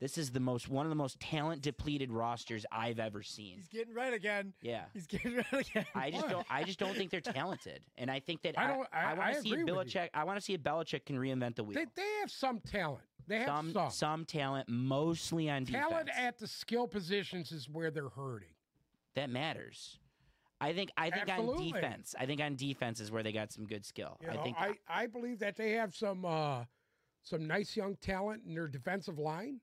Speaker 3: This is the most one of the most talent depleted rosters I've ever seen.
Speaker 4: He's getting red again.
Speaker 3: Yeah.
Speaker 4: He's getting red again.
Speaker 3: I just don't. I just don't think they're talented, and I think that
Speaker 2: I don't- I-
Speaker 3: want
Speaker 2: I
Speaker 3: to see if
Speaker 2: agree with you.
Speaker 3: Belichick. I want to see if Belichick can reinvent the wheel.
Speaker 2: They, they have some talent. They have
Speaker 3: some,
Speaker 2: some.
Speaker 3: some talent, mostly on
Speaker 2: Talent
Speaker 3: defense.
Speaker 2: at the skill positions is where they're hurting.
Speaker 3: that matters. I think. I think
Speaker 2: Absolutely.
Speaker 3: on defense. I think on defense is where they got some good skill.
Speaker 2: You
Speaker 3: I
Speaker 2: know,
Speaker 3: think.
Speaker 2: I, I believe that they have some uh, some nice young talent in their defensive line.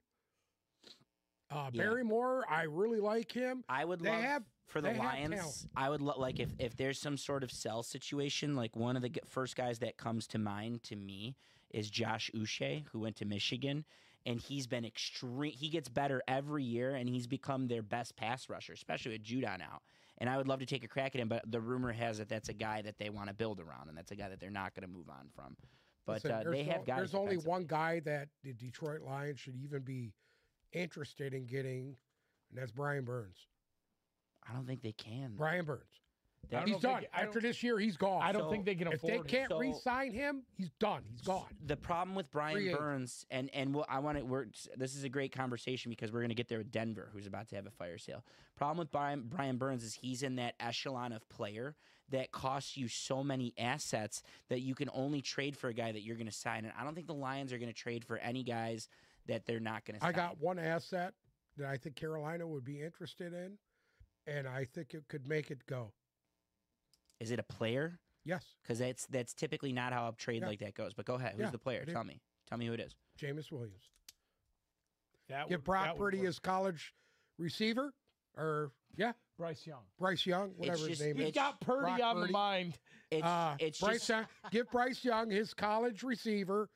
Speaker 2: Uh,
Speaker 3: Yeah.
Speaker 2: Barrymore, I really like him.
Speaker 3: I would
Speaker 2: They
Speaker 3: love
Speaker 2: have-
Speaker 3: for the
Speaker 2: they have
Speaker 3: Lions.
Speaker 2: talent.
Speaker 3: I would lo- like if if there's some sort of sell situation. Like one of the g- first guys that comes to mind to me is Josh Uche, who went to Michigan, and he's been extreme. He gets better every year, and he's become their best pass rusher, especially with Judon out. And I would love to take a crack at him, but the rumor has it that's a guy that they want to build around, and that's a guy that they're not going to move on from. But
Speaker 2: Listen,
Speaker 3: uh,
Speaker 2: there's
Speaker 3: they
Speaker 2: no-
Speaker 3: have guys.
Speaker 2: There's only
Speaker 3: defensively.
Speaker 2: one guy that the Detroit Lions should even be interested in getting, and that's Brian Burns.
Speaker 3: I don't think they can.
Speaker 2: Brian Burns.
Speaker 1: I don't
Speaker 2: He's
Speaker 1: know if they
Speaker 2: done.
Speaker 1: ca- I
Speaker 2: After
Speaker 1: don't,
Speaker 2: this year, he's gone.
Speaker 1: I don't
Speaker 3: So,
Speaker 1: think they can
Speaker 2: if
Speaker 1: afford
Speaker 2: they
Speaker 1: it.
Speaker 2: can't
Speaker 3: So-
Speaker 2: re-sign him, he's done. He's gone.
Speaker 3: The problem with Brian
Speaker 2: Free agent.
Speaker 3: Burns and and what I want to we're this is a great conversation because we're going to get there with Denver, who's about to have a fire sale. Problem with Brian Brian Burns is he's in that echelon of player that costs you so many assets that you can only trade for a guy that you're going to sign. And I don't think the Lions are going to trade for any guys that they're not going to.
Speaker 2: I got one asset that I think Carolina would be interested in, and I think it could make it go.
Speaker 3: Is it a player?
Speaker 2: Yes,
Speaker 3: Because that's that's typically not how a trade
Speaker 2: Yeah.
Speaker 3: like that goes. But go ahead. Who's
Speaker 2: Yeah,
Speaker 3: the player?
Speaker 2: it is.
Speaker 3: Tell me. Tell me who it is.
Speaker 2: Jameis Williams.
Speaker 1: That
Speaker 2: Get
Speaker 1: would-
Speaker 2: Brock
Speaker 1: that would
Speaker 2: Purdy
Speaker 1: work.
Speaker 2: as college receiver, or yeah,
Speaker 1: Bryce Young.
Speaker 2: Bryce Young, whatever
Speaker 3: just-
Speaker 2: his name
Speaker 1: He's
Speaker 3: It's-
Speaker 2: is.
Speaker 1: got Purdy
Speaker 2: Brock
Speaker 1: on the
Speaker 2: Purdy.
Speaker 1: mind.
Speaker 3: It's
Speaker 2: Uh,
Speaker 3: it's
Speaker 2: Bryce
Speaker 3: just
Speaker 2: Young, give Bryce Young his college receiver,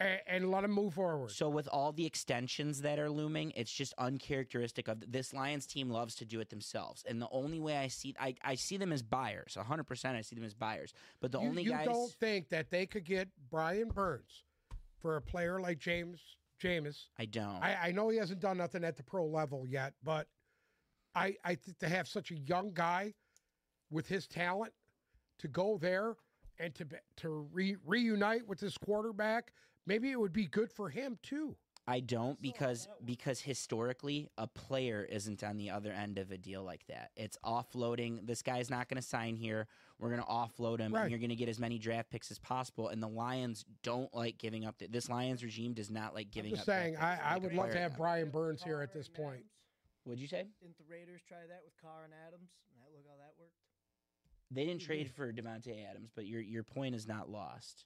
Speaker 2: and, and let him move forward.
Speaker 3: So with all the extensions that are looming, it's just uncharacteristic of this Lions team loves to do it themselves. And the only way I see I, I see them as buyers. 100% I see them as buyers. But the
Speaker 2: you,
Speaker 3: only
Speaker 2: you
Speaker 3: guys
Speaker 2: don't think that they could get Brian Burns for a player like James Jameis
Speaker 3: I don't.
Speaker 2: I, I know he hasn't done nothing at the pro level yet, but I I think to have such a young guy with his talent to go there and to be- to re, reunite with his quarterback, maybe it would be good for him too.
Speaker 3: I don't
Speaker 4: So,
Speaker 3: because
Speaker 4: that one-
Speaker 3: because historically a player isn't on the other end of a deal like that. It's offloading. This guy's not going to sign here. We're going to offload him,
Speaker 2: Right.
Speaker 3: and you're going to get as many draft picks as possible. And the Lions don't like giving up. The, this Lions regime does not like giving
Speaker 2: just
Speaker 3: up. draft
Speaker 2: saying,
Speaker 3: picks
Speaker 2: I-
Speaker 3: to
Speaker 2: I
Speaker 3: make a
Speaker 2: would love to
Speaker 3: player.
Speaker 2: have Brian Burns here at
Speaker 4: Carr
Speaker 2: this
Speaker 4: and
Speaker 2: point.
Speaker 4: Adams.
Speaker 3: What'd you say?
Speaker 4: Didn't the Raiders try that with Carr and Adams? And that, look how that worked.
Speaker 3: They didn't
Speaker 4: Mhm.
Speaker 3: trade
Speaker 2: Mm-hmm.
Speaker 3: for Devonte Adams, but your your point is not lost.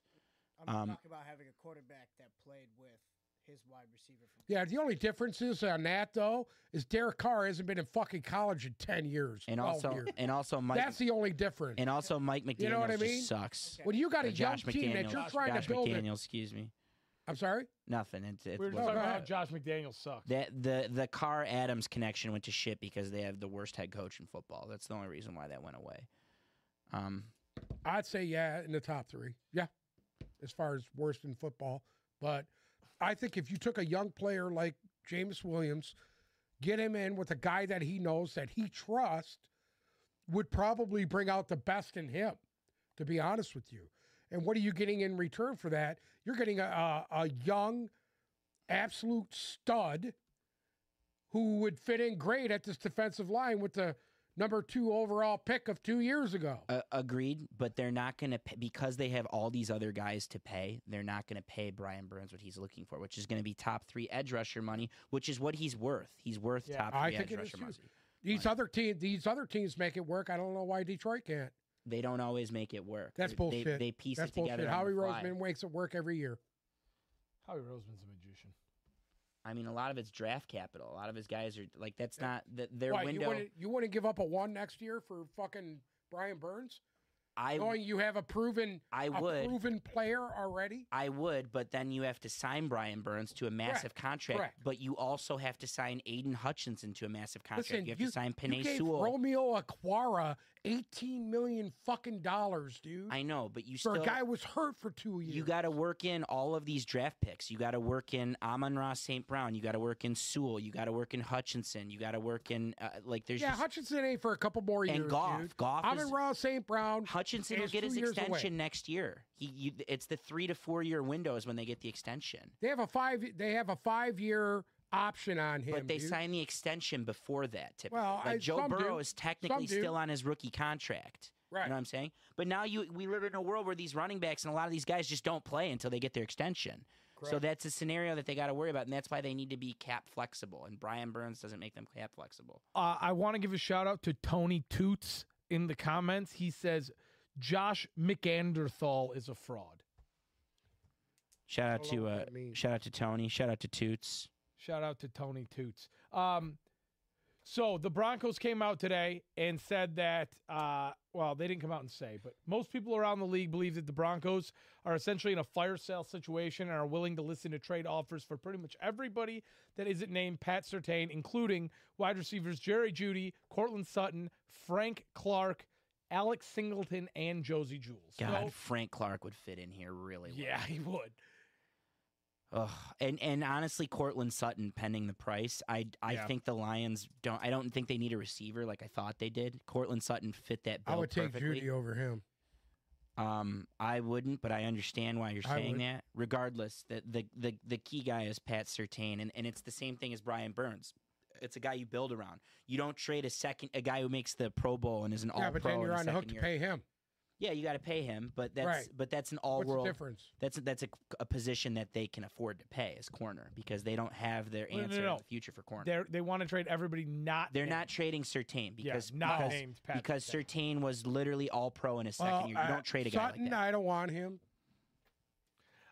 Speaker 4: I'm
Speaker 3: Um,
Speaker 4: talking about having a quarterback that played with his wide receiver. From
Speaker 2: Yeah, the only difference is on that though is Derek Carr hasn't been in fucking college in ten years.
Speaker 3: And
Speaker 2: 12
Speaker 3: also
Speaker 2: years.
Speaker 3: and also Mike
Speaker 2: Oh, that's the only difference.
Speaker 3: and also Mike McDaniel
Speaker 2: You know what I mean?
Speaker 3: just sucks.
Speaker 4: Okay.
Speaker 2: when you got
Speaker 3: Or
Speaker 2: a young
Speaker 3: Josh
Speaker 2: team that
Speaker 3: McDaniel.
Speaker 2: you're
Speaker 1: Josh-
Speaker 2: trying
Speaker 3: Josh
Speaker 2: to build, it,
Speaker 3: McDaniel, excuse me.
Speaker 2: I'm sorry.
Speaker 3: Nothing. It's, it's
Speaker 1: we were just
Speaker 2: Well,
Speaker 1: talking
Speaker 2: go
Speaker 1: about how
Speaker 2: ahead.
Speaker 1: Josh McDaniel sucks.
Speaker 3: That the the Carr Adams connection went to shit because they have the worst head coach in football. That's the only reason why that went away. Um,
Speaker 2: I'd say yeah, in the top three. Yeah, as far as worst in football, but I think if you took a young player like James Williams, get him in with a guy that he knows that he trusts, would probably bring out the best in him. To be honest with you, and what are you getting in return for that? You're getting a a, a young, absolute stud. Who would fit in great at this defensive line with the number two overall pick of two years ago?
Speaker 3: uh, agreed, but they're not going to because they have all these other guys to pay. They're not going to pay Brian Burns what he's looking for, which is going to be top three edge rusher money, which is what he's worth. He's worth
Speaker 1: Yeah,
Speaker 3: top
Speaker 2: I
Speaker 3: three
Speaker 2: think
Speaker 3: edge
Speaker 2: it is
Speaker 3: rusher
Speaker 2: too.
Speaker 3: money.
Speaker 2: These
Speaker 3: Right.
Speaker 2: other teams, these other teams make it work. I don't know why Detroit can't.
Speaker 3: They don't always make it work.
Speaker 2: That's
Speaker 3: They- They,
Speaker 2: bullshit.
Speaker 3: they piece
Speaker 2: That's
Speaker 3: it together.
Speaker 2: bullshit.
Speaker 3: on
Speaker 2: Howie
Speaker 3: the fly.
Speaker 2: Roseman makes it work every year.
Speaker 1: Howie Roseman's a magician.
Speaker 3: I mean, a lot of it's draft capital. A lot of his guys are like that's not th- their
Speaker 2: Why, You
Speaker 3: window.
Speaker 2: wouldn't, you wouldn't give up a one next year for fucking Brian Burns,
Speaker 3: I
Speaker 2: knowing oh, you have a proven,
Speaker 3: I
Speaker 2: a
Speaker 3: would.
Speaker 2: proven player already.
Speaker 3: I would, but then you have to sign Brian Burns to a massive contract.
Speaker 2: correct.
Speaker 3: But you also have to sign Aiden Hutchinson to a massive contract.
Speaker 2: Listen,
Speaker 3: you have
Speaker 2: you-
Speaker 3: to sign
Speaker 2: you
Speaker 3: Panay
Speaker 2: gave
Speaker 3: Sewell.
Speaker 2: Romeo Aquara eighteen million fucking dollars, dude,
Speaker 3: I know, but you
Speaker 2: for
Speaker 3: still
Speaker 2: a guy who was hurt for two years.
Speaker 3: you got to work in all of these draft picks. You got to work in Amon Ross St. Brown. You got to work in Sewell. You got to work in Hutchinson. You got to work in uh, like there's
Speaker 2: yeah,
Speaker 3: just,
Speaker 2: Hutchinson ain't for a couple more years,
Speaker 3: and Goff.
Speaker 2: dude.
Speaker 3: Goff
Speaker 2: I'm
Speaker 3: is,
Speaker 2: in Ross St. Brown.
Speaker 3: Hutchinson will
Speaker 2: is
Speaker 3: get
Speaker 2: two
Speaker 3: his
Speaker 2: years away.
Speaker 3: extension next year. He you, it's the three to four year window is when they get the extension.
Speaker 2: They have a five. They have a five year option on him.
Speaker 3: But they
Speaker 2: dude.
Speaker 3: signed the extension before that. Typically,
Speaker 2: Well,
Speaker 3: like
Speaker 2: I-
Speaker 3: Joe
Speaker 2: some do.
Speaker 3: Burrow is technically
Speaker 2: do.
Speaker 3: still on his rookie contract.
Speaker 2: right.
Speaker 3: You know what I'm saying? But now you we live in a world where these running backs and a lot of these guys just don't play until they get their extension. So
Speaker 2: Correct.
Speaker 3: that's a scenario that they got to worry about, and that's why they need to be cap flexible. And Brian Burns doesn't make them cap flexible.
Speaker 1: Uh, I want to give a shout out to Tony Toots in the comments. He says Josh McAnderthal is a fraud.
Speaker 3: Shout
Speaker 2: I
Speaker 3: out
Speaker 2: don't know
Speaker 3: to
Speaker 2: what
Speaker 3: uh,
Speaker 2: that means.
Speaker 3: shout out to Tony. Shout out to Toots.
Speaker 1: Shout out to Tony Toots. Um, so the Broncos came out today and said that, uh, well, they didn't come out and say, but most people around the league believe that the Broncos are essentially in a fire sale situation and are willing to listen to trade offers for pretty much everybody that isn't named Pat Sertain, including wide receivers Jerry Judy, Cortland Sutton, Frank Clark, Alex Singleton, and Josie Jules.
Speaker 3: God,
Speaker 1: So-
Speaker 3: Frank Clark would fit in here really well.
Speaker 1: yeah, he would.
Speaker 3: Ugh. And and honestly, Cortland Sutton, pending the price, I I
Speaker 1: Yeah.
Speaker 3: think the Lions don't. I don't think they need a receiver like I thought they did. Cortland Sutton fit that bill
Speaker 2: I would take
Speaker 3: perfectly.
Speaker 2: Judy over him.
Speaker 3: Um, I wouldn't, but I understand why you're
Speaker 2: I
Speaker 3: saying
Speaker 2: would.
Speaker 3: that. Regardless, the, the the the key guy is Pat Sertain, and, and it's the same thing as Brian Burns. It's a guy you build around. You don't trade a second a guy who makes the Pro Bowl and is an All
Speaker 2: yeah, but
Speaker 3: Pro.
Speaker 2: then
Speaker 3: in
Speaker 2: you're
Speaker 3: his
Speaker 2: on the hook
Speaker 3: second
Speaker 2: to pay
Speaker 3: year.
Speaker 2: him.
Speaker 3: Yeah, you got to pay him, but that's
Speaker 2: Right.
Speaker 3: but that's an All
Speaker 2: What's
Speaker 3: World.
Speaker 2: the difference?
Speaker 3: That's that's a, a position that they can afford to pay as corner because they don't have their
Speaker 1: No, no,
Speaker 3: answer
Speaker 1: no.
Speaker 3: in the future for corner.
Speaker 1: They're, they want to trade everybody not.
Speaker 3: They're
Speaker 1: named-
Speaker 3: not trading Sertain
Speaker 1: Yeah,
Speaker 3: because
Speaker 1: not
Speaker 3: because,
Speaker 1: named Pat
Speaker 3: because
Speaker 1: Sertain.
Speaker 3: Sertain was literally All Pro in his second
Speaker 2: Well, uh,
Speaker 3: year. You
Speaker 2: I-
Speaker 3: don't trade a guy
Speaker 2: Sutton,
Speaker 3: like that.
Speaker 2: I don't want him.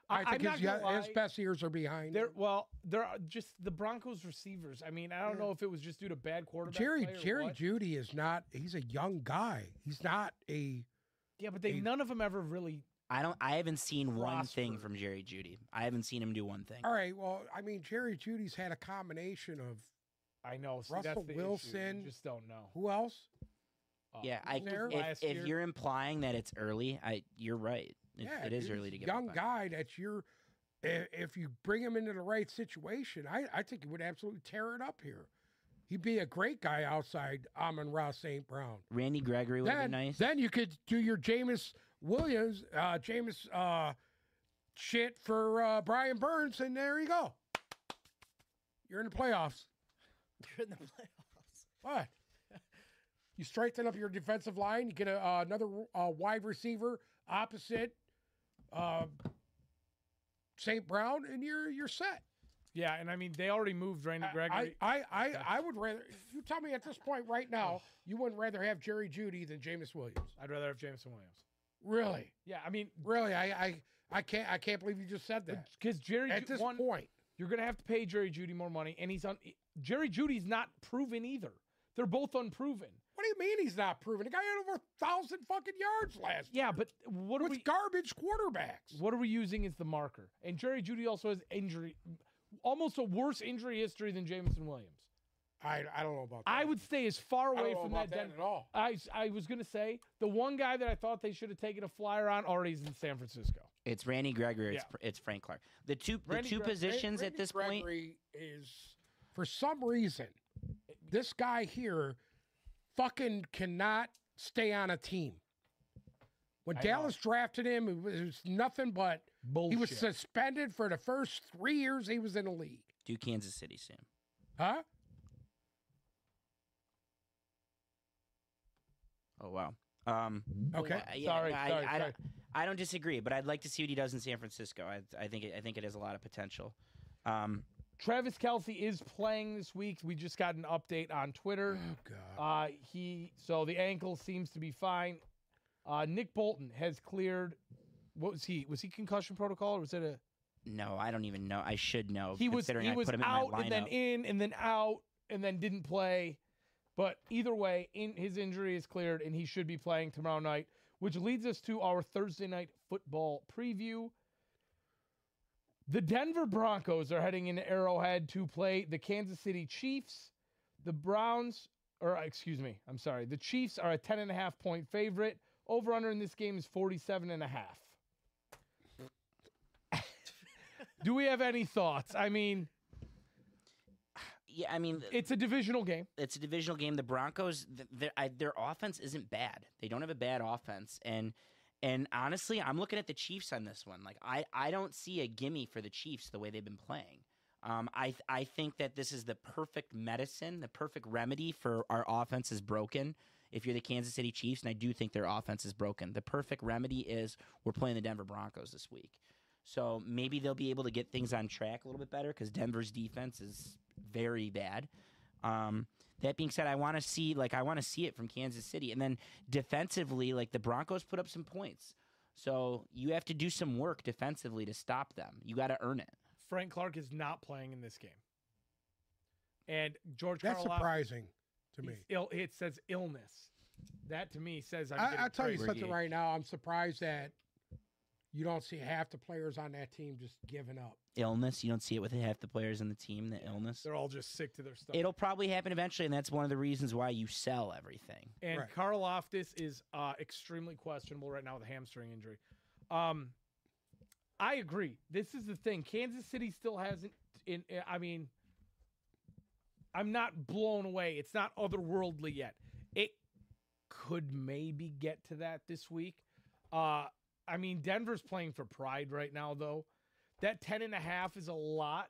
Speaker 2: I
Speaker 1: I'm
Speaker 2: think
Speaker 1: not
Speaker 2: his,
Speaker 1: gonna
Speaker 2: yeah, his
Speaker 1: lie.
Speaker 2: best years are behind.
Speaker 1: There,
Speaker 2: him.
Speaker 1: well, there are just the Broncos receivers. I mean, I don't know if it was just due to bad quarterback.
Speaker 2: Jerry
Speaker 1: play or
Speaker 2: Jerry
Speaker 1: what.
Speaker 2: Judy is not. He's a young guy. He's not a.
Speaker 1: yeah, but they
Speaker 2: he-
Speaker 1: none of them ever really.
Speaker 3: I don't. I haven't seen one thing
Speaker 1: Prosper.
Speaker 3: from Jerry Judy. I haven't seen him do one thing.
Speaker 1: Oh,
Speaker 2: All right. Well, I mean, Jerry Judy's had a combination of
Speaker 1: I know. See,
Speaker 2: Russell
Speaker 1: that's the issue. You
Speaker 2: Wilson.
Speaker 1: just don't know.
Speaker 2: who else?
Speaker 1: Uh,
Speaker 3: Yeah, I,
Speaker 2: Wasn't there
Speaker 3: if,
Speaker 1: last
Speaker 3: if
Speaker 1: year?
Speaker 3: you're implying that it's early, I you're right. It,
Speaker 2: yeah,
Speaker 3: it is
Speaker 2: dude,
Speaker 3: early to
Speaker 2: he's a
Speaker 3: get
Speaker 2: young guy that you're. i- If you bring him into the right situation, I, I think he would absolutely tear it up here. He'd be a great guy outside Amon Ross St. Brown.
Speaker 3: Randy Gregory would have
Speaker 2: then,
Speaker 3: been nice.
Speaker 2: then you could do your Jameis Williams, uh, Jameis uh, shit for uh, Brian Burns, and there you go. You're in the playoffs.
Speaker 4: You're in the playoffs.
Speaker 2: What? You strengthen up your defensive line. You get a, uh, another uh, wide receiver opposite uh, St. Brown, and you're you're set.
Speaker 1: Yeah, and I mean they already moved Randy Gregory.
Speaker 2: I, I, I, I would rather you tell me at this point right
Speaker 1: Oh.
Speaker 2: now you wouldn't rather have Jerry Judy than Jameis Williams.
Speaker 1: I'd rather have Jameson Williams.
Speaker 2: Really,
Speaker 1: Yeah, I mean
Speaker 2: really, I, I, I can't I can't believe you just said that.
Speaker 1: because Jerry
Speaker 2: At
Speaker 1: Ju-
Speaker 2: this
Speaker 1: one,
Speaker 2: point,
Speaker 1: you're gonna have to pay Jerry Judy more money, and he's on. Jerry Judy's not proven either. They're both unproven.
Speaker 2: what do you mean he's not proven? The guy had over a thousand fucking yards last
Speaker 1: Yeah, but what are
Speaker 2: with
Speaker 1: we?
Speaker 2: garbage quarterbacks.
Speaker 1: What are we using as the marker? And Jerry Judy also has injury, almost a worse injury history than Jameson Williams.
Speaker 2: I, I don't know about that.
Speaker 1: I would stay as far
Speaker 2: I don't
Speaker 1: away
Speaker 2: know
Speaker 1: from
Speaker 2: about
Speaker 1: that. Den-
Speaker 2: at all.
Speaker 1: I s- I was gonna say the one guy that I thought they should have taken a flyer on already is in San Francisco.
Speaker 3: It's Randy Gregory.
Speaker 1: Yeah.
Speaker 3: It's, it's Frank Clark. The two
Speaker 1: Randy
Speaker 3: the two
Speaker 1: Gre- Ra-
Speaker 3: positions
Speaker 2: Randy
Speaker 3: at this point.
Speaker 2: Gregory is for some reason this guy here fucking cannot stay on a team. When
Speaker 1: I know.
Speaker 2: Dallas drafted him, it was, it was nothing but
Speaker 1: Bullshit.
Speaker 2: he was suspended for the first three years he was in the league.
Speaker 3: Do Kansas City soon.
Speaker 2: Huh?
Speaker 3: Oh wow. Um,
Speaker 2: Okay.
Speaker 3: I- yeah,
Speaker 1: Sorry,
Speaker 3: no, I,
Speaker 1: sorry,
Speaker 3: I
Speaker 1: sorry.
Speaker 3: don't, I don't disagree, but I'd like to see what he does in San Francisco. I, I think it, I think it has a lot of potential. Um,
Speaker 1: Travis Kelsey is playing this week. We just got an update on Twitter.
Speaker 2: Oh god.
Speaker 1: Uh, he so the ankle seems to be fine. Uh, Nick Bolton has cleared. What was he? Was he concussion protocol or was it a?
Speaker 3: no, I don't even know. I should know.
Speaker 1: He was
Speaker 3: considering
Speaker 1: he
Speaker 3: I
Speaker 1: was
Speaker 3: put him
Speaker 1: out
Speaker 3: in my lineup.
Speaker 1: and then in and then out and then didn't play. But either way, in his injury is cleared and he should be playing tomorrow night, which leads us to our Thursday night football preview. The Denver Broncos are heading into Arrowhead to play the Kansas City Chiefs. The Browns, or uh, excuse me, I'm sorry, the Chiefs are a 10.5 point favorite. Over under in this game is 47.5. Do we have any thoughts? I mean,
Speaker 3: yeah, I mean,
Speaker 1: it's a divisional game.
Speaker 3: it's a divisional game. The Broncos, th- their I, their offense isn't bad. They don't have a bad offense, and and honestly, I'm looking at the Chiefs on this one. Like I I don't see a gimme for the Chiefs the way they've been playing. Um, I th- I think that this is the perfect medicine, the perfect remedy for our offense is broken. If you're the Kansas City Chiefs, and I do think their offense is broken, the perfect remedy is we're playing the Denver Broncos this week. So maybe they'll be able to get things on track a little bit better because Denver's defense is very bad. Um, that being said, I want to see like I want to see it from Kansas City, and then defensively, like the Broncos put up some points. So you have to do some work defensively to stop them. You got to earn it.
Speaker 1: Frank Clark is not playing in this game. And George
Speaker 2: That's
Speaker 1: Karloff-
Speaker 2: surprising to me.
Speaker 1: he's Ill, it says illness. That to me says I'm
Speaker 2: I,
Speaker 1: getting
Speaker 2: I'll tell you
Speaker 1: praised.
Speaker 3: crazy.
Speaker 2: something right now. I'm surprised that you don't see half the players on that team just giving up.
Speaker 3: Illness, you don't see it with half the players in the team. The illness,
Speaker 1: They're all just sick to their stomach.
Speaker 3: it'll probably happen eventually, and that's one of the reasons why you sell everything.
Speaker 1: and
Speaker 2: Right.
Speaker 1: Karl Loftus is uh, extremely questionable right now with a hamstring injury. Um, I agree. This is the thing. Kansas City still hasn't. In I mean, I'm not blown away. It's not otherworldly yet. It could maybe get to that this week. Uh, I mean, Denver's playing for pride right now, though. That ten and a half is a lot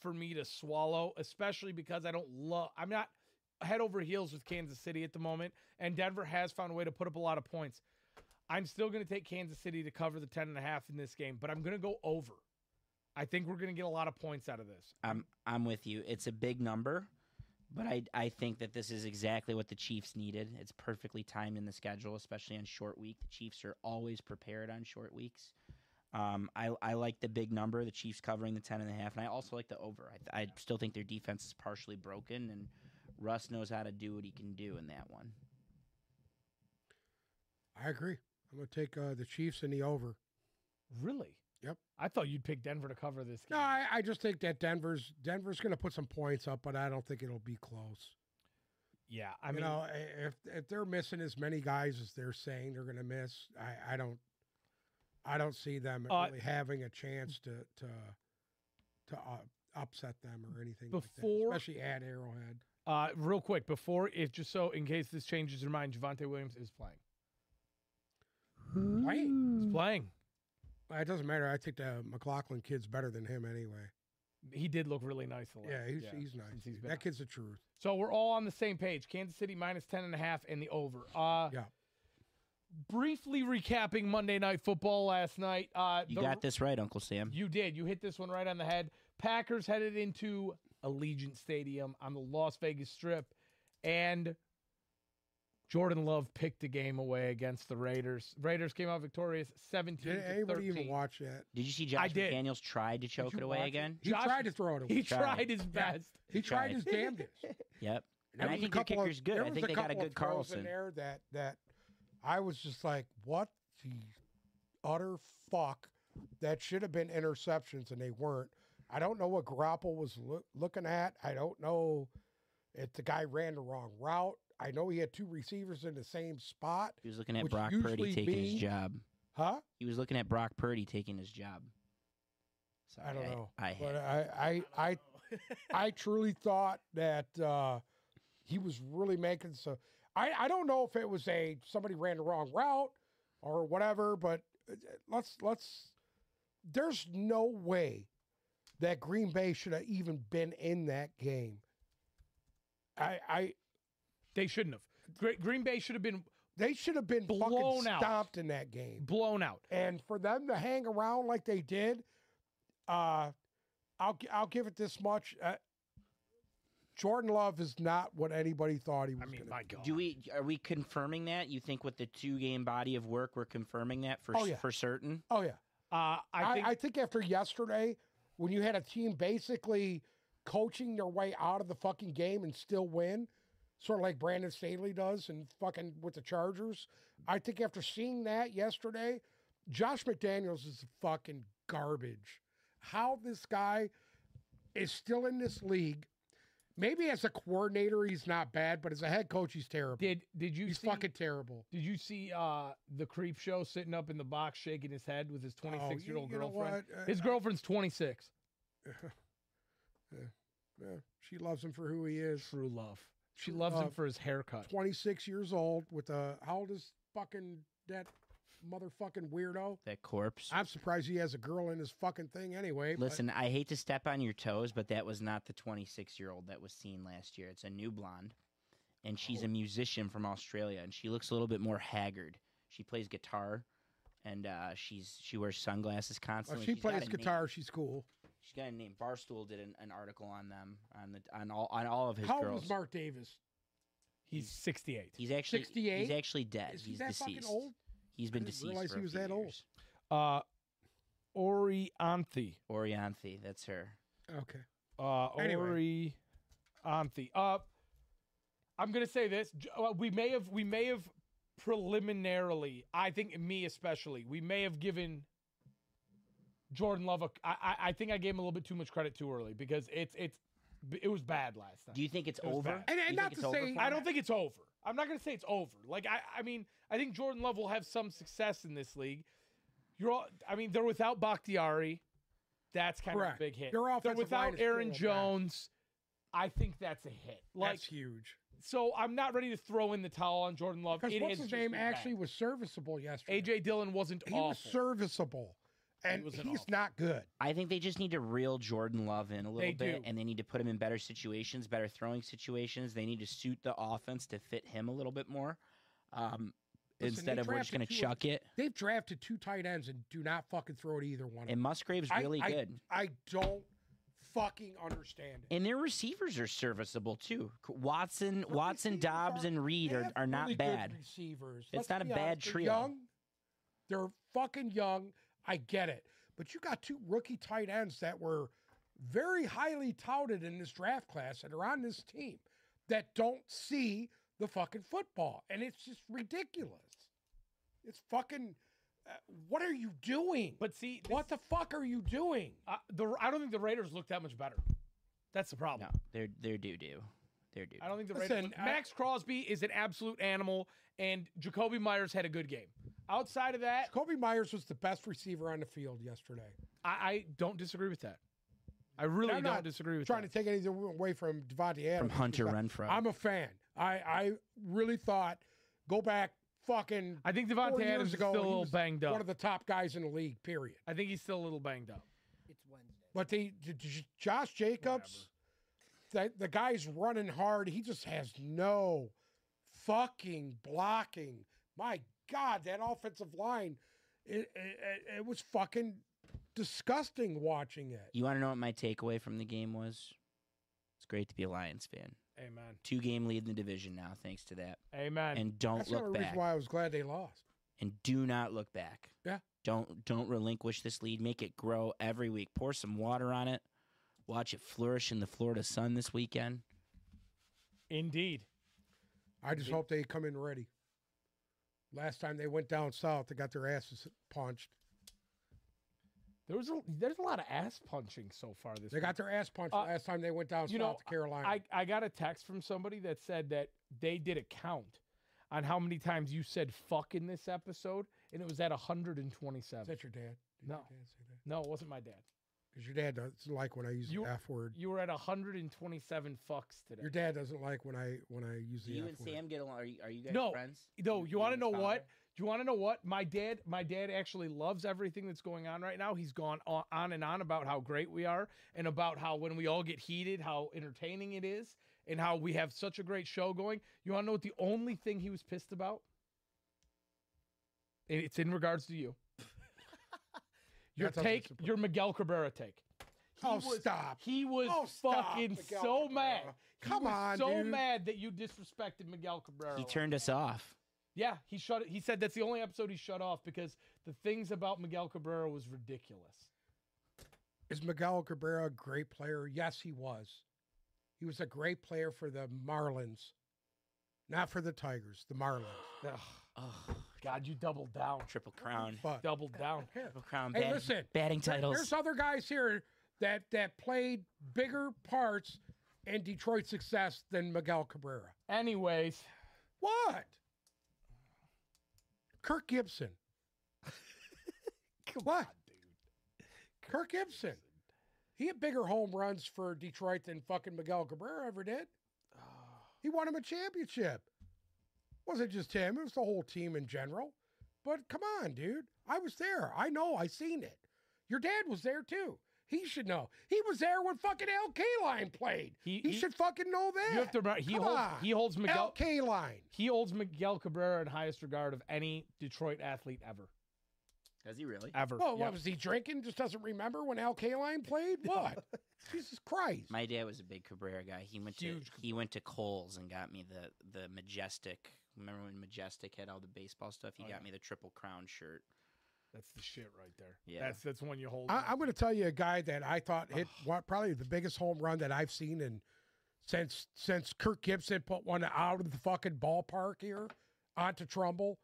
Speaker 1: for me to swallow, especially because I don't love. I'm not head over heels with Kansas City at the moment, and Denver has found a way to put up a lot of points. I'm still going to take Kansas City to cover the 10 and a half in this game, but I'm going to go over. I think we're going to get a lot of points out of this.
Speaker 3: I'm I'm with you. It's a big number, but I I think that this is exactly what the Chiefs needed. It's perfectly timed in the schedule, especially on short week. The Chiefs are always prepared on short weeks. Um, I, I like the big number, the Chiefs covering the ten and a half, and I also like the over. I, I still think their defense is partially broken, and Russ knows how to do what he can do in that one.
Speaker 2: I agree. I'm going to take uh, the Chiefs and the over.
Speaker 1: Really?
Speaker 2: Yep.
Speaker 1: I thought you'd pick Denver to cover this game.
Speaker 2: No, I, I just think that Denver's Denver's going to put some points up, but I don't think it'll be close.
Speaker 1: yeah, I
Speaker 2: you
Speaker 1: mean,
Speaker 2: know, i- if if they're missing as many guys as they're saying they're going to miss, I, I don't, I don't see them
Speaker 1: Uh,
Speaker 2: really having a chance to to to uh, upset them or anything
Speaker 1: Before-
Speaker 2: like that, especially at Arrowhead.
Speaker 1: uh, real quick before, if just so in case this changes your mind, Javante Williams is playing.
Speaker 2: Right?
Speaker 1: He's playing.
Speaker 2: It doesn't matter. I think the McLaughlin kid's better than him anyway.
Speaker 1: He did look really nice. The last,
Speaker 2: Yeah, he's, he's nice.
Speaker 1: since he's
Speaker 2: dude.
Speaker 1: been
Speaker 2: that
Speaker 1: out.
Speaker 2: kid's the truth.
Speaker 1: So we're all on the same page. Kansas City minus 10 and a half and the over. Uh,
Speaker 2: Yeah.
Speaker 1: Briefly recapping Monday Night Football last night. Uh,
Speaker 3: You
Speaker 1: the-
Speaker 3: got this right, Uncle Sam.
Speaker 1: You did. You hit this one right on the head. Packers headed into Allegiant Stadium on the Las Vegas Strip, and Jordan Love picked the game away against the Raiders. Raiders came out victorious, seventeen
Speaker 2: Did
Speaker 1: to
Speaker 2: anybody
Speaker 1: thirteen.
Speaker 2: even watch that?
Speaker 3: Did you see Josh
Speaker 1: did.
Speaker 3: McDaniels tried to choke
Speaker 1: you
Speaker 3: it
Speaker 1: watch
Speaker 3: away
Speaker 1: it?
Speaker 3: again?
Speaker 2: He
Speaker 1: Josh-
Speaker 2: tried to throw it away.
Speaker 1: He
Speaker 2: He,
Speaker 1: tried,
Speaker 3: tried.
Speaker 1: his best.
Speaker 2: tried
Speaker 3: tried.
Speaker 2: his damnedest.
Speaker 3: Yep.
Speaker 2: There
Speaker 3: And I
Speaker 2: was a
Speaker 3: think
Speaker 2: couple
Speaker 3: their
Speaker 2: of-
Speaker 3: kicker's good.
Speaker 2: there
Speaker 3: I
Speaker 2: was
Speaker 3: think they got a
Speaker 2: couple of
Speaker 3: good
Speaker 2: throws
Speaker 3: Carlson.
Speaker 2: in there that that I was just like, what the utter fuck? That should have been interceptions and they weren't. I don't know what Grapple was loo- looking at. I don't know if the guy ran the wrong route. I know he had two receivers in the same spot,
Speaker 3: He was looking at
Speaker 2: Which
Speaker 3: Brock Purdy
Speaker 2: usually
Speaker 3: taking his
Speaker 2: means-
Speaker 3: job.
Speaker 2: huh?
Speaker 3: He was looking at Brock Purdy taking his job. Sorry,
Speaker 2: I don't know.
Speaker 3: I,
Speaker 2: but
Speaker 3: had-
Speaker 2: I I I, I truly thought that uh, he was really making so. I I don't know if it was a somebody ran the wrong route or whatever, but uh, let's let's. There's no way that Green Bay should have even been in that game. I I
Speaker 1: They shouldn't have. Great, Green Bay should have been
Speaker 2: they should have been fucking
Speaker 1: Blown out.
Speaker 2: stopped in that game.
Speaker 1: blown out.
Speaker 2: and for them to hang around like they did, uh, I'll gi- I'll give it this much: uh, Jordan Love is not what anybody thought he was.
Speaker 1: I mean,
Speaker 2: gonna
Speaker 1: my
Speaker 2: be.
Speaker 1: God.
Speaker 3: Do we are we confirming that? You think with the two game body of work we're confirming that for
Speaker 2: Oh,
Speaker 3: s-
Speaker 2: yeah.
Speaker 3: for certain?
Speaker 2: Oh yeah,
Speaker 1: Uh, I think
Speaker 2: I think after yesterday, when you had a team basically coaching their way out of the fucking game and still win, sort of like Brandon Staley does and fucking with the Chargers, I think after seeing that yesterday, Josh McDaniels is fucking garbage. How this guy is still in this league. Maybe as a coordinator, he's not bad, but as a head coach, he's terrible.
Speaker 1: did. Did you
Speaker 2: he's
Speaker 1: see?
Speaker 2: fucking terrible.
Speaker 1: did you see uh, the creep show sitting up in the box shaking his head with his
Speaker 2: Oh,
Speaker 1: 26 year old
Speaker 2: you- you know
Speaker 1: girlfriend?
Speaker 2: what? Uh,
Speaker 1: His girlfriend's 26.
Speaker 2: yeah, she loves him for who he is.
Speaker 1: True love. She
Speaker 2: True
Speaker 1: loves him
Speaker 2: love.
Speaker 1: for his haircut.
Speaker 2: 26 years old with a how old is fucking that motherfucking weirdo?
Speaker 3: That corpse.
Speaker 2: I'm surprised he has a girl in his fucking thing anyway. but-
Speaker 3: Listen, I hate to step on your toes, but that was not the 26 year old that was seen last year. It's a new blonde, and she's
Speaker 2: Oh.
Speaker 3: a musician from Australia, and she looks a little bit more haggard. She plays guitar, and uh, she's she wears sunglasses
Speaker 2: well,
Speaker 3: constantly.
Speaker 2: she
Speaker 3: She's got
Speaker 2: plays
Speaker 3: a
Speaker 2: guitar.
Speaker 3: Name,
Speaker 2: She's cool.
Speaker 3: she's got a name. Barstool did an, an article on them on the on all on all of his
Speaker 2: How old
Speaker 3: girls.
Speaker 2: is Mark Davis?
Speaker 1: He's 68.
Speaker 3: He's actually
Speaker 2: 68?
Speaker 3: he's actually dead.
Speaker 2: Is he
Speaker 3: he's
Speaker 2: that
Speaker 3: deceased.
Speaker 2: fucking old?
Speaker 3: He's been
Speaker 2: I didn't
Speaker 3: deceased.
Speaker 2: realize
Speaker 3: for
Speaker 2: he
Speaker 3: a
Speaker 2: was
Speaker 3: few
Speaker 2: that old.
Speaker 3: years.
Speaker 1: Uh, Orianthi.
Speaker 3: Orianthe, that's her.
Speaker 2: Okay.
Speaker 1: Uh,
Speaker 2: Anyway.
Speaker 1: Orianthi. Uh, I'm gonna say this. J- uh, We may have, we may have preliminarily. I think me especially. We may have given Jordan Love. A, I, I, I think I gave him a little bit too much credit too early because it's, it's, it was bad last night.
Speaker 3: Do you think it's
Speaker 1: It was
Speaker 3: over?
Speaker 1: bad.
Speaker 2: And-
Speaker 3: You
Speaker 2: and
Speaker 3: think
Speaker 2: not
Speaker 3: it's
Speaker 2: to
Speaker 3: over
Speaker 2: say-
Speaker 3: for
Speaker 1: I
Speaker 3: him?
Speaker 1: don't think it's over. I'm not going to say it's over. Like I, I mean, I think Jordan Love will have some success in this league. You're all, I mean, they're without Bakhtiari. That's kind
Speaker 2: Correct.
Speaker 1: of a big hit.
Speaker 2: Their
Speaker 1: they're
Speaker 2: offensive line
Speaker 1: without
Speaker 2: is
Speaker 1: Aaron
Speaker 2: full of bad.
Speaker 1: Jones. I think that's a hit. Like
Speaker 2: That's huge.
Speaker 1: so, I'm not ready to throw in the towel on Jordan Love.
Speaker 2: Because
Speaker 1: It
Speaker 2: what's
Speaker 1: has
Speaker 2: his
Speaker 1: just
Speaker 2: name
Speaker 1: been bad.
Speaker 2: actually was serviceable yesterday.
Speaker 1: AJ Dillon wasn't
Speaker 2: he
Speaker 1: awful.
Speaker 2: was serviceable, and
Speaker 1: wasn't
Speaker 2: he's
Speaker 1: awful.
Speaker 2: not good.
Speaker 3: I think they just need to reel Jordan Love in a little
Speaker 1: They do.
Speaker 3: bit, and they need to put him in better situations, better throwing situations. They need to suit the offense to fit him a little bit more, um,
Speaker 2: Listen,
Speaker 3: instead
Speaker 2: they
Speaker 3: of we're just going
Speaker 2: drafted
Speaker 3: to
Speaker 2: two of
Speaker 3: chuck it.
Speaker 2: They've drafted two tight ends and do not fucking throw it either one. of them.
Speaker 3: And Musgrave's
Speaker 2: I-
Speaker 3: really
Speaker 2: I-
Speaker 3: good,
Speaker 2: I don't fucking understand it.
Speaker 3: and their receivers are serviceable too. C- Watson,
Speaker 2: Their
Speaker 3: Watson,
Speaker 2: receivers
Speaker 3: Dobbs,
Speaker 2: are-
Speaker 3: and Reed
Speaker 2: They
Speaker 3: are,
Speaker 2: have
Speaker 3: are
Speaker 2: really
Speaker 3: not
Speaker 2: good
Speaker 3: bad.
Speaker 2: Receivers.
Speaker 3: It's not a
Speaker 2: be
Speaker 3: bad
Speaker 2: they're
Speaker 3: trio.
Speaker 2: Young, they're fucking young. I get it, but you got two rookie tight ends that were very highly touted in this draft class and are on this team that don't see the fucking football, and it's just ridiculous. It's fucking. Uh, what are you doing?
Speaker 1: but see, this,
Speaker 2: what the fuck are you doing?
Speaker 1: uh, the I don't think the Raiders look that much better. That's the problem.
Speaker 3: No, they're they're doo doo. They're doo.
Speaker 1: I don't think the Raiders.
Speaker 2: Listen, I-
Speaker 1: Max Crosby is an absolute animal, and Jacoby Myers had a good game. Outside of that,
Speaker 2: Kobe Myers was the best receiver on the field yesterday.
Speaker 1: I, I don't disagree with that. I really
Speaker 2: I'm
Speaker 1: don't
Speaker 2: not
Speaker 1: disagree with
Speaker 2: trying
Speaker 1: that.
Speaker 2: to take anything away from Devontae Adams.
Speaker 3: from Hunter
Speaker 2: He's not-
Speaker 3: Renfro.
Speaker 2: I'm a fan. I, I really thought go back fucking
Speaker 1: I think
Speaker 2: four
Speaker 1: Devontae
Speaker 2: years
Speaker 1: Adams is
Speaker 2: ago
Speaker 1: still a
Speaker 2: he
Speaker 1: little
Speaker 2: was
Speaker 1: banged up.
Speaker 2: one of the top guys in the league. Period.
Speaker 1: I think he's still a little banged up.
Speaker 4: It's Wednesday.
Speaker 2: But they, J- J- Josh Jacobs, that the guy's running hard. He just has no fucking blocking. My God, that offensive line, it, it, it- it was fucking disgusting watching it.
Speaker 3: You want to know what my takeaway from the game was? It's great to be a Lions fan.
Speaker 1: Amen.
Speaker 3: Two game lead in the division now, thanks to that.
Speaker 1: Amen.
Speaker 3: And don't
Speaker 2: That's the
Speaker 3: look
Speaker 2: only
Speaker 3: back.
Speaker 2: reason why I was glad they lost.
Speaker 3: And do not look back.
Speaker 2: Yeah.
Speaker 3: Don't don't relinquish this lead. Make it grow every week. Pour some water on it. Watch it flourish in the Florida sun this weekend.
Speaker 1: Indeed.
Speaker 2: I just
Speaker 1: Indeed.
Speaker 2: hope they come in ready. Last time they went down south, they got their asses punched.
Speaker 1: There was a, there's a lot of ass punching so far this
Speaker 2: They
Speaker 1: week.
Speaker 2: got their ass punched
Speaker 1: Uh,
Speaker 2: last time they went down
Speaker 1: you
Speaker 2: south
Speaker 1: know,
Speaker 2: to Carolina.
Speaker 1: I, I got a text from somebody that said that they did a count on how many times you said fuck in this episode, and it was at
Speaker 2: Is
Speaker 1: 127.
Speaker 2: that your dad? Did
Speaker 1: No.
Speaker 2: Your dad say that?
Speaker 1: No, it wasn't my dad.
Speaker 2: Because your dad doesn't like when I use
Speaker 1: You-
Speaker 2: the F word.
Speaker 1: You were at 127 fucks today.
Speaker 2: Your dad doesn't like when I when I use
Speaker 3: Do
Speaker 2: the
Speaker 3: you
Speaker 2: F
Speaker 3: and
Speaker 2: word.
Speaker 3: Sam get along? Are you, are you guys
Speaker 1: No.
Speaker 3: friends?
Speaker 1: No, you wanna
Speaker 3: and
Speaker 1: know
Speaker 3: his
Speaker 1: what?
Speaker 3: father?
Speaker 1: Do you want to know what my dad? My dad actually loves everything that's going on right now. He's gone o- on and on about how great we are, and about how when we all get heated, how entertaining it is, and how we have such a great show going. You want to know what the only thing he was pissed about? And It's in regards to you. your
Speaker 2: That doesn't
Speaker 1: take,
Speaker 2: surprise-
Speaker 1: your Miguel Cabrera take. He
Speaker 2: oh,
Speaker 1: was-
Speaker 2: stop.
Speaker 1: He was
Speaker 2: Oh, stop,
Speaker 1: fucking
Speaker 2: Miguel
Speaker 1: so
Speaker 2: Cabrera.
Speaker 1: mad. He
Speaker 2: Come
Speaker 1: was
Speaker 2: on,
Speaker 1: so
Speaker 2: dude.
Speaker 1: mad that you disrespected Miguel Cabrera.
Speaker 3: He
Speaker 1: like
Speaker 3: turned us off.
Speaker 1: yeah, he shut it. He said that's the only episode he shut off because the things about Miguel Cabrera was ridiculous.
Speaker 2: Is Miguel Cabrera a great player? Yes, he was. He was a great player for the Marlins, not for the Tigers. The Marlins.
Speaker 1: Ugh,
Speaker 3: Oh,
Speaker 1: God, you doubled down,
Speaker 3: triple crown.
Speaker 2: But
Speaker 1: doubled down.
Speaker 2: here,
Speaker 3: Triple crown.
Speaker 2: Hey,
Speaker 3: batting-
Speaker 2: listen,
Speaker 3: Batting
Speaker 2: there-
Speaker 3: titles.
Speaker 2: there's other guys here that that played bigger parts in Detroit's success than Miguel Cabrera.
Speaker 1: Anyways,
Speaker 2: What? Kirk Gibson. what? Kirk Gibson. He had bigger home runs for Detroit than fucking Miguel Cabrera ever did. He won him a championship. Wasn't just him, it was the whole team in general. But come on, dude. I was there. I know. I seen it. Your dad was there too. He should know. He was there when fucking LK Line played.
Speaker 1: He-
Speaker 2: He,
Speaker 1: he-
Speaker 2: should fucking know that.
Speaker 1: you have to remember he
Speaker 2: Come
Speaker 1: holds
Speaker 2: on.
Speaker 1: he holds Miguel
Speaker 2: LK Line.
Speaker 1: he holds Miguel Cabrera in highest regard of any Detroit athlete ever,
Speaker 3: Does he really?
Speaker 1: ever.
Speaker 2: Well,
Speaker 1: Yep.
Speaker 2: what was he drinking? Just doesn't remember when Al Kaline played. What? Jesus Christ!
Speaker 3: My dad was a big Cabrera guy. He went
Speaker 1: Huge
Speaker 3: to he went to Coles and got me the the majestic. Remember when Majestic had all the baseball stuff? He
Speaker 1: Oh,
Speaker 3: got
Speaker 1: yeah.
Speaker 3: me the triple crown shirt.
Speaker 1: that's the shit right there.
Speaker 3: Yeah.
Speaker 1: that's that's one you hold.
Speaker 2: I,
Speaker 1: on
Speaker 2: I'm
Speaker 1: to.
Speaker 2: going to tell you a guy that I thought hit one, probably the biggest home run that I've seen in since since Kirk Gibson put one out of the fucking ballpark here onto Trumbull.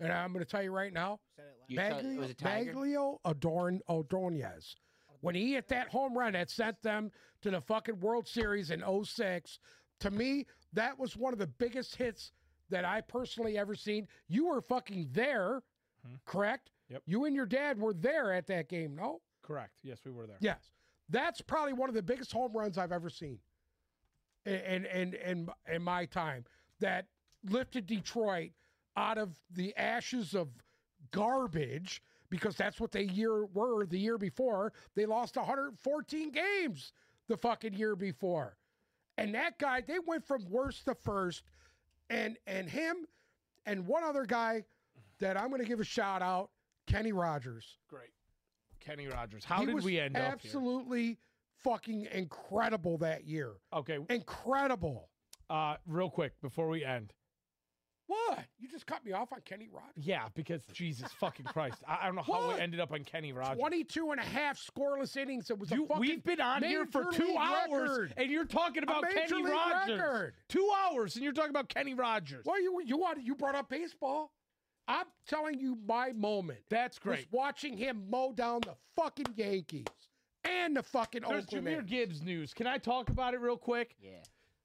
Speaker 2: And I'm going to tell you right now,
Speaker 4: Said it last
Speaker 3: You tell- it was a tiger.
Speaker 2: Maglio Adorn Ordonez. When he hit that home run that sent them to the fucking World Series in 06, to me, that was one of the biggest hits that I personally ever seen. You were fucking there,
Speaker 1: Mhm.
Speaker 2: correct?
Speaker 1: Yep.
Speaker 2: You and your dad were there at that game, no?
Speaker 1: Correct. Yes, we were there.
Speaker 2: Yes. That's probably one of the biggest home runs I've ever seen in, in, in, in, in my time that lifted Detroit out of the ashes of garbage because that's what they year were the year before. They lost 114 games the fucking year before. And that guy, they went from worst to first. And and him and one other guy that I'm gonna give a shout out, Kenny Rogers.
Speaker 1: Great. Kenny Rogers. How
Speaker 2: He
Speaker 1: did
Speaker 2: was
Speaker 1: we end up
Speaker 2: absolutely fucking incredible that year.
Speaker 1: here? Okay.
Speaker 2: Incredible.
Speaker 1: Uh, real quick before we end.
Speaker 2: What? You just cut me off on Kenny Rogers.
Speaker 1: Yeah, because Jesus fucking Christ, I, I don't know how
Speaker 2: What?
Speaker 1: we ended up on Kenny Rogers.
Speaker 2: 22 and a half scoreless innings. It was
Speaker 1: You-
Speaker 2: a fucking
Speaker 1: we've been on here for
Speaker 2: major
Speaker 1: two
Speaker 2: league
Speaker 1: hours,
Speaker 2: record.
Speaker 1: and you're talking about
Speaker 2: major
Speaker 1: Kenny
Speaker 2: league
Speaker 1: Rogers.
Speaker 2: record.
Speaker 1: Two hours, and you're talking about Kenny Rogers.
Speaker 2: Well, you you wanted, you brought up baseball. I'm telling you, my moment
Speaker 1: That's
Speaker 2: was
Speaker 1: great.
Speaker 2: watching him mow down the fucking Yankees and the fucking
Speaker 1: There's
Speaker 2: Oakland.
Speaker 1: Jameer
Speaker 2: A's.
Speaker 1: Gibbs news. Can I talk about it real quick?
Speaker 3: Yeah.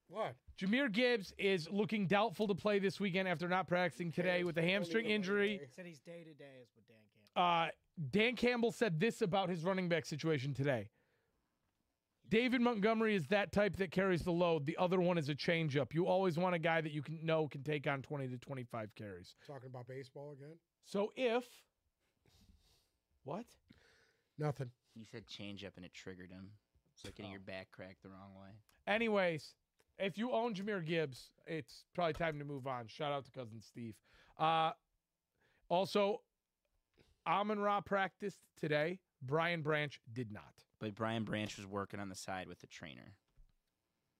Speaker 2: What?
Speaker 1: Jameer Gibbs is looking doubtful to play this weekend after not practicing today with a hamstring injury.
Speaker 4: night. Said he's day to day is what Dan Campbell.
Speaker 1: Uh, Dan Campbell said this about his running back situation today. David Montgomery is that type that carries the load. The other one is a changeup. You always want a guy that you can know can take on 20 to 25 carries.
Speaker 2: Talking about baseball again?
Speaker 1: So if what?
Speaker 2: Nothing.
Speaker 3: He said change up and it triggered him. It's like getting your back cracked the wrong way.
Speaker 1: Anyways, if you own Jameer Gibbs, it's probably time to move on. Shout out to cousin Steve. Uh, also, Amon Ra practiced today. Brian Branch did not.
Speaker 3: But Brian Branch was working on the side with the trainer.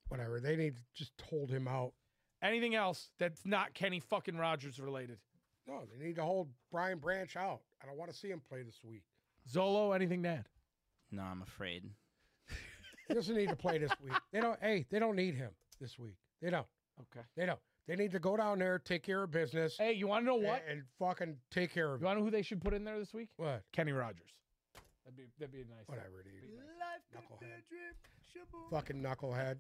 Speaker 2: Whatever. They need to just hold him out.
Speaker 1: Anything else that's not Kenny fucking Rogers related?
Speaker 2: No, they need to hold Brian Branch out. I don't want to see him play this week.
Speaker 1: Zolo, anything that?
Speaker 3: No, I'm afraid.
Speaker 2: He doesn't need to play this week. They don't. Hey, they don't need him this week. They don't.
Speaker 1: Okay.
Speaker 2: They don't. They need to go down there, take care of business,
Speaker 1: Hey, you want to know what?
Speaker 2: a- and fucking take care of
Speaker 1: You
Speaker 2: it.
Speaker 1: want to know who they should put in there this week?
Speaker 2: What?
Speaker 1: Kenny Rogers. That'd be that'd be a nice.
Speaker 2: Whatever it is.
Speaker 4: Life could be
Speaker 2: Knucklehead.
Speaker 4: a dream. Shaboom.
Speaker 2: Fucking knucklehead.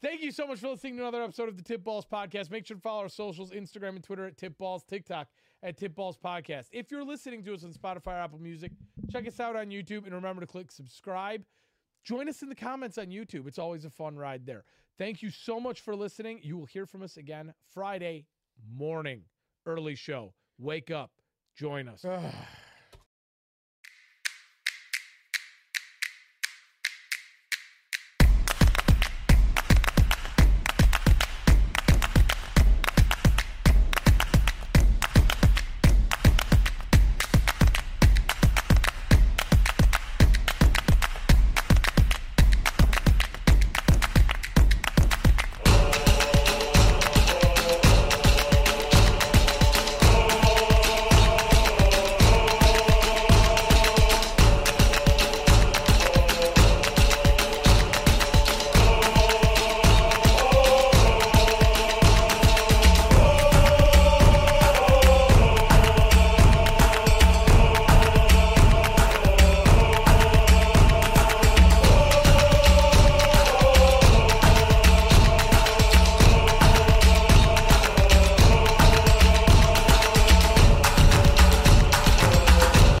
Speaker 1: Thank you so much for listening to another episode of the Tip Balls Podcast. Make sure to follow our socials, Instagram and Twitter at Tip Balls, TikTok at Tip Balls Podcast. If you're listening to us on Spotify or Apple Music, check us out on YouTube and remember to click subscribe. Join us in the comments on YouTube. It's always a fun ride there. Thank you so much for listening. You will hear from us again Friday morning, early show. Wake up, join us.
Speaker 2: Ugh.